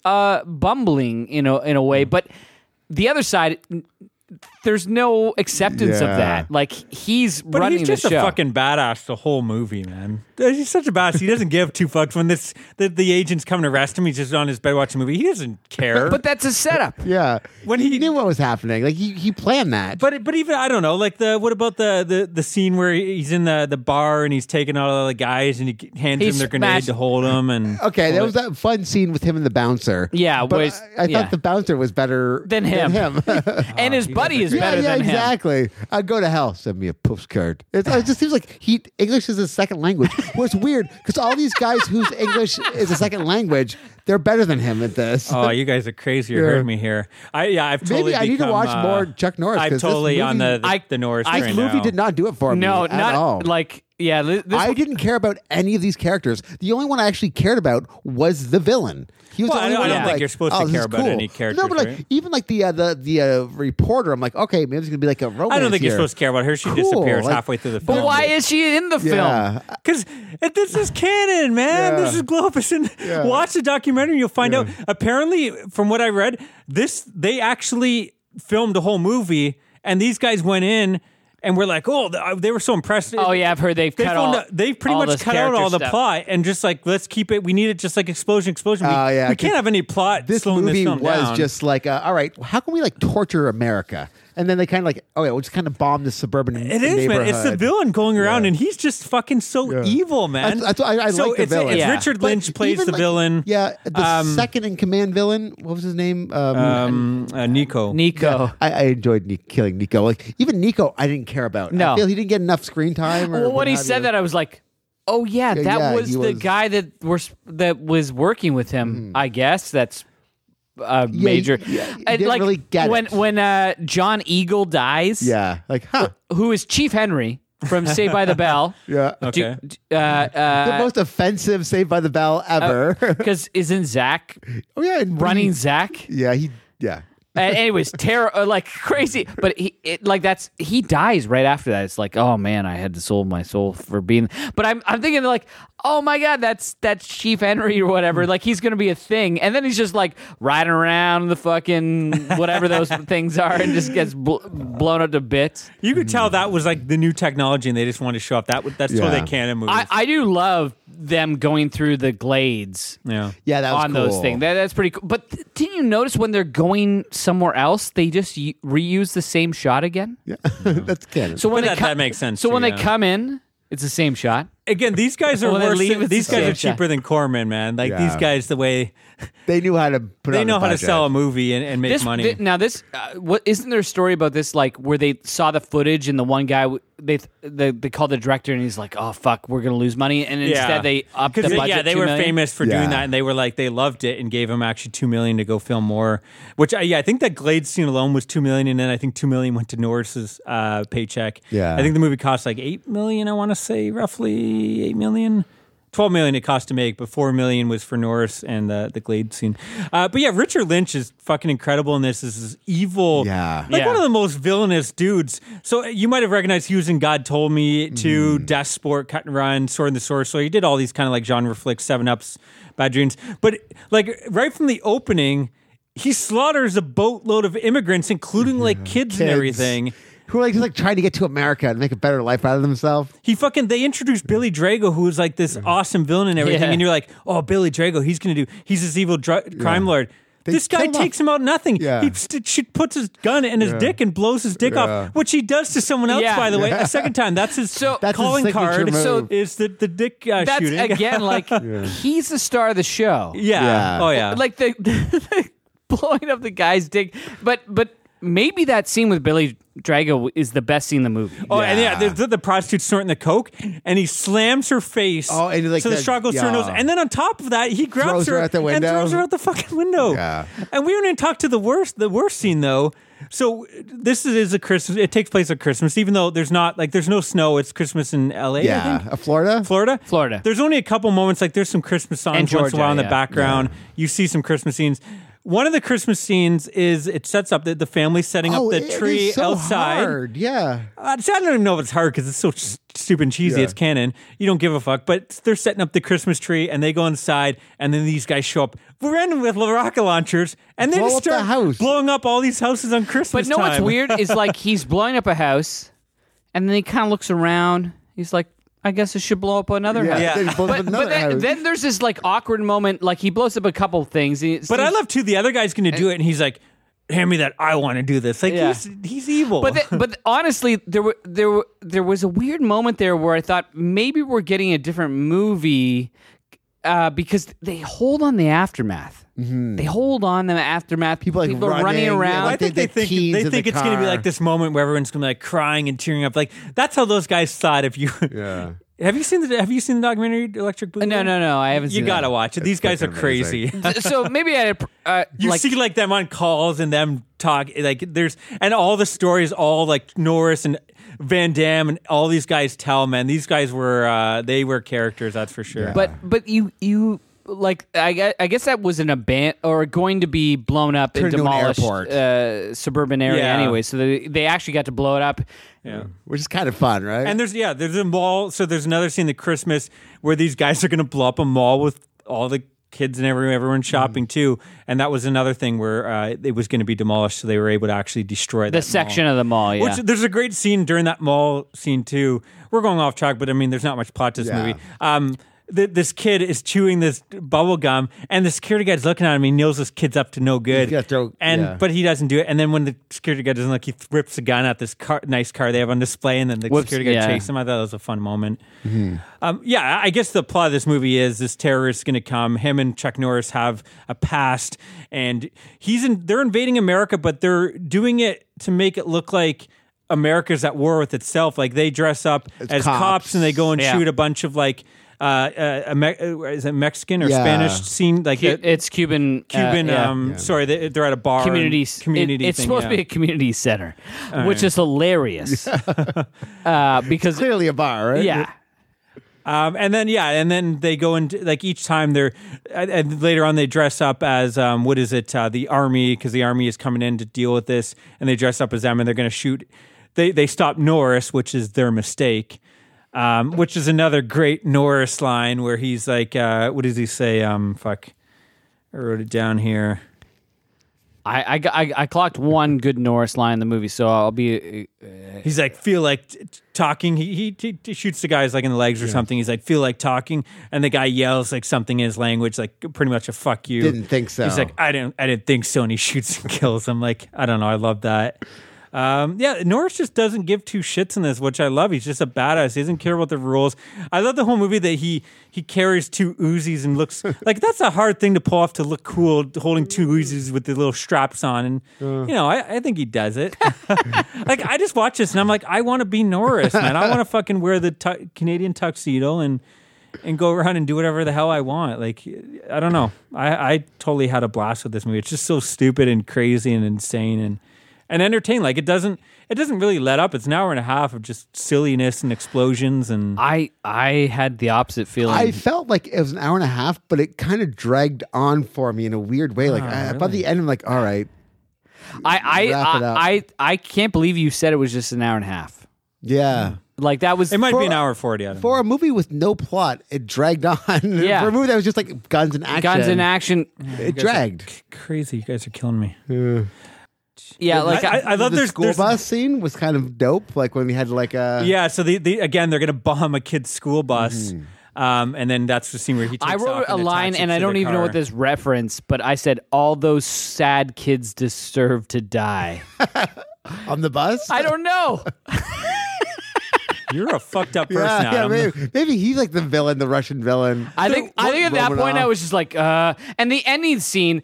A: uh bumbling you know in a way but the other side there's no acceptance
E: Yeah.
A: of that like he's
D: But
A: running
D: he's just
A: the
D: a
A: show
D: fucking badass the whole movie, man. He's such a badass. He doesn't give two fucks when this the, the agent's coming to arrest him. He's just on his bed watching a movie. He doesn't care.
A: but that's a setup
E: yeah,
D: When he-
E: knew what was happening, like he, he planned that.
D: But but even I don't know. Like the what about the the, the scene where he's in the, the bar and he's taking out all the guys and he hands
A: He
D: him their grenade
A: smashed-
D: to hold him and
E: okay, that
D: hold
E: was
D: it.
E: that fun scene with him and the bouncer.
A: Yeah,
E: but
A: was-
E: I, I
A: yeah.
E: thought the bouncer was better
A: Than him.
E: than him.
A: and his buddy is better
E: yeah,
A: than him
E: exactly. I go to hell. Send me a postcard. It, it just seems like he English is his second language. What's weird because all these guys whose English is a second language, they're better than him at this.
D: Oh, you guys are crazy. You heard me here. I yeah, I've totally
E: Maybe I need to
D: become,
E: watch
D: uh,
E: more Chuck Norris,
D: I'm
E: 'cause this
D: totally on the
E: movie-
D: the,
A: I-
D: the Norris
A: I-
E: this
D: train
E: movie
D: now.
E: did not do it for me.
A: no
E: at
A: not
E: all.
A: like yeah, li- this
E: I didn't care about any of these characters. The only one I actually cared about was the villain. He was
D: Well,
E: the
D: I
E: only
D: don't- I
E: one
D: don't
E: I'm
D: think
E: like,
D: you're supposed
E: "Oh,
D: to
E: this
D: care
E: is
D: about
E: cool."
D: any characters,
E: No, but like
D: right?
E: even like the uh, the the uh, reporter, I'm like, okay, maybe it's gonna be like a romance.
D: I don't think you're
E: here.
D: supposed to care about her. She
E: Cool,
D: disappears
E: like-
D: halfway through the film.
A: but why is she in the film?
E: Yeah,
D: Because this is canon, man. This is Globus, and watch the documentary. You'll find out. Apparently, from what I read, this they actually filmed the whole movie, and these guys went in and were like, "Oh, th- they were so impressed."
A: Oh yeah, I've heard they've
D: They
A: cut
D: filmed
A: all.
D: out- they pretty
A: all
D: much
A: this
D: cut out
A: character
D: all the
A: stuff.
D: plot and just like let's keep it. We need it just like explosion, explosion. We,
E: Oh, yeah,
D: we can't
E: 'cause
D: have any plot.
E: this
D: slowing
E: movie
D: this film
E: was
D: down.
E: just like, uh, all right, how can we like torture America? And then they kind of like, oh yeah, we'll just kind of bomb the suburban.
D: It is, man. It's the
E: neighborhood.
D: villain going around, and he's just fucking so evil, man.
E: That's- that's why I- I
D: so
E: like the
D: it's,
E: villain.
D: It's
A: Yeah.
D: Richard
E: But
D: Lynch plays
E: even,
D: the
E: like,
D: villain.
E: Yeah, the
D: Um,
E: second in command villain. What was his name? Um,
D: um, uh, Nico.
A: Nico.
E: I, I enjoyed Ni- killing Nico. Like even Nico, I didn't care about.
A: No.
E: I feel he didn't get enough screen time. Or
A: Well, when he
E: have
A: said
E: you.
A: that, I was like, "Oh yeah, that
E: yeah,
A: was
E: he
A: the
E: was- Mm.
A: guy that was that was working with him." I guess that's a major.
E: yeah, he
A: And,
E: didn't
A: like
E: really get
A: when
E: it.
A: when uh, John Eagle dies,
E: yeah, like huh,
A: who is Chief Henry from Saved by the Bell?
E: yeah,
D: Okay.
A: Do- uh, uh,
E: the most offensive Saved by the Bell ever.
A: because isn't Zach
E: oh yeah, and
A: running
E: he-
A: Zach?
E: yeah, he yeah.
A: And anyways, terror uh, like crazy, but he it, like that's he dies right after that. It's like, oh man, I had to sold my soul for being. But I'm I'm thinking like, oh my god, that's that's Chief Henry or whatever. Like he's gonna be a thing, and then he's just like riding around the fucking whatever those things are, and just gets bl- blown up to bits.
D: You could tell that was like the new technology, and they just wanted to show off that. That's
E: Mm. Yeah.
D: totally canon movies.
A: I I do love them going through the glades.
D: yeah.
E: Yeah, that was
A: on
E: cool.
A: those things. That, that's pretty cool. But th- didn't you notice when they're going somewhere else, they just y- reuse the same shot again?
E: Yeah. That's canon.
A: So when
D: But
A: they
D: that- that makes sense
A: So
D: too,
A: when
D: yeah.
A: they come in, it's the same shot.
D: Again, these guys are
A: Well, they
D: worse.
A: leave
D: than-
A: it
D: these
A: the
D: guys
A: same
D: are cheaper than Corman, man. Like these
E: Yeah.
D: guys, the way
E: they knew how to put.
D: they
E: on
D: know
E: a
D: how to
E: budget.
D: sell a movie and, and make
A: This
D: money.
A: thi- now this uh, what isn't there a story about this like where they saw the footage and the one guy w- they th- they, they called the director and he's like oh fuck we're gonna lose money and
D: yeah.
A: instead they upped the
D: 'Cause
A: budget
D: Yeah, they
A: $2
D: were
A: million.
D: famous for
E: Yeah.
D: doing that, and they were like they loved it and gave him actually two million to go film more. Which I, yeah, I think that Glade scene alone was two million, and then I think two million went to Norris's uh, paycheck.
E: Yeah.
D: I think the movie cost like eight million. I want to say roughly eight million. 12 million it cost to make, but 4 million was for Norris and the, the Glade scene. Uh, but yeah, Richard Lynch is fucking incredible in this. This is evil.
E: Yeah.
D: Like
A: Yeah.
D: one of the most villainous dudes. So uh, you might have recognized he was in God Told Me to
E: Mm-hmm.
D: Death Sport, Cut and Run, Sword in the Sorcerer. So he did all these kind of like genre flicks, Seven Ups, Bad Dreams. But like right from the opening, he slaughters a boatload of immigrants, including like kids, and
E: Kids
D: everything.
E: Who are like just like trying to get to America and make a better life out of themselves.
D: He fucking they introduced Billy Drago, who was like this awesome villain and everything,
A: Yeah.
D: and you're like, oh, Billy Drago, he's gonna do, he's this evil dr- crime lord. this guy
E: killed him
D: takes him out nothing.
E: Yeah.
D: He st- she puts his gun in his dick and blows his dick
E: Yeah.
D: off, which he does to someone else,
A: Yeah.
D: by the way, a second time. That's his
A: So-
E: That's his
D: calling
E: signature
D: card.
E: move.
D: So is the the dick uh,
A: that's
D: shooting
A: again like he's the star of the show
D: yeah.
E: Yeah.
D: Oh yeah.
A: like the, blowing up the guy's dick but but maybe that scene with Billy Drago is the best scene in the movie
D: Oh, and yeah, the, the prostitute snorting the coke, and he slams her face.
E: Oh, and, like,
D: so the
E: the-
D: straw goes through her nose,
E: yeah.
D: and then on top of that, he grabs
E: Throws her out the
D: and
E: window.
D: throws her out the fucking window.
E: Yeah.
D: And we didn't talk to the worst, the worst scene though. So this is a Christmas. It takes place at Christmas, even though there's not like there's no snow. It's Christmas in L.A. I
E: Yeah,
D: think.
E: Uh, Florida.
D: Florida?
A: Florida.
D: There's only a couple moments like there's some Christmas songs
A: And
D: once in
A: Georgia,
D: a while in the
A: yeah.
D: background. You see some Christmas scenes. One of the Christmas scenes is it sets up the, the family setting
E: Oh,
D: up
E: it
D: the
E: is
D: tree
E: so
D: outside.
E: hard. Yeah,
D: Uh, see, I don't even know if it's hard because it's so s- stupid and cheesy.
E: Yeah.
D: It's canon. You don't give a fuck. But they're setting up the Christmas tree, and they go inside, and then these guys show up. We're in with rocket launchers, and they
E: Blow
D: just
E: up the
D: start
E: house.
D: blowing up all these houses on Christmas.
A: But no, what's
D: time.
A: weird is like he's blowing up a house, and then he kind of looks around. He's like, I guess it should blow up another house.
E: They blow up
A: But, but
E: another
A: then,
E: house.
A: then there's this like awkward moment. Like he blows up a couple things. and it
D: But I
A: seems-
D: love too. The other guy's going to do it, and he's like, "Hand me that. I want to do this." Like
A: Yeah.
D: he's he's evil.
A: But the, but honestly, there were there were there was a weird moment there where I thought maybe we're getting a different movie uh, because they hold on the aftermath. They hold on the aftermath. People,
E: Mm-hmm. like,
A: are running
E: running, yeah,
A: around.
D: Well, I
E: like,
D: think
E: the-
D: they
E: the
D: think
E: teens
D: they
E: in the
D: think it's going to be
E: car.
D: like this moment where everyone's going to be like crying and tearing up. Like that's how those guys thought. If you
E: yeah.
D: have you seen the have you seen the documentary Electric Boogaloo?
A: no, no, no. I haven't.
D: You
A: seen
D: gotta
A: that.
D: watch it. These guys are crazy.
A: So maybe I uh,
D: You
A: like,
D: see like them on calls and them talk like there's and all the stories all like Norris and Van Damme and all these guys tell, man, these guys were uh, they were characters, that's for sure.
A: But but you you like I, gue- I guess that was an aban or going to be blown up
E: Turned
A: and
E: into an
A: demolished
E: airport.
A: uh, suburban area
D: Yeah.
A: anyway. So they, they actually got to blow it up.
D: yeah.
E: which is kind of fun, right?
D: And there's yeah, there's a mall. So there's another scene at Christmas where these guys are gonna blow up a mall with all the kids and everyone, everyone
A: Mm-hmm.
D: shopping too. And that was another thing where uh, it was gonna be demolished, so they were able to actually destroy
A: The
D: that
A: section
D: mall.
A: of the mall, yeah.
D: Which there's a great scene during that mall scene too. We're going off track, but I mean, there's not much plot to this
E: Yeah.
D: movie. Um, th- this kid is chewing this bubble gum, and the security guy's looking at him. He knows this kid's up to no good,
E: gotta throw-
D: and
E: yeah.
D: but he doesn't do it. And then when the security guy doesn't look, he rips a gun at this car, nice car they have on display, and then the
A: Whoops,
D: security guy
A: yeah.
D: chases him. I thought that was a fun moment.
E: Mm-hmm.
D: Um, yeah, I guess the plot of this movie is this terrorist is going to come. Him and Chuck Norris have a past, and he's in. They're invading America, but they're doing it to make it look like America's at war with itself. Like they dress up as cops.
E: cops.
D: and they go and
A: Yeah.
D: shoot a bunch of like. Uh, uh, a Me- uh, is it Mexican or
E: Yeah.
D: Spanish scene like
A: Cu-
D: the
A: it's Cuban. uh,
D: Cuban?
A: yeah.
D: um, sorry, they, they're at a bar. and
A: community s-
D: community.
A: it- it's
D: thing,
A: supposed to
D: yeah.
A: be a community center, which is hilarious uh, because
E: clearly a bar, right?
A: yeah,
D: Um, and then yeah, and then they go and like each time they're and- and later on they dress up as um, what is it uh, the army because the army is coming in to deal with this and they dress up as them and they're going to shoot. They they stop Norris, which is their mistake, um, which is another great Norris line where he's like, uh, what does he say? Um, fuck, I wrote it down here.
A: I, I got- I I clocked one good Norris line in the movie, so I'll be uh,
D: He's like, feel like t- t- talking. He, he, he- he shoots the guys like in the legs or something. He's like, feel like talking, and the guy yells like something in his language, like pretty much a fuck you.
E: Didn't think so.
D: He's like, I didn't, I didn't think so, and he shoots and kills. I'm like, I don't know. I love that. Um, yeah, Norris just doesn't give two shits in this, which I love. He's just a badass. He doesn't care about the rules. I love the whole movie that he he carries two Uzis and looks like that's a hard thing to pull off to look cool, holding two Uzis with the little straps on. And
E: Uh.
D: you know, I, I think he does it. like I just watch this and I'm like, I want to be Norris, man. I want to fucking wear the tu- Canadian tuxedo and and go around and do whatever the hell I want. Like I don't know. I I totally had a blast with this movie. It's just so stupid and crazy and insane and and entertaining. Like it doesn't it doesn't really let up. It's an hour and a half of just silliness and explosions and
A: I I had the opposite feeling.
E: I felt like it was an hour and a half, but it kind of dragged on for me in a weird way.
D: Oh,
E: Like I, by the end, I'm like, all right,
A: I I,
E: Wrap it up.
A: I I I can't believe you said it was just an hour and a half.
D: Hmm.
E: yeah.
A: Like that was
D: it might be
E: For-
D: an hour forty. I don't know.
E: For a movie with no plot, it dragged on.
A: Yeah.
E: For a movie that was just like guns and action,
A: guns in action.
E: it dragged.
D: Crazy, you guys are killing me.
A: Yeah, like
D: I, I, I love
E: the
D: there's,
E: school
D: there's
E: bus scene was kind of dope. Like when we had like uh, a
D: Yeah, so the, the again they're gonna bomb a kid's school bus.
E: Mm-hmm.
D: Um, and then that's the scene where he takes
A: I wrote
D: off
A: a
D: and
A: line,
D: attaches
A: and I
D: to
A: don't
D: the
A: even know
D: car.
A: what this reference, but I said all those sad kids deserve to die.
E: on the bus.
A: I don't know.
D: You're a fucked up person.
E: yeah, yeah,
D: Adam.
E: maybe, maybe he's like the villain, the Russian villain.
A: I think I think at that point I was just like, uh, and the ending scene.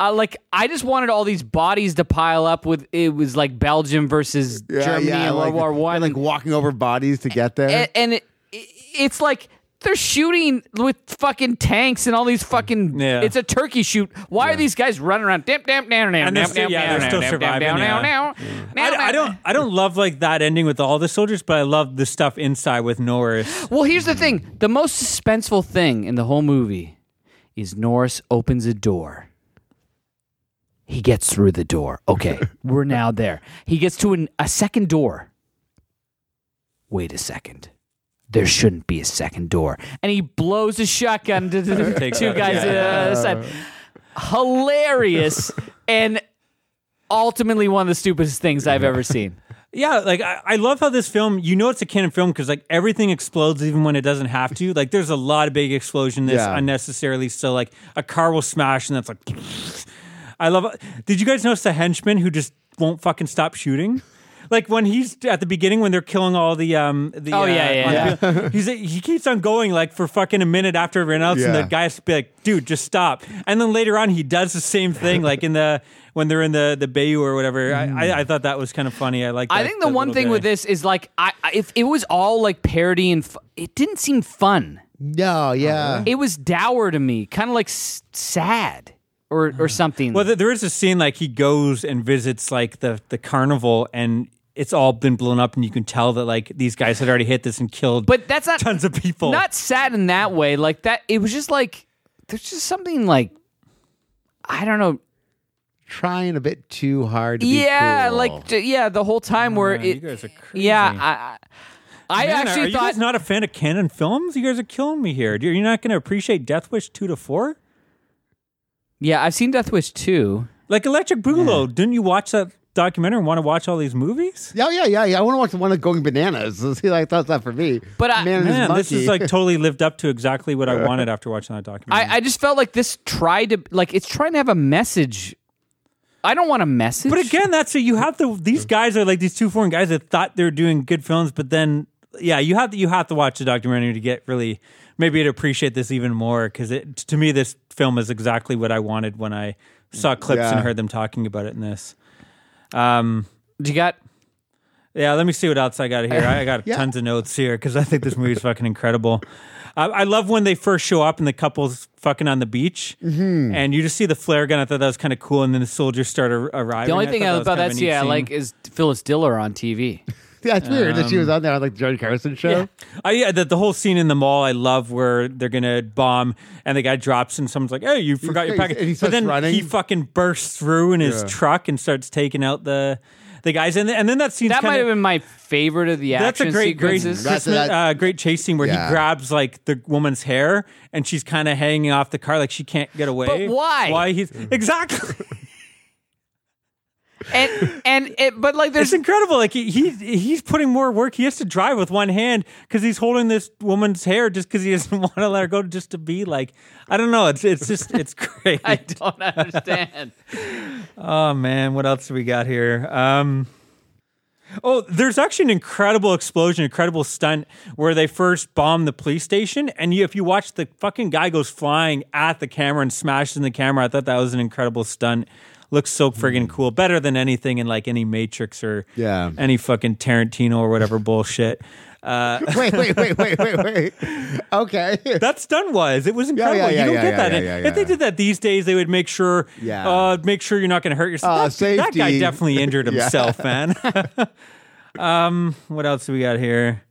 A: Uh, like I just wanted all these bodies to pile up with it was like Belgium versus
E: Yeah,
A: Germany
E: yeah,
A: in World
E: like-
A: War One,
E: like walking over bodies to get there.
A: and, and it, it's like they're shooting with fucking tanks and all these fucking.
D: Yeah.
A: It's a turkey shoot. Why are these guys running around? Damn, damn, damn, damn,
D: And they're
A: damn,
D: still-
A: damn,
D: yeah, they're
A: damn,
D: still
A: damn,
D: surviving,
A: damn,
D: yeah.
A: damn, damn,
D: I,
A: damn,
D: I don't. I don't love like that ending with all the soldiers, but I love the stuff inside with Norris.
A: Well, here's the thing: the most suspenseful thing in the whole movie is Norris opens a door. He gets through the door. Okay, we're now there. He gets to an, a second door. Wait a second. There shouldn't be a second door. And he blows a shotgun to the
D: Takes
A: two
D: out-
A: guys
D: yeah.
A: uh, side. Hilarious and ultimately one of the stupidest things I've ever seen.
D: Yeah, like I, I love how this film. You know, it's a canon film because like everything explodes even when it doesn't have to. Like there's a lot of big explosion that's
E: Yeah.
D: unnecessarily. So like a car will smash and that's like. I love. Did you guys notice the henchman who just won't fucking stop shooting? Like when he's at the beginning when they're killing all the um the
A: Oh,
D: uh,
A: yeah, yeah,
D: on the
A: yeah.
D: field, he's he keeps on going like for fucking a minute after everyone else and the
E: Yeah.
D: guy has to be like dude just stop and then later on he does the same thing like in the when they're in the the bayou or whatever
E: Mm.
D: I, I I thought that was kind of funny I like
A: I
D: that-
A: think the
D: that
A: one
D: little
A: thing
D: guy.
A: with this is like I I- if it was all like parody and f- it didn't seem fun.
E: no, yeah.
A: It was dour to me, kind of like s- sad or or something.
D: Well, th- there is a scene like he goes and visits like the the carnival and. it's all been blown up, and you can tell that like these guys had already hit this and killed.
A: But that's not
D: tons of people.
A: Not sad in that way. Like that, it was just like there's just something like I don't know.
E: Trying a bit too hard to be
A: Yeah,
E: cool.
A: like j- yeah, the whole time where
D: Man,
A: it.
D: you guys are crazy.
A: yeah, I, I I
D: Man, are
A: actually
D: you
A: thought
D: guys not a fan of canon films? You guys are killing me here. You're not going to appreciate Death Wish two to four.
A: yeah, I've seen Death Wish two.
D: Like Electric Boogaloo, didn't you watch that documentary and want to watch all these movies?
E: Yeah, yeah, yeah, yeah. I want to watch the one of going bananas. See, like that's not for me.
A: But I-
E: man, and his
D: Man, this
E: monkey.
D: is like totally lived up to exactly what I wanted after watching that documentary.
A: I I just felt like this tried to like it's trying to have a message. I don't want a message.
D: but again, that's a, you have to. These guys are like these two foreign guys that thought they were doing good films, but then yeah, you have to, you have to watch the documentary to get really maybe to appreciate this even more because it to me this film is exactly what I wanted when I saw clips and
E: Yeah.
D: heard them talking about it in this. Um,
A: you got
D: Yeah, let me see what else I got here. I I got tons of notes here because I think this movie's fucking incredible. I, I love when they first show up and the couple's fucking on the beach, and you just see the flare gun. I thought that was kind of cool, and then the soldiers start ar- arriving.
A: the only
D: I
A: thing
D: thought that was
A: about
D: kind of a
A: that's
D: neat
A: yeah,
D: scene.
A: like is Phyllis Diller on TV.
E: yeah, it's weird that she
A: um,
E: was on there on like the Johnny Carson show.
D: I, yeah, the, the whole scene in the mall. I love where they're gonna bomb, and the guy drops, and someone's like, "Hey, you forgot your
E: crazy.
D: package!"
E: And he
D: but
E: starts
D: then
E: running.
D: he fucking bursts through in his truck and starts taking out the the guys, and, then- and then that scene
A: That might have been my favorite of the action
D: That's a great, great,
A: sequences.
E: That's-
D: Christmas-
E: that-
D: uh, great chase scene where
E: Yeah.
D: he grabs like the woman's hair and she's kind of hanging off the car, like she can't get away.
A: But why?
D: Why he's
E: Mm.
D: exactly?
A: and and it, but like
D: It's
A: there's
D: incredible. Like he, he he's putting more work. He has to drive with one hand because he's holding this woman's hair just because he doesn't want to let her go, just to be like I don't know. It's it's just it's great.
A: I don't understand.
D: Oh man, what else do we got here? Um Oh, there's actually an incredible explosion, incredible stunt where they first bomb the police station, and you, if you watch, the fucking guy goes flying at the camera and smashes in the camera. I thought that was an incredible stunt. Looks so friggin' cool, better than anything in like any Matrix or
E: Yeah.
D: any fucking Tarantino or whatever bullshit. Uh,
E: Wait, wait, wait, wait, wait, wait. Okay.
D: that stunt was. It was incredible.
E: yeah,
D: you don't
E: yeah,
D: get
E: yeah,
D: that.
E: yeah, yeah,
D: If they
E: yeah.
D: did that these days, they would make sure,
E: Yeah.
D: uh, make sure you're not going to hurt yourself.
E: Uh,
D: that, that guy
E: safety.
D: definitely injured
E: Yeah.
D: himself, man. um, what else do we got here?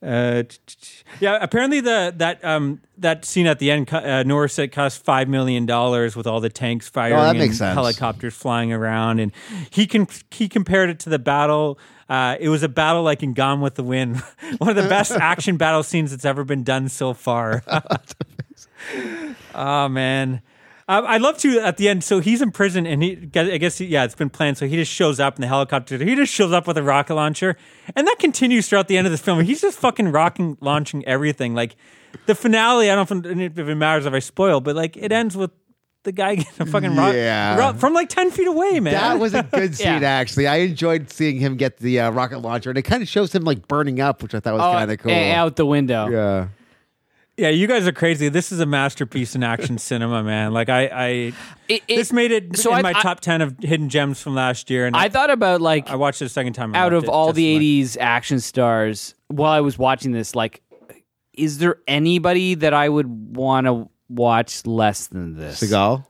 D: Uh, t- t- t- yeah, apparently the that um that scene at the end, co- uh, Norris said cost five million dollars with all the tanks firing
E: Oh, makes
D: and
E: sense.
D: helicopters flying around, and he can he compared it to the battle. Uh, it was a battle like in Gone with the Wind, one of the best action battle scenes that's ever been done so far. oh man. Um, I love to at the end. So he's in prison, and he, I guess, yeah, it's been planned. So he just shows up in the helicopter. He just shows up with a rocket launcher, and that continues throughout the end of the film. He's just fucking rocking, launching everything. Like the finale, I don't know if it matters if I spoil, but like it ends with the guy getting a fucking rock
E: Yeah.
D: ro- from like ten feet away, man.
E: That was a good scene,
A: Yeah.
E: actually. I enjoyed seeing him get the uh, rocket launcher, and it kind of shows him like burning up, which I thought was
A: Oh,
E: kind of cool.
A: and out the window.
E: Yeah.
D: yeah, you guys are crazy. This is a masterpiece in action cinema, man. Like I, I
A: It- it-
D: this made it
A: so
D: in
A: I-
D: my
A: I-
D: top ten of hidden gems from last year, and
A: I thought about like
D: I watched it a second time. I
A: out of
D: loved it
A: all
D: just
A: the
D: as much.
A: '80s action stars, while I was watching this, like, is there anybody that I would want to watch less than this?
E: Seagal? Oh.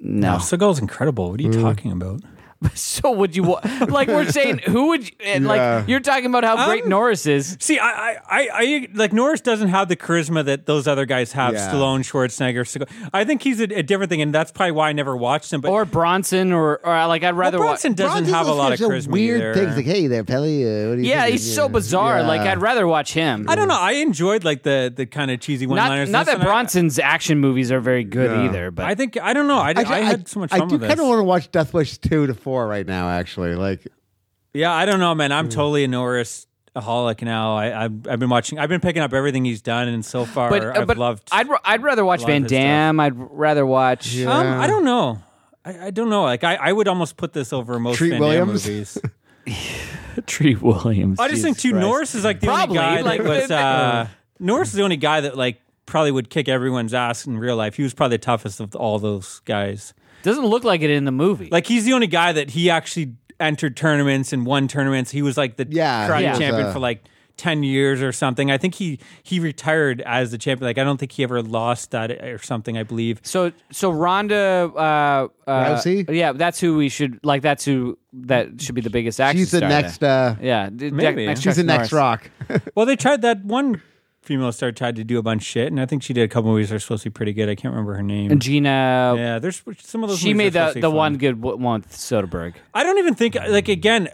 A: No.
D: Seagal's incredible. What are you
E: Mm.
D: talking about?
A: so would you wa- like? We're saying who would you, and
E: Yeah.
A: like you're talking about how great
D: Um,
A: Norris is.
D: See, I, I, I, I, like Norris doesn't have the charisma that those other guys have.
E: Yeah.
D: Stallone, Schwarzenegger, Seagal. I think he's a, a different thing, and that's probably why I never watched him. But
A: Or Bronson, or, or like I'd
D: well,
A: rather watch.
D: Bronson doesn't
E: Ron
D: have a
E: Diesel's
D: lot of
E: got some
D: charisma
E: Weird
D: either.
E: things like, hey there, Pelly. Uh, what do you
A: Yeah,
E: think?"
A: he's so bizarre. Like
E: Yeah.
A: I'd rather watch him.
D: I don't know. I enjoyed like the the kind of cheesy one
A: Not,
D: liners.
A: not that Bronson's action movies are very good either, but
D: I, think I don't know. I,
E: Actually,
D: I had so much fun
E: I do
D: with
E: kind
D: this. Um,
E: of want to watch Death Wish two to four right now. Actually, like
D: Yeah, I don't know, man.
E: Mm.
D: I'm totally a Norris. Aholic now. I, I've, I've been watching. I've been picking up everything he's done, and so far
A: but uh,
D: I've
A: but
D: loved.
A: I'd ra- I'd rather watch
D: loved
A: Van
D: his stuff.
A: Damme. I'd rather watch.
D: Um, I don't know. I, I don't know. Like I, I would almost put this over most
E: Treat
D: Van Damme
E: Williams?
D: movies.
A: Tree Williams.
D: I just think too Norris is like the
A: Probably,
D: only guy
A: like, Oh.
D: that was uh, Norris is the only guy that like probably would kick everyone's ass in real life. He was probably the toughest of all those guys.
A: Doesn't look like it in the movie.
D: Like he's the only guy that he actually entered tournaments and won tournaments. He was like the
E: Yeah,
D: karate
E: he
A: was,
D: champion
E: uh,
D: for like ten years or something. I think he he retired as the champion. Like I don't think he ever lost that or something. I believe.
A: So so Ronda uh, uh
E: Rousey?
A: Yeah, that's who we should like. That's who that should be the biggest action.
E: She's the
A: star
E: next. Uh,
A: then. Yeah, d-
D: Maybe.
A: next
E: she's the
A: Jackson
E: next
A: Norris.
E: rock.
D: Well, they tried that one female star tried to do a bunch of shit, and I think she did a couple movies that are supposed to be pretty good. I can't remember her name.
A: And Gina.
D: yeah, there's some of those.
A: She
D: movies
A: made
D: are
A: the
D: supposed to be
A: the
D: fun.
A: one good w- one with Soderbergh.
D: I don't even think like again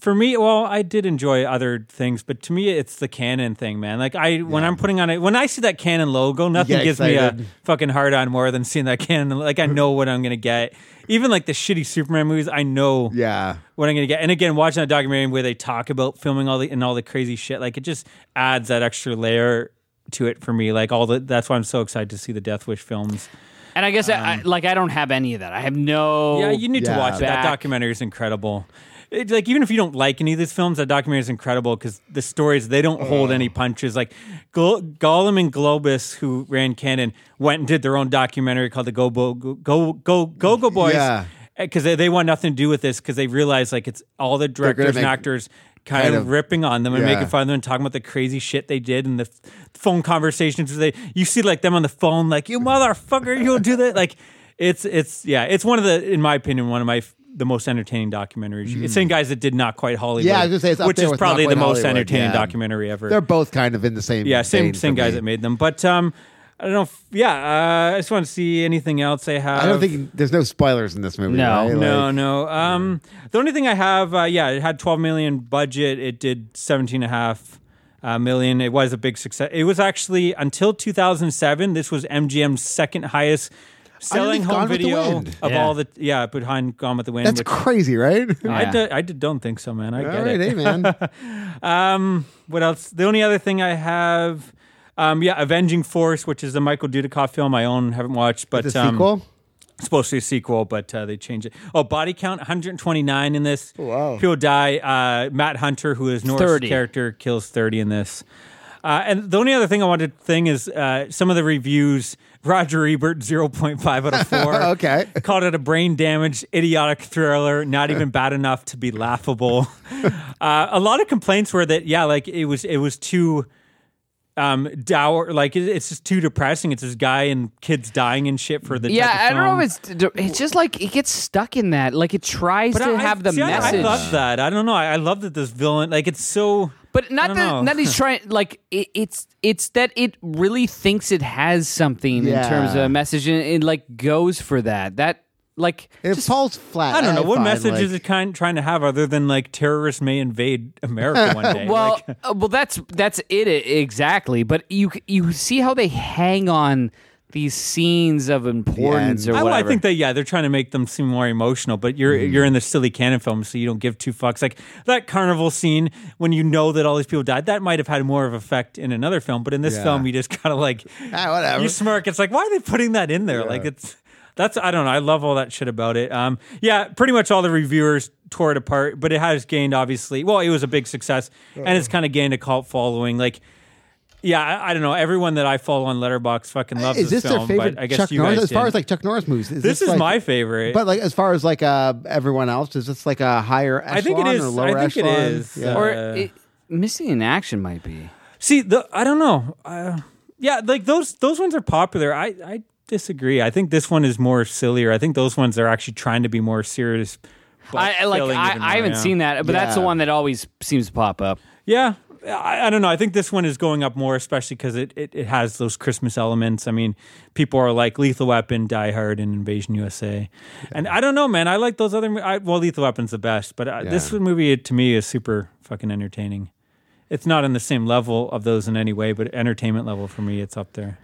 D: for me. Well, I did enjoy other things, but to me, it's the Canon thing, man. Like I when I'm putting on it, when I see that Canon logo, nothing
E: get
D: gives me
E: excited.
D: a fucking hard on more than seeing that Canon. Like I know what I'm gonna get. Even like the shitty Superman movies, I know
E: Yeah.
D: what I'm gonna get. And again, watching that documentary where they talk about filming all the and all the crazy shit, like it just adds that extra layer to it for me. Like all the that's why I'm so excited to see the Death Wish films.
A: And I guess I, I, like I don't have any of that. I have no.
D: Yeah, you need to
E: Yeah.
D: watch it. That
A: Back.
D: documentary is incredible. It's like even if you don't like any of these films, that documentary is incredible because the stories they don't hold any punches. Like Go- Gollum and Globus, who ran Canon, went and did their own documentary called the Go Bo- Go Go Go Go Go Boys.
E: Yeah.
D: Because they, they want nothing to do with this because they realize like it's all the directors and
E: make-
D: actors kind,
E: kind
D: of,
E: of-
D: ripping on them and
E: Yeah.
D: making fun of them and talking about the crazy shit they did and the f- phone conversations they you see like them on the phone like you motherfucker you'll do that like it's it's yeah it's one of the in my opinion one of my f- the most entertaining documentaries it's same guys that did not quite Hollywood
E: Yeah, I was gonna say, it's up
D: which
E: there
D: is
E: with
D: probably
E: Not
D: the
E: Quite
D: most
E: Hollywood,
D: entertaining
E: yeah.
D: documentary ever
E: They're both kind of in the same.
D: yeah same
E: vein
D: same
E: for
D: guys
E: me.
D: that made them but um I don't know if, yeah uh, I just want to see anything else they have
E: I don't think there's no spoilers in this movie.
A: No.
E: right?
D: no,
E: Like,
D: no. Um, the only thing I have, uh, yeah, it had 12 million budget. It did 17 and a half uh, million. It was a big success. It was actually until 2007. This was MGM's second highest selling
E: Underneath
D: home
E: Gone with the
D: video
E: Wind.
D: of
A: Yeah.
D: all the yeah behind Gone with the Wind.
E: that's
D: which-
E: crazy, right?
D: I,
A: Yeah.
D: do, I d- don't think so, man. I
E: All
D: get
E: right, eh?
D: it.
E: hey man.
D: What else? The only other thing I have, um, yeah, Avenging Force, which is the Michael Dudikoff film I own, haven't watched, but
E: The
D: um,
E: sequel.
D: supposed to be a sequel, but uh, they changed it. Oh, body count 129 in this. Wow. People die. Uh, Matt Hunter, who is Norris'
A: 30.
D: character, kills 30 in this. Uh, and the only other thing I wanted to thing is uh, some of the reviews. Roger Ebert, 0.5 out of 4.
E: Okay.
D: Called it a brain damaged, idiotic thriller, not even bad enough to be laughable. uh, a lot of complaints were that, yeah, like it was, it was too um dour like it, it's just too depressing it's this guy and kids dying and shit for the type
A: Yeah,
D: of
A: I don't know
D: film.
A: if it's it's just like it gets stuck in that. Like it tries
D: But
A: to
D: I-
A: have the
D: see, I-
A: message.
D: I love that. I don't know. I, I love that this villain, like, it's so.
A: But
D: I
A: not
D: don't
A: that
D: know.
A: not that he's trying like it, it's it's that it really thinks it has something in terms of
E: Yeah.
A: a message and it like goes for that. That like
E: It
A: just-
E: falls flat.
D: I don't know what
E: find,
D: message
E: like-
D: is it kind trying to have other than like terrorists may invade America one day.
A: well,
D: Like,
A: uh, well, that's that's it i- exactly. But you c- you see how they hang on these scenes of importance or
D: I,
A: whatever.
D: I think that yeah, they're trying to make them seem more emotional, but you're
E: Mm-hmm.
D: you're in the silly canon film, so you don't give two fucks. Like that carnival scene when you know that all these people died, that might have had more of effect in another film, but in this
E: Yeah.
D: film, you just kind of like
E: Ah, whatever.
D: You smirk. It's like, why are they putting that in there? Like it's that's I don't know. I love all that shit about it. Um, yeah, pretty much all the reviewers tore it apart, but it has gained obviously. Well, it was a big success, and
E: Mm-hmm.
D: it's kind of gained a cult following. Like. Yeah, I, I don't know. Everyone that I follow on Letterbox fucking loves
E: Is this
D: film,
E: their favorite
D: but I guess
E: Chuck
D: you
E: Norris?
D: guys
E: As far
D: didn't.
E: as like Chuck Norris movies, is
D: this, is
E: like-
D: my favorite.
E: But like as far as like uh, everyone else, is this like a higher echelon
D: I think it is.
E: or
D: I
E: lower
D: think it
E: echelon?
D: is.
E: Yeah.
A: or
D: Uh,
A: it, missing in action might be.
D: See, the I don't know. Uh, yeah, like those those ones are popular. I I disagree. I think this one is more sillier. I think those ones are actually trying to be more serious. but
A: I, I like
D: failing
A: I,
D: even more,
A: I haven't
D: yeah.
A: seen that, but that's the
E: Yeah.
A: one that always seems to pop up.
D: Yeah, I, I don't know. I think this one is going up more, especially because it, it it has those Christmas elements. I mean, people are like Lethal Weapon, Die Hard, and Invasion USA, and I don't know, man. I like those other. mo- I, well, Lethal Weapon's the best, but uh, this movie to me is super fucking entertaining. It's not on the same level of those in any way, but entertainment level for me, it's up there.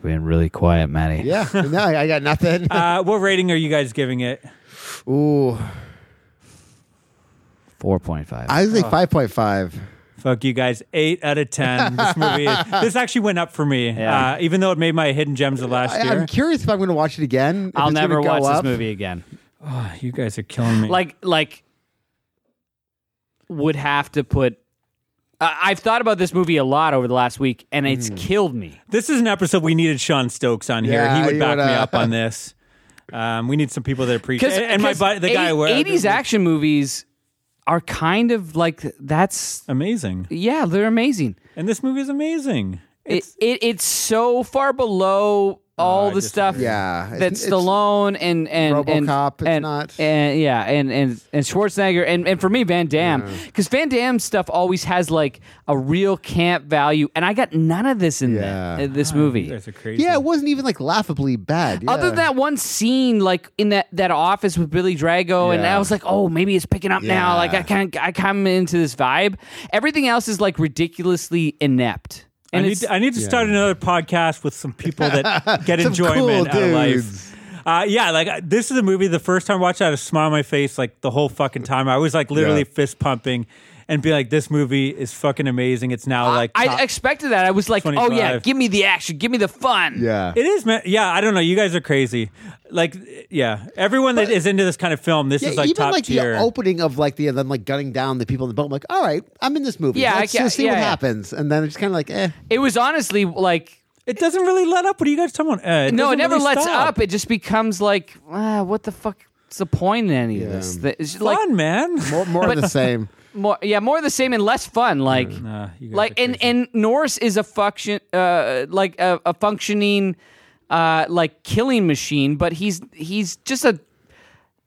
A: Being really quiet, Maddie.
E: Yeah. no, I got nothing.
D: Uh, what rating are you guys giving it?
E: Ooh,
A: Four point five.
E: I
D: Oh.
E: was like five point five.
D: Fuck you guys, eight out of ten. This movie, this actually went up for me,
A: Yeah.
D: uh, even though it made my hidden gems of last
E: I,
D: year.
E: I'm curious if I'm going to watch it again. if
A: I'll
E: it's gonna
A: never
E: go
A: watch
E: up.
A: this movie again.
D: you guys are killing me.
A: Like, like, would have to put. I I've thought about this movie a lot over the last week, and it's
E: Mm.
A: killed me.
D: This is an episode we needed Sean Stokes on here.
E: Yeah,
D: he would
E: you
D: back
E: would,
D: me
E: uh,
D: up on this. Um, we need some people that appreciate.
A: Because
D: And my buddy, the guy, where
A: eighties action movies are kind of like that's
D: Amazing.
A: yeah, they're amazing.
D: And this movie is amazing.
A: It, it it's so far below
D: Uh,
A: all the stuff
E: Yeah, it's-
A: that
E: it's-
A: Stallone and and and
E: RoboCop, it's
A: and,
E: not-
A: and- yeah and and and Schwarzenegger and and for me Van Damme because Van Damme stuff always has like a real camp value and I got none of this in that,
E: Yeah.
A: in this movie.
D: That's a crazy.
E: Yeah, it wasn't even like laughably bad.
A: Other than that one scene, like in that, that office with Billy Drago, and
E: Yeah.
A: I was like, oh, maybe it's picking up now.
E: Yeah.
A: Like I can I come into this vibe. Everything else is like ridiculously inept.
D: I
A: And
D: need,
A: it's-
D: to, I need to start another podcast with some people that get
E: Some
D: enjoyment
E: cool
D: out of
E: dudes.
D: life. Uh, yeah, like I- this is a movie. The first time I watched, it, I had a smile on my face like the whole fucking time. I was like literally
E: Yeah.
D: fist pumping and be like, "This movie is fucking amazing." It's now like top-
A: I expected that. I was like, oh yeah,
D: 25.
A: give me the action, give me the fun.
E: yeah,
D: it is, man. Yeah, I don't know. You guys are crazy. Like, yeah, everyone that is into this kind of film, this
E: yeah,
D: is like
E: even
D: top
E: like
D: tier.
E: the opening of like the them like gunning down the people in the boat. I'm like, all right, I'm in this movie.
A: Yeah, I
E: let's
A: ca-
E: just see
A: yeah,
E: what
A: yeah.
E: happens. And then it's kind of like, eh,
A: It was honestly like
D: it doesn't really let up. What are you guys talking about?
A: no,
D: Uh,
A: it
D: doesn't
A: never
D: really
A: lets
D: stop.
A: up. It just becomes like, ah, what the fuck is the point in any of this? That- It's like
D: Fun, man.
E: more, more of the same.
A: more, yeah, more of the same and less fun. Like,
D: Nah, you guys
A: like
D: are
A: and
D: crazy.
A: and Norse is a function, uh, like a, a functioning, uh, like killing machine, but he's he's just a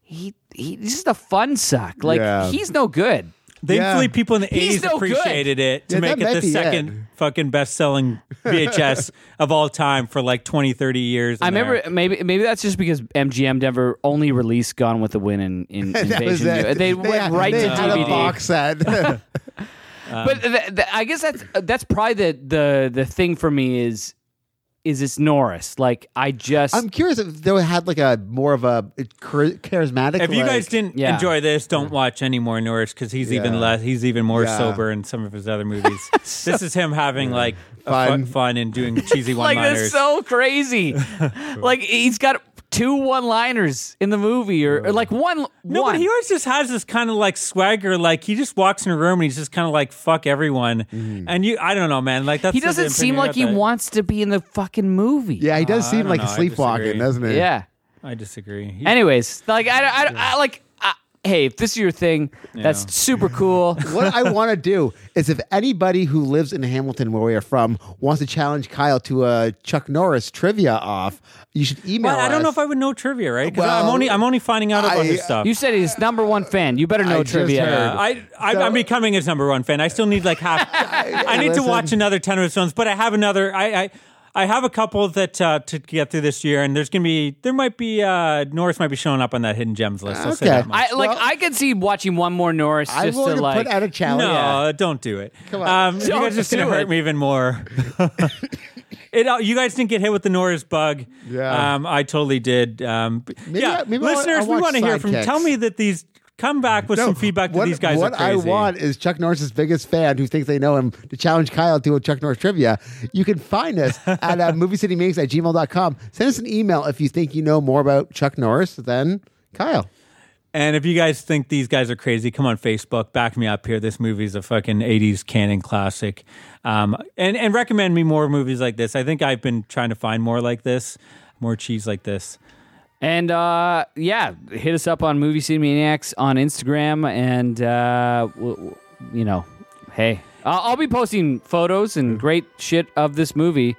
A: he he he's just a fun suck. Like
E: Yeah.
A: he's no good.
D: Thankfully,
E: Yeah.
D: people in the
A: He's
D: eighties
A: no good.
D: appreciated it to
E: Yeah,
D: make
E: that
D: it
E: might
D: the
E: be
D: second
E: it.
D: fucking best-selling VHS of all time for like 20, 30 years.
A: I
D: in there.
A: remember maybe maybe that's just because MGM never only released Gone with the Wind in, in
E: that was
A: Invasion.
E: it.
A: They, went
E: had-
A: right
E: they
A: to
E: had a
A: DVD.
E: box set.
A: but th- th- I guess that's that's probably the, the the thing for me is is it's Norris. Like I just
E: I'm curious if they had like a more of a char- charismatic.
D: If you
E: like-
D: guys didn't
A: Yeah.
D: enjoy this, don't watch any more Norris because he's even
E: Yeah.
D: less. He's even more
E: Yeah.
D: sober in some of his other movies. this is him having like fun.
E: Fun.
D: fun and doing cheesy
A: like that's
D: one-liners.
A: so crazy. like he's got two one-liners in the movie, or, or like one
D: no,
A: one.
D: but he always just has this kind of like swagger. Like he just walks in a room and he's just kind of like "fuck everyone," and you, I don't know, man. Like that's
A: Mm-hmm. He
D: the
A: doesn't
D: opinion
A: seem
D: about
A: like he
D: that.
A: wants to be in the fucking movie.
E: yeah, he does
D: I
E: seem
D: don't
E: like
D: know,
E: he's
D: I
E: sleepwalking,
D: disagree.
E: doesn't he?
A: yeah.
D: I disagree. He-
A: Anyways, like I, I, I like. I, hey, if this is your thing, that's super cool.
E: what I want to do is if anybody who lives in Hamilton, where we are from, wants to challenge Kyle to a Chuck Norris trivia off, you should email
D: Well, I don't know
E: us.
D: if I would know trivia, right? 'Cause I'm
E: Well,
D: only I'm only finding out about
E: I-
D: his stuff.
A: You said he's number one fan. You better know
E: I just
A: trivia.
E: heard.
D: Uh, I, I I'm becoming his number one fan. I still need like half. I need to
E: listen.
D: watch another ten of his films, but I have another. I I, I have a couple that uh, to get through this year, and there's gonna be there might be uh, Norris might be showing up on that hidden gems list. I'll say
E: Okay.
D: that much.
A: I like.
E: Well-
A: I could see watching one more Norris
E: I'm
A: just
E: willing
A: to
E: to
A: like.
E: put out a challenge.
D: no, don't do it. Come
E: on.
D: um,
A: Don't
D: you guys are just gonna
A: do
D: hurt
A: it.
D: me even more. it, uh, you guys didn't get hit with the Norris bug.
E: Yeah.
D: um, I totally did. Um, b-
E: Maybe
D: yeah,
E: I- maybe I wa-
D: listeners,
E: I
D: we
E: want
D: want to hear from.
E: sidekicks.
D: Tell me that these come back with
E: No,
D: some feedback that
E: what-
D: these guys
E: What
D: are crazy.
E: I want is Chuck Norris's biggest fan who thinks they know him to challenge Kyle to a Chuck Norris trivia. You can find us at uh, moviecitymeetings at gmail.com. Send us an email if you think you know more about Chuck Norris than Kyle.
D: And if you guys think these guys are crazy, come on Facebook, back me up here. This movie's a fucking '80s canon classic, um, and and recommend me more movies like this. I think I've been trying to find more like this, more cheese like this.
A: And uh, yeah, hit us up on Movie Scene Maniacs on Instagram, and uh, w- w- you know, hey, I'll, I'll be posting photos and great shit of this movie.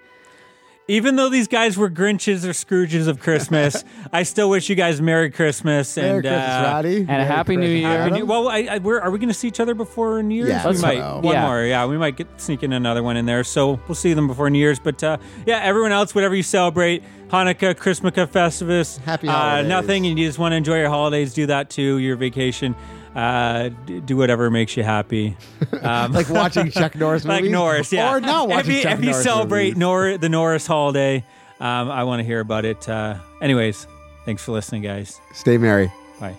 D: Even though these guys were Grinches or Scrooges of Christmas, I still wish you guys Merry Christmas
E: Merry
D: and
E: Christmas,
D: uh,
E: Roddy.
A: and a Happy New Year.
D: Happy
A: Adam?
D: New- well, I, I, we're, are we going to see each other before New Year's?
E: Yeah,
D: we
E: let's
D: might.
E: hope.
D: One
A: Yeah.
D: more, yeah. We might get sneak in another one in there. So we'll see them before New Year's. But uh, yeah, everyone else, whatever you celebrate, Hanukkah, Christmas, Festivus,
E: Happy
D: uh,
E: holidays.
D: nothing, and you just want to enjoy your holidays, do that too. Your vacation, uh, d- do whatever makes you happy. Um,
E: Like watching Chuck Norris movies.
D: like Norris, yeah.
E: Or not
D: if
E: watching
D: you,
E: Chuck
D: if you
E: Norris
D: celebrate
E: movies.
D: Nor- the Norris holiday, um, I want to hear about it. Uh, anyways, thanks for listening, guys.
E: Stay merry.
D: Bye.